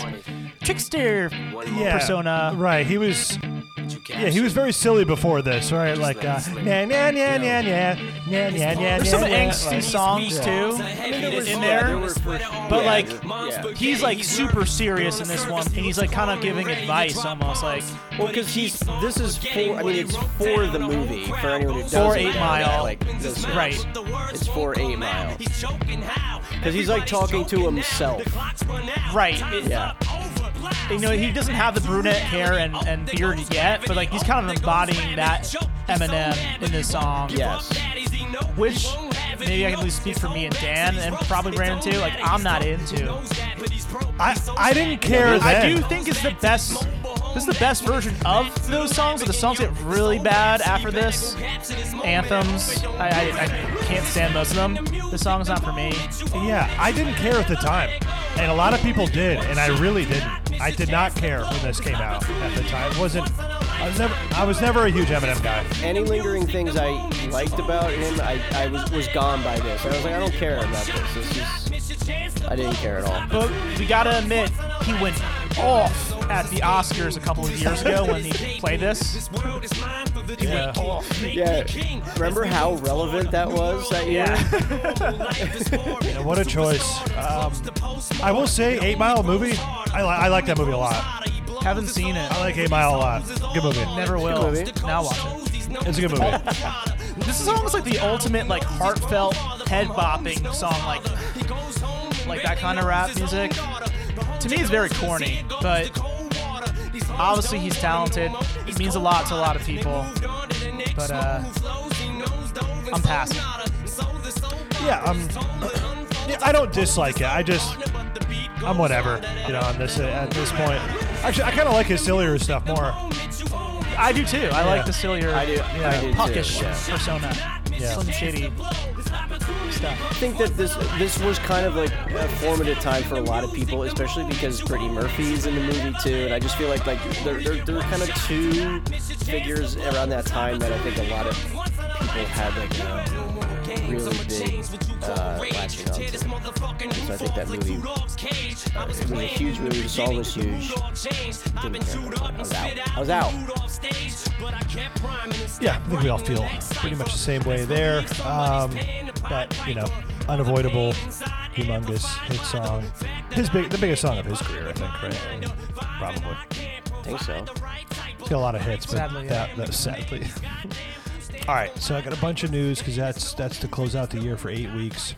Speaker 8: trickster
Speaker 9: Yeah,
Speaker 8: persona.
Speaker 9: right? He was
Speaker 14: you
Speaker 9: Yeah, he was very silly before this, right? Like, uh, nah, nah, nah, nah, nah, nah, nah, nah,
Speaker 8: There's some
Speaker 9: nah, nah,
Speaker 8: angsty
Speaker 9: like-
Speaker 8: songs
Speaker 9: Yeah.
Speaker 8: too in
Speaker 9: yeah,
Speaker 8: there,
Speaker 9: there was-
Speaker 8: but
Speaker 9: yeah,
Speaker 8: like
Speaker 9: yeah.
Speaker 8: he's like super serious in this one, and he's like kind of giving advice almost like
Speaker 5: Well, because he's this is for. I mean, it's for the movie for anyone who doesn't.
Speaker 8: For Eight
Speaker 5: know,
Speaker 8: Mile.
Speaker 5: like those songs.
Speaker 8: Right.
Speaker 5: It's for Eight Mile. Because he's like talking to himself.
Speaker 8: right.
Speaker 5: Yeah.
Speaker 8: You know, he doesn't have the brunette hair and, and beard yet, but like he's kind of embodying that Eminem in this song.
Speaker 5: Yes.
Speaker 8: Which maybe I can at least speak for me and Dan and probably Brandon too. Like I'm not into.
Speaker 9: I I didn't care
Speaker 8: I
Speaker 9: then.
Speaker 8: do think it's the best. This is the best version of those songs, but the songs get really bad after this. Anthems, I, I, I can't stand most of them. This song's not for me.
Speaker 9: Yeah, I didn't care at the time, and a lot of people did, and I really didn't. I did not care when this came out at the time. It wasn't. I was never. I was never a huge Eminem guy.
Speaker 5: Any lingering things I liked about him, I, I was, was gone by this. I was like, I don't care about this. This is. I didn't care at all.
Speaker 8: But we gotta admit, he went off at the Oscars a couple of years ago when he played this. He went off.
Speaker 5: Yeah. Remember how relevant that was that year?
Speaker 9: Yeah, what a choice. Um, I will say, Eight Mile movie. I, li- I like that movie a lot.
Speaker 8: Haven't seen it.
Speaker 9: I like Eight Mile a lot. Good movie.
Speaker 8: Never will. Now watch it.
Speaker 9: It's a good movie.
Speaker 8: This is almost like the ultimate like heartfelt head bopping song, like like that kind of rap music. To me, it's very corny, but obviously he's talented. It means a lot to a lot of people. But uh, I'm passing.
Speaker 9: Yeah, I'm. Yeah, I don't dislike it. I just, I'm whatever. You know, on this at this point. Actually, I kind of like his sillier stuff more.
Speaker 8: I do too. I like
Speaker 9: Yeah.
Speaker 8: the sillier,
Speaker 9: I do-
Speaker 8: yeah,
Speaker 9: I do too,
Speaker 8: puckish
Speaker 9: yeah.
Speaker 8: persona,
Speaker 9: Yeah.
Speaker 8: Slim Shady
Speaker 5: I
Speaker 8: stuff.
Speaker 5: think that this this was kind of like a formative time for a lot of people, especially because Brittany Murphy's in the movie too, and I just feel like like there there, there were kind of two figures around that time that I think a lot of people had like a really big uh, latching onto. And So I think that movie uh, it was a huge movie. The song was huge. Didn't care about it. I was out. I was out.
Speaker 9: Yeah, I think we all feel pretty much the same way there. Um, but you know, unavoidable, humongous hit song. His big, the biggest song of his career, I think, right? Probably.
Speaker 5: think so.
Speaker 9: He's got a lot of hits, but
Speaker 5: Sadly,
Speaker 9: that, that- sadly. all right, so I got a bunch of news because that's that's to close out the year for eight weeks.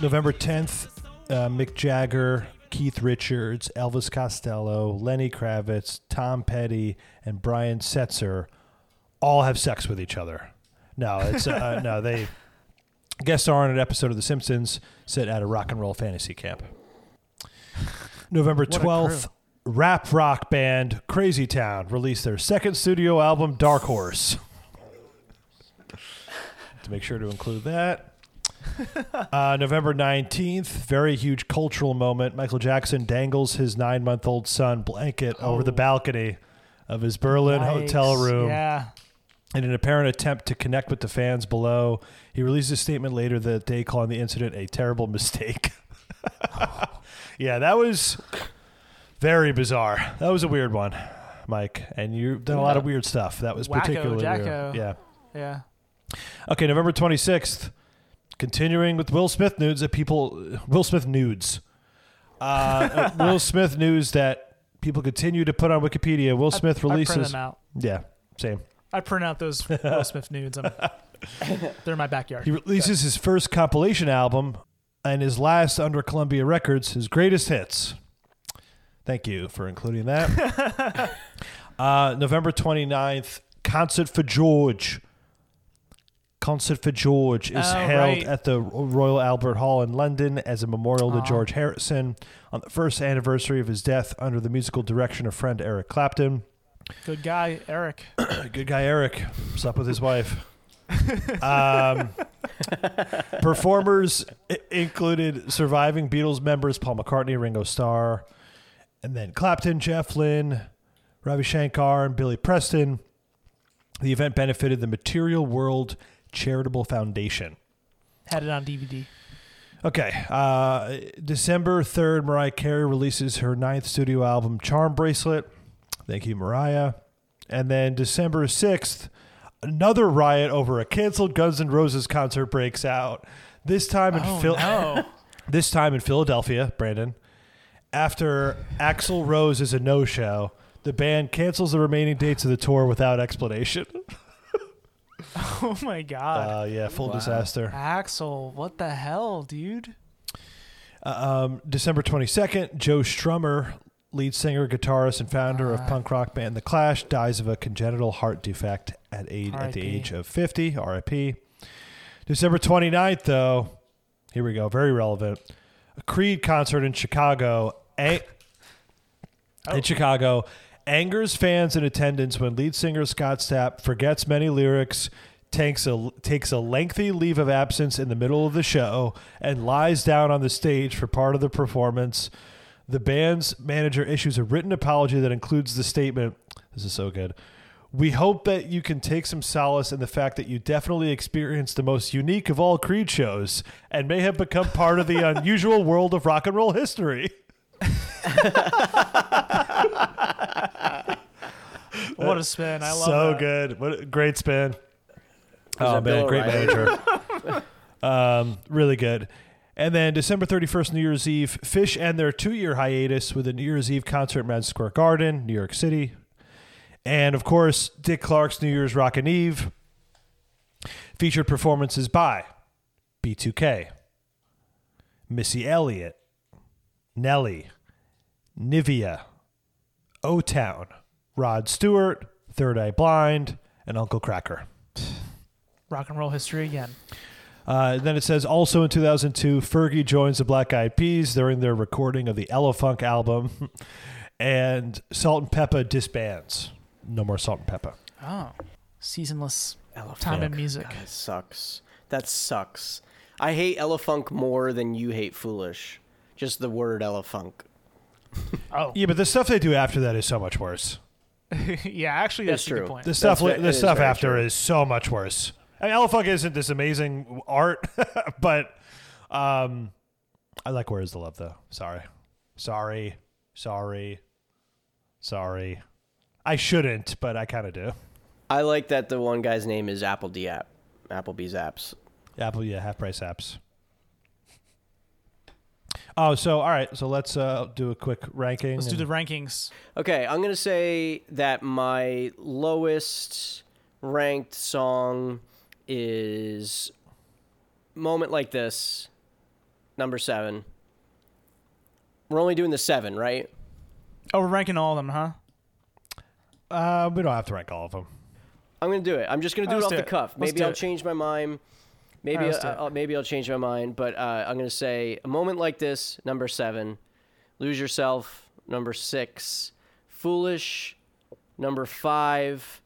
Speaker 9: November 10th, uh, Mick Jagger, Keith Richards, Elvis Costello, Lenny Kravitz, Tom Petty, and Brian Setzer all have sex with each other. No, it's uh, no they guest star on an episode of The Simpsons set at a rock and roll fantasy camp. November
Speaker 15: What a
Speaker 9: 12th, rap rock band Crazy Town released their second studio album, Dark Horse. to make sure to include that. Uh, November 19th, very huge cultural moment. Michael Jackson dangles his nine month old son blanket over the balcony of his Berlin hotel
Speaker 8: Yikes,
Speaker 9: room.
Speaker 8: yeah.
Speaker 9: In an apparent attempt to connect with the fans below, he released a statement later that day calling the incident a terrible mistake. yeah, that was very bizarre. That was a weird one, Mike. And you've done a lot of weird stuff. That was
Speaker 8: Wacko
Speaker 9: particularly
Speaker 8: Jacko.
Speaker 9: weird. Yeah.
Speaker 8: Yeah.
Speaker 9: Okay, November 26th. Continuing with Will Smith nudes that people Will Smith nudes. Uh, uh, Will Smith news that people continue to put on Wikipedia. Will
Speaker 8: I- I
Speaker 9: Smith
Speaker 8: print
Speaker 9: releases
Speaker 8: them out.
Speaker 9: Yeah, same.
Speaker 8: I print out those Will Smith nudes. I'm, they're in my backyard.
Speaker 9: He releases his first compilation album and his last under Columbia Records, his greatest hits. Thank you for including that. uh, November 29th, Concert for George. Concert for George is
Speaker 15: Oh,
Speaker 9: held
Speaker 15: right.
Speaker 9: at the Royal Albert Hall in London as a memorial to
Speaker 15: Aw.
Speaker 9: George Harrison on the first anniversary of his death under the musical direction of friend Eric Clapton.
Speaker 8: Good guy, Eric.
Speaker 9: Good guy Eric slept with his wife. um, performers i- included surviving Beatles members Paul McCartney, Ringo Starr, and then Clapton, Jeff Lynne, Ravi Shankar, and Billy Preston. The event benefited the Material World Charitable Foundation.
Speaker 8: Had it on DVD.
Speaker 9: Okay. Uh, December 3rd, Mariah Carey releases her ninth studio album, Charm Bracelet. Thank you, Mariah. And then December 6th, another riot over a canceled Guns N' Roses concert breaks out. This time in
Speaker 8: Oh,
Speaker 9: Phil-
Speaker 8: no.
Speaker 9: This time in Philadelphia, Brandon. After Axl Rose is a no-show, the band cancels the remaining dates of the tour without explanation.
Speaker 8: Oh my
Speaker 9: Uh,
Speaker 8: god.
Speaker 9: yeah, full disaster.
Speaker 8: Axel, what the hell, dude?
Speaker 9: Uh, um, December 22nd, Joe Strummer, lead singer, guitarist, and founder of punk rock band The Clash, dies of a congenital heart defect at, age, at the
Speaker 8: R.I.P..
Speaker 9: age of 50, RIP. December 29th, though, here we go, very relevant. A Creed concert in Chicago. A-
Speaker 8: Oh.
Speaker 9: in Chicago angers fans in attendance when lead singer Scott Stapp forgets many lyrics, takes a takes a lengthy leave of absence in the middle of the show, and lies down on the stage for part of the performance. The band's manager issues a written apology that includes the statement, "This is so good." We hope that you can take some solace in the fact that you definitely experienced the most unique of all Creed shows and may have become part of the unusual world of rock and roll history.
Speaker 8: What a spin. I love
Speaker 9: Uh, so
Speaker 8: that.
Speaker 9: good. What a great spin.
Speaker 8: Was
Speaker 9: oh man,
Speaker 8: that Bill
Speaker 9: great
Speaker 8: O'Reilly?
Speaker 9: manager. um, really good. And then December 31st, New Year's Eve, Fish end their two year hiatus with a New Year's Eve concert at Madison Square Garden, New York City. And of course, Dick Clark's New Year's Rockin' Eve featured performances by B2K, Missy Elliott, Nelly, Nivea, O Town, Rod Stewart, Third Eye Blind, and Uncle Cracker.
Speaker 8: Rock and roll history again.
Speaker 9: Uh, then it says also in 2002, Fergie joins the Black Eyed Peas during their recording of the Elefunk album, and Salt and Peppa disbands. No more Salt and Peppa.
Speaker 8: Oh. Seasonless time and music.
Speaker 5: God, it sucks. That sucks. I hate Elefunk more than you hate Foolish. Just the word Elefunk.
Speaker 8: Oh.
Speaker 9: Yeah, but the stuff they do after that is so much worse.
Speaker 8: yeah, actually that's
Speaker 5: It's
Speaker 8: a good
Speaker 5: true.
Speaker 8: point.
Speaker 9: The stuff,
Speaker 5: ve- it
Speaker 9: the
Speaker 5: is
Speaker 9: stuff
Speaker 5: very
Speaker 9: after is so much worse. I mean, Elefunk isn't this amazing art, but um, I like Where Is the Love though. Sorry, sorry, sorry, sorry. I shouldn't, but I kind of do.
Speaker 5: I like that the one guy's name is Apple D app. Applebee's apps.
Speaker 9: Apple, yeah, half price apps. Oh, so all right, so let's uh, do a quick ranking.
Speaker 8: Let's do the
Speaker 9: and-
Speaker 8: rankings.
Speaker 5: Okay, I'm gonna say that my lowest ranked song is "Moment Like This," number seven. We're only doing the seven, right?
Speaker 8: Oh, we're ranking all of them, huh?
Speaker 9: Uh, we don't have to rank all of them.
Speaker 5: I'm gonna do it. I'm just gonna do
Speaker 8: Let's
Speaker 5: it off
Speaker 8: do
Speaker 5: the
Speaker 8: it.
Speaker 5: cuff.
Speaker 8: Let's
Speaker 5: Maybe
Speaker 8: do
Speaker 5: I'll
Speaker 8: it.
Speaker 5: change my mind. Maybe
Speaker 8: All right, let's do it.
Speaker 5: I'll, I'll- maybe I'll change my mind. But uh, I'm gonna say a moment like this, number seven. Lose yourself, number six. Foolish, number five.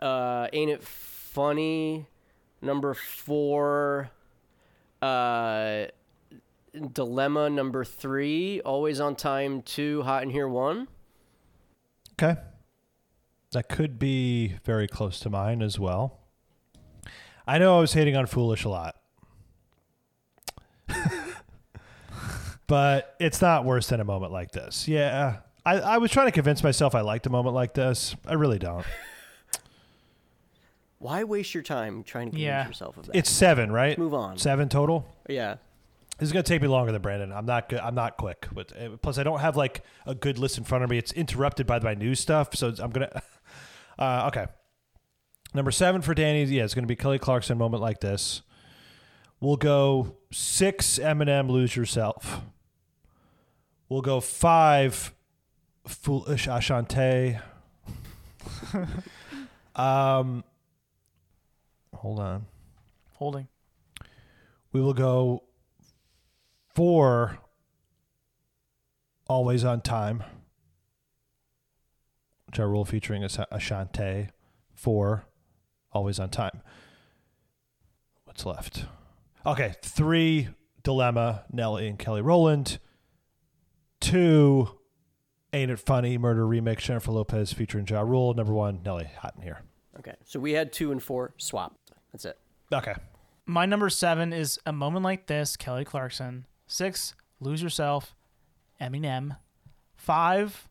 Speaker 5: Uh, Ain't it funny, number four. Uh, Dilemma number three. Always on time two. Hot in here one.
Speaker 9: Okay. That could be very close to mine as well. I know I was hating on Foolish a lot. but it's not worse than a moment like this. Yeah. I, I was trying to convince myself I liked a moment like this. I really don't.
Speaker 5: Why waste your time trying to convince
Speaker 8: Yeah.
Speaker 5: yourself of that?
Speaker 9: It's seven, right?
Speaker 5: Let's move on.
Speaker 9: Seven total?
Speaker 5: Yeah.
Speaker 9: This is gonna take me longer than Brandon. I'm not good. I'm not quick. But uh, plus, I don't have like a good list in front of me. It's interrupted by my news stuff. So it's- I'm gonna. Uh, okay. Number seven for Danny. Yeah, it's gonna be Kelly Clarkson. Moment like this. We'll go six. Eminem. Lose yourself. We'll go five. Foolish Ashante. um. Hold on.
Speaker 8: Holding.
Speaker 9: We will go four always on time. Ja Rule featuring Asha- Ashante. Four always on time. What's left? Okay, three Dilemma, Nelly and Kelly Rowland. Two Ain't It Funny, Murder Remix, Jennifer Lopez featuring Ja Rule. Number one, Nelly, hot in here.
Speaker 5: Okay. So we had two and four swapped. That's it.
Speaker 9: Okay.
Speaker 8: My number seven is A Moment Like This, Kelly Clarkson. Six, Lose Yourself, Eminem. Five,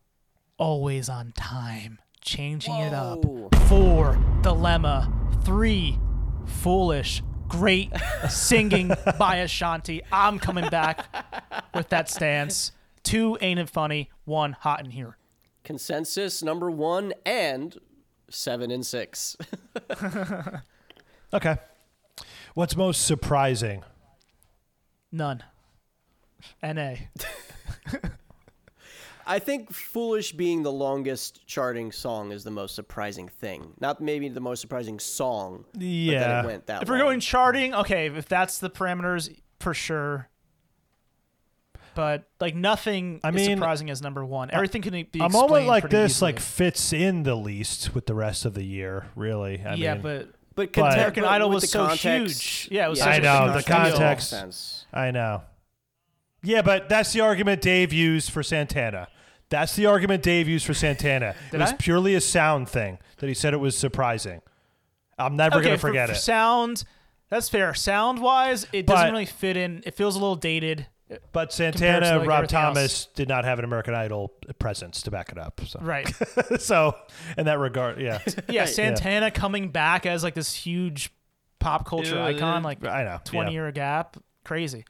Speaker 8: Always on Time, changing it up. Four, dilemma. Three, foolish. Great singing by Ashanti. I'm coming back with that stance. Two, ain't it funny? One, hot in here.
Speaker 5: Consensus number one and seven and six.
Speaker 9: Okay. What's most surprising?
Speaker 8: None. NA.
Speaker 5: I think Foolish being the longest charting song is the most surprising thing. Not maybe the most surprising song. But that
Speaker 8: Yeah.
Speaker 5: it went that
Speaker 8: if
Speaker 5: long.
Speaker 8: we're going charting, okay, if that's the parameters, for sure. But like nothing
Speaker 9: I
Speaker 8: is
Speaker 9: mean,
Speaker 8: surprising as number one. Everything can be
Speaker 9: a
Speaker 8: explained
Speaker 9: moment like
Speaker 8: pretty
Speaker 9: this
Speaker 8: easily.
Speaker 9: like fits in the least with the rest of the year, really. I
Speaker 8: yeah,
Speaker 9: mean,
Speaker 8: but
Speaker 5: but
Speaker 9: but-
Speaker 8: American Idol
Speaker 5: with
Speaker 8: was
Speaker 5: the
Speaker 8: so
Speaker 5: context-
Speaker 8: huge. Yeah, it was.
Speaker 5: yeah.
Speaker 8: Such
Speaker 9: I
Speaker 8: a
Speaker 9: know
Speaker 8: huge
Speaker 9: the
Speaker 8: deal.
Speaker 9: context.
Speaker 5: sense.
Speaker 9: I know. Yeah, but that's the argument Dave used for Santana. That's the argument Dave used for Santana. it
Speaker 8: Did
Speaker 9: was
Speaker 8: I?
Speaker 9: purely a sound thing that he said it was surprising. I'm never
Speaker 8: okay,
Speaker 9: gonna
Speaker 8: for-
Speaker 9: forget
Speaker 8: for
Speaker 9: it.
Speaker 8: Sound. That's fair. Sound wise, it
Speaker 9: But-
Speaker 8: doesn't really fit in. It feels a little dated.
Speaker 9: But
Speaker 8: compared to,
Speaker 9: Santana,
Speaker 8: like,
Speaker 9: Rob
Speaker 8: everything else.
Speaker 9: Thomas did not have an American Idol presence to back it up. So.
Speaker 8: Right.
Speaker 9: so, in that regard, yeah.
Speaker 8: Yeah, Santana coming back as like this huge pop culture
Speaker 9: Yeah,
Speaker 8: icon,
Speaker 9: yeah.
Speaker 8: like
Speaker 9: I know,
Speaker 8: twenty
Speaker 9: yeah.
Speaker 8: year gap, crazy.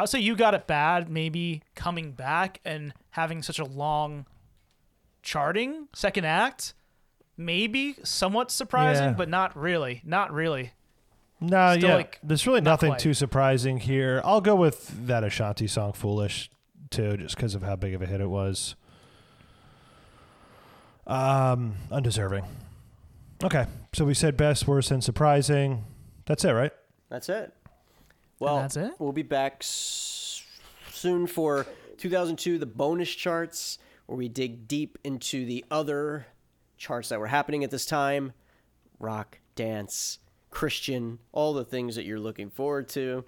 Speaker 8: I would say you got it bad, maybe coming back and having such a long charting second act, maybe somewhat surprising,
Speaker 9: Yeah.
Speaker 8: but not really, not really.
Speaker 9: No,
Speaker 8: Still,
Speaker 9: yeah.
Speaker 8: like,
Speaker 9: There's really
Speaker 8: not
Speaker 9: nothing
Speaker 8: quite.
Speaker 9: too surprising here. I'll go with that Ashanti song, Foolish, too, just because of how big of a hit it was. Um, undeserving. Okay. So we said best, worst, and surprising. That's it, right?
Speaker 5: That's it. Well,
Speaker 8: that's it?
Speaker 5: We'll be back s- soon for 2002 the bonus charts where we dig deep into the other charts that were happening at this time, rock, dance, Christian, all the things that you're looking forward to.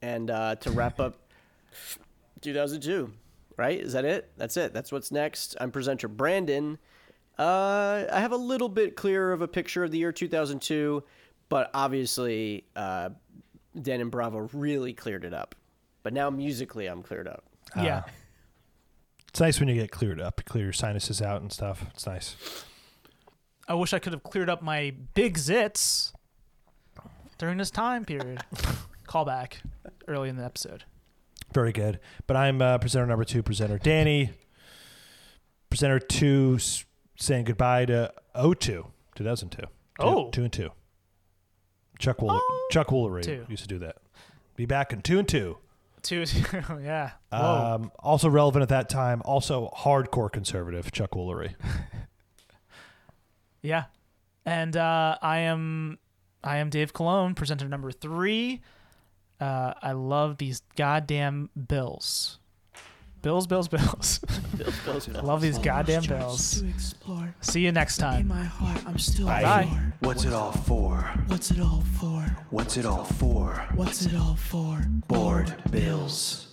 Speaker 5: And uh, to wrap up 2002, right? Is that it? That's it. That's what's next. I'm presenter Brandon. Uh, I have a little bit clearer of a picture of the year 2002, but obviously, uh, Dan and Bravo really cleared it up. But now musically, I'm cleared up.
Speaker 9: Ah.
Speaker 8: yeah.
Speaker 9: It's nice when you get cleared up, you clear your sinuses out and stuff. It's nice.
Speaker 8: I wish I could have cleared up my big zits during this time period. Call back early in the episode.
Speaker 9: Very good. But I'm uh, presenter number two, presenter Danny. Presenter two s- saying goodbye to 02, 2002. Two-
Speaker 8: Oh.
Speaker 9: Two and two. Chuck, Wooler, Chuck Woolery
Speaker 8: Two.
Speaker 9: used to do that. Be back in two and two.
Speaker 8: Two, yeah. Whoa.
Speaker 9: Um, also relevant at that time, also hardcore conservative, Chuck Woolery.
Speaker 8: Yeah. And uh, I am I am Dave Cologne, presenter number three. Uh, I love these goddamn bills. Bills, bills, bills. bills,
Speaker 5: bills,
Speaker 8: Love these
Speaker 6: Almost
Speaker 8: goddamn
Speaker 6: charts
Speaker 8: bills.
Speaker 6: To explore,
Speaker 8: See you next
Speaker 6: in
Speaker 8: time.
Speaker 6: my heart, I'm still
Speaker 8: Bye.
Speaker 6: Bye.
Speaker 7: What's it all for?
Speaker 6: What's it all for?
Speaker 7: What's it all for?
Speaker 6: What's it all for?
Speaker 7: Board bills.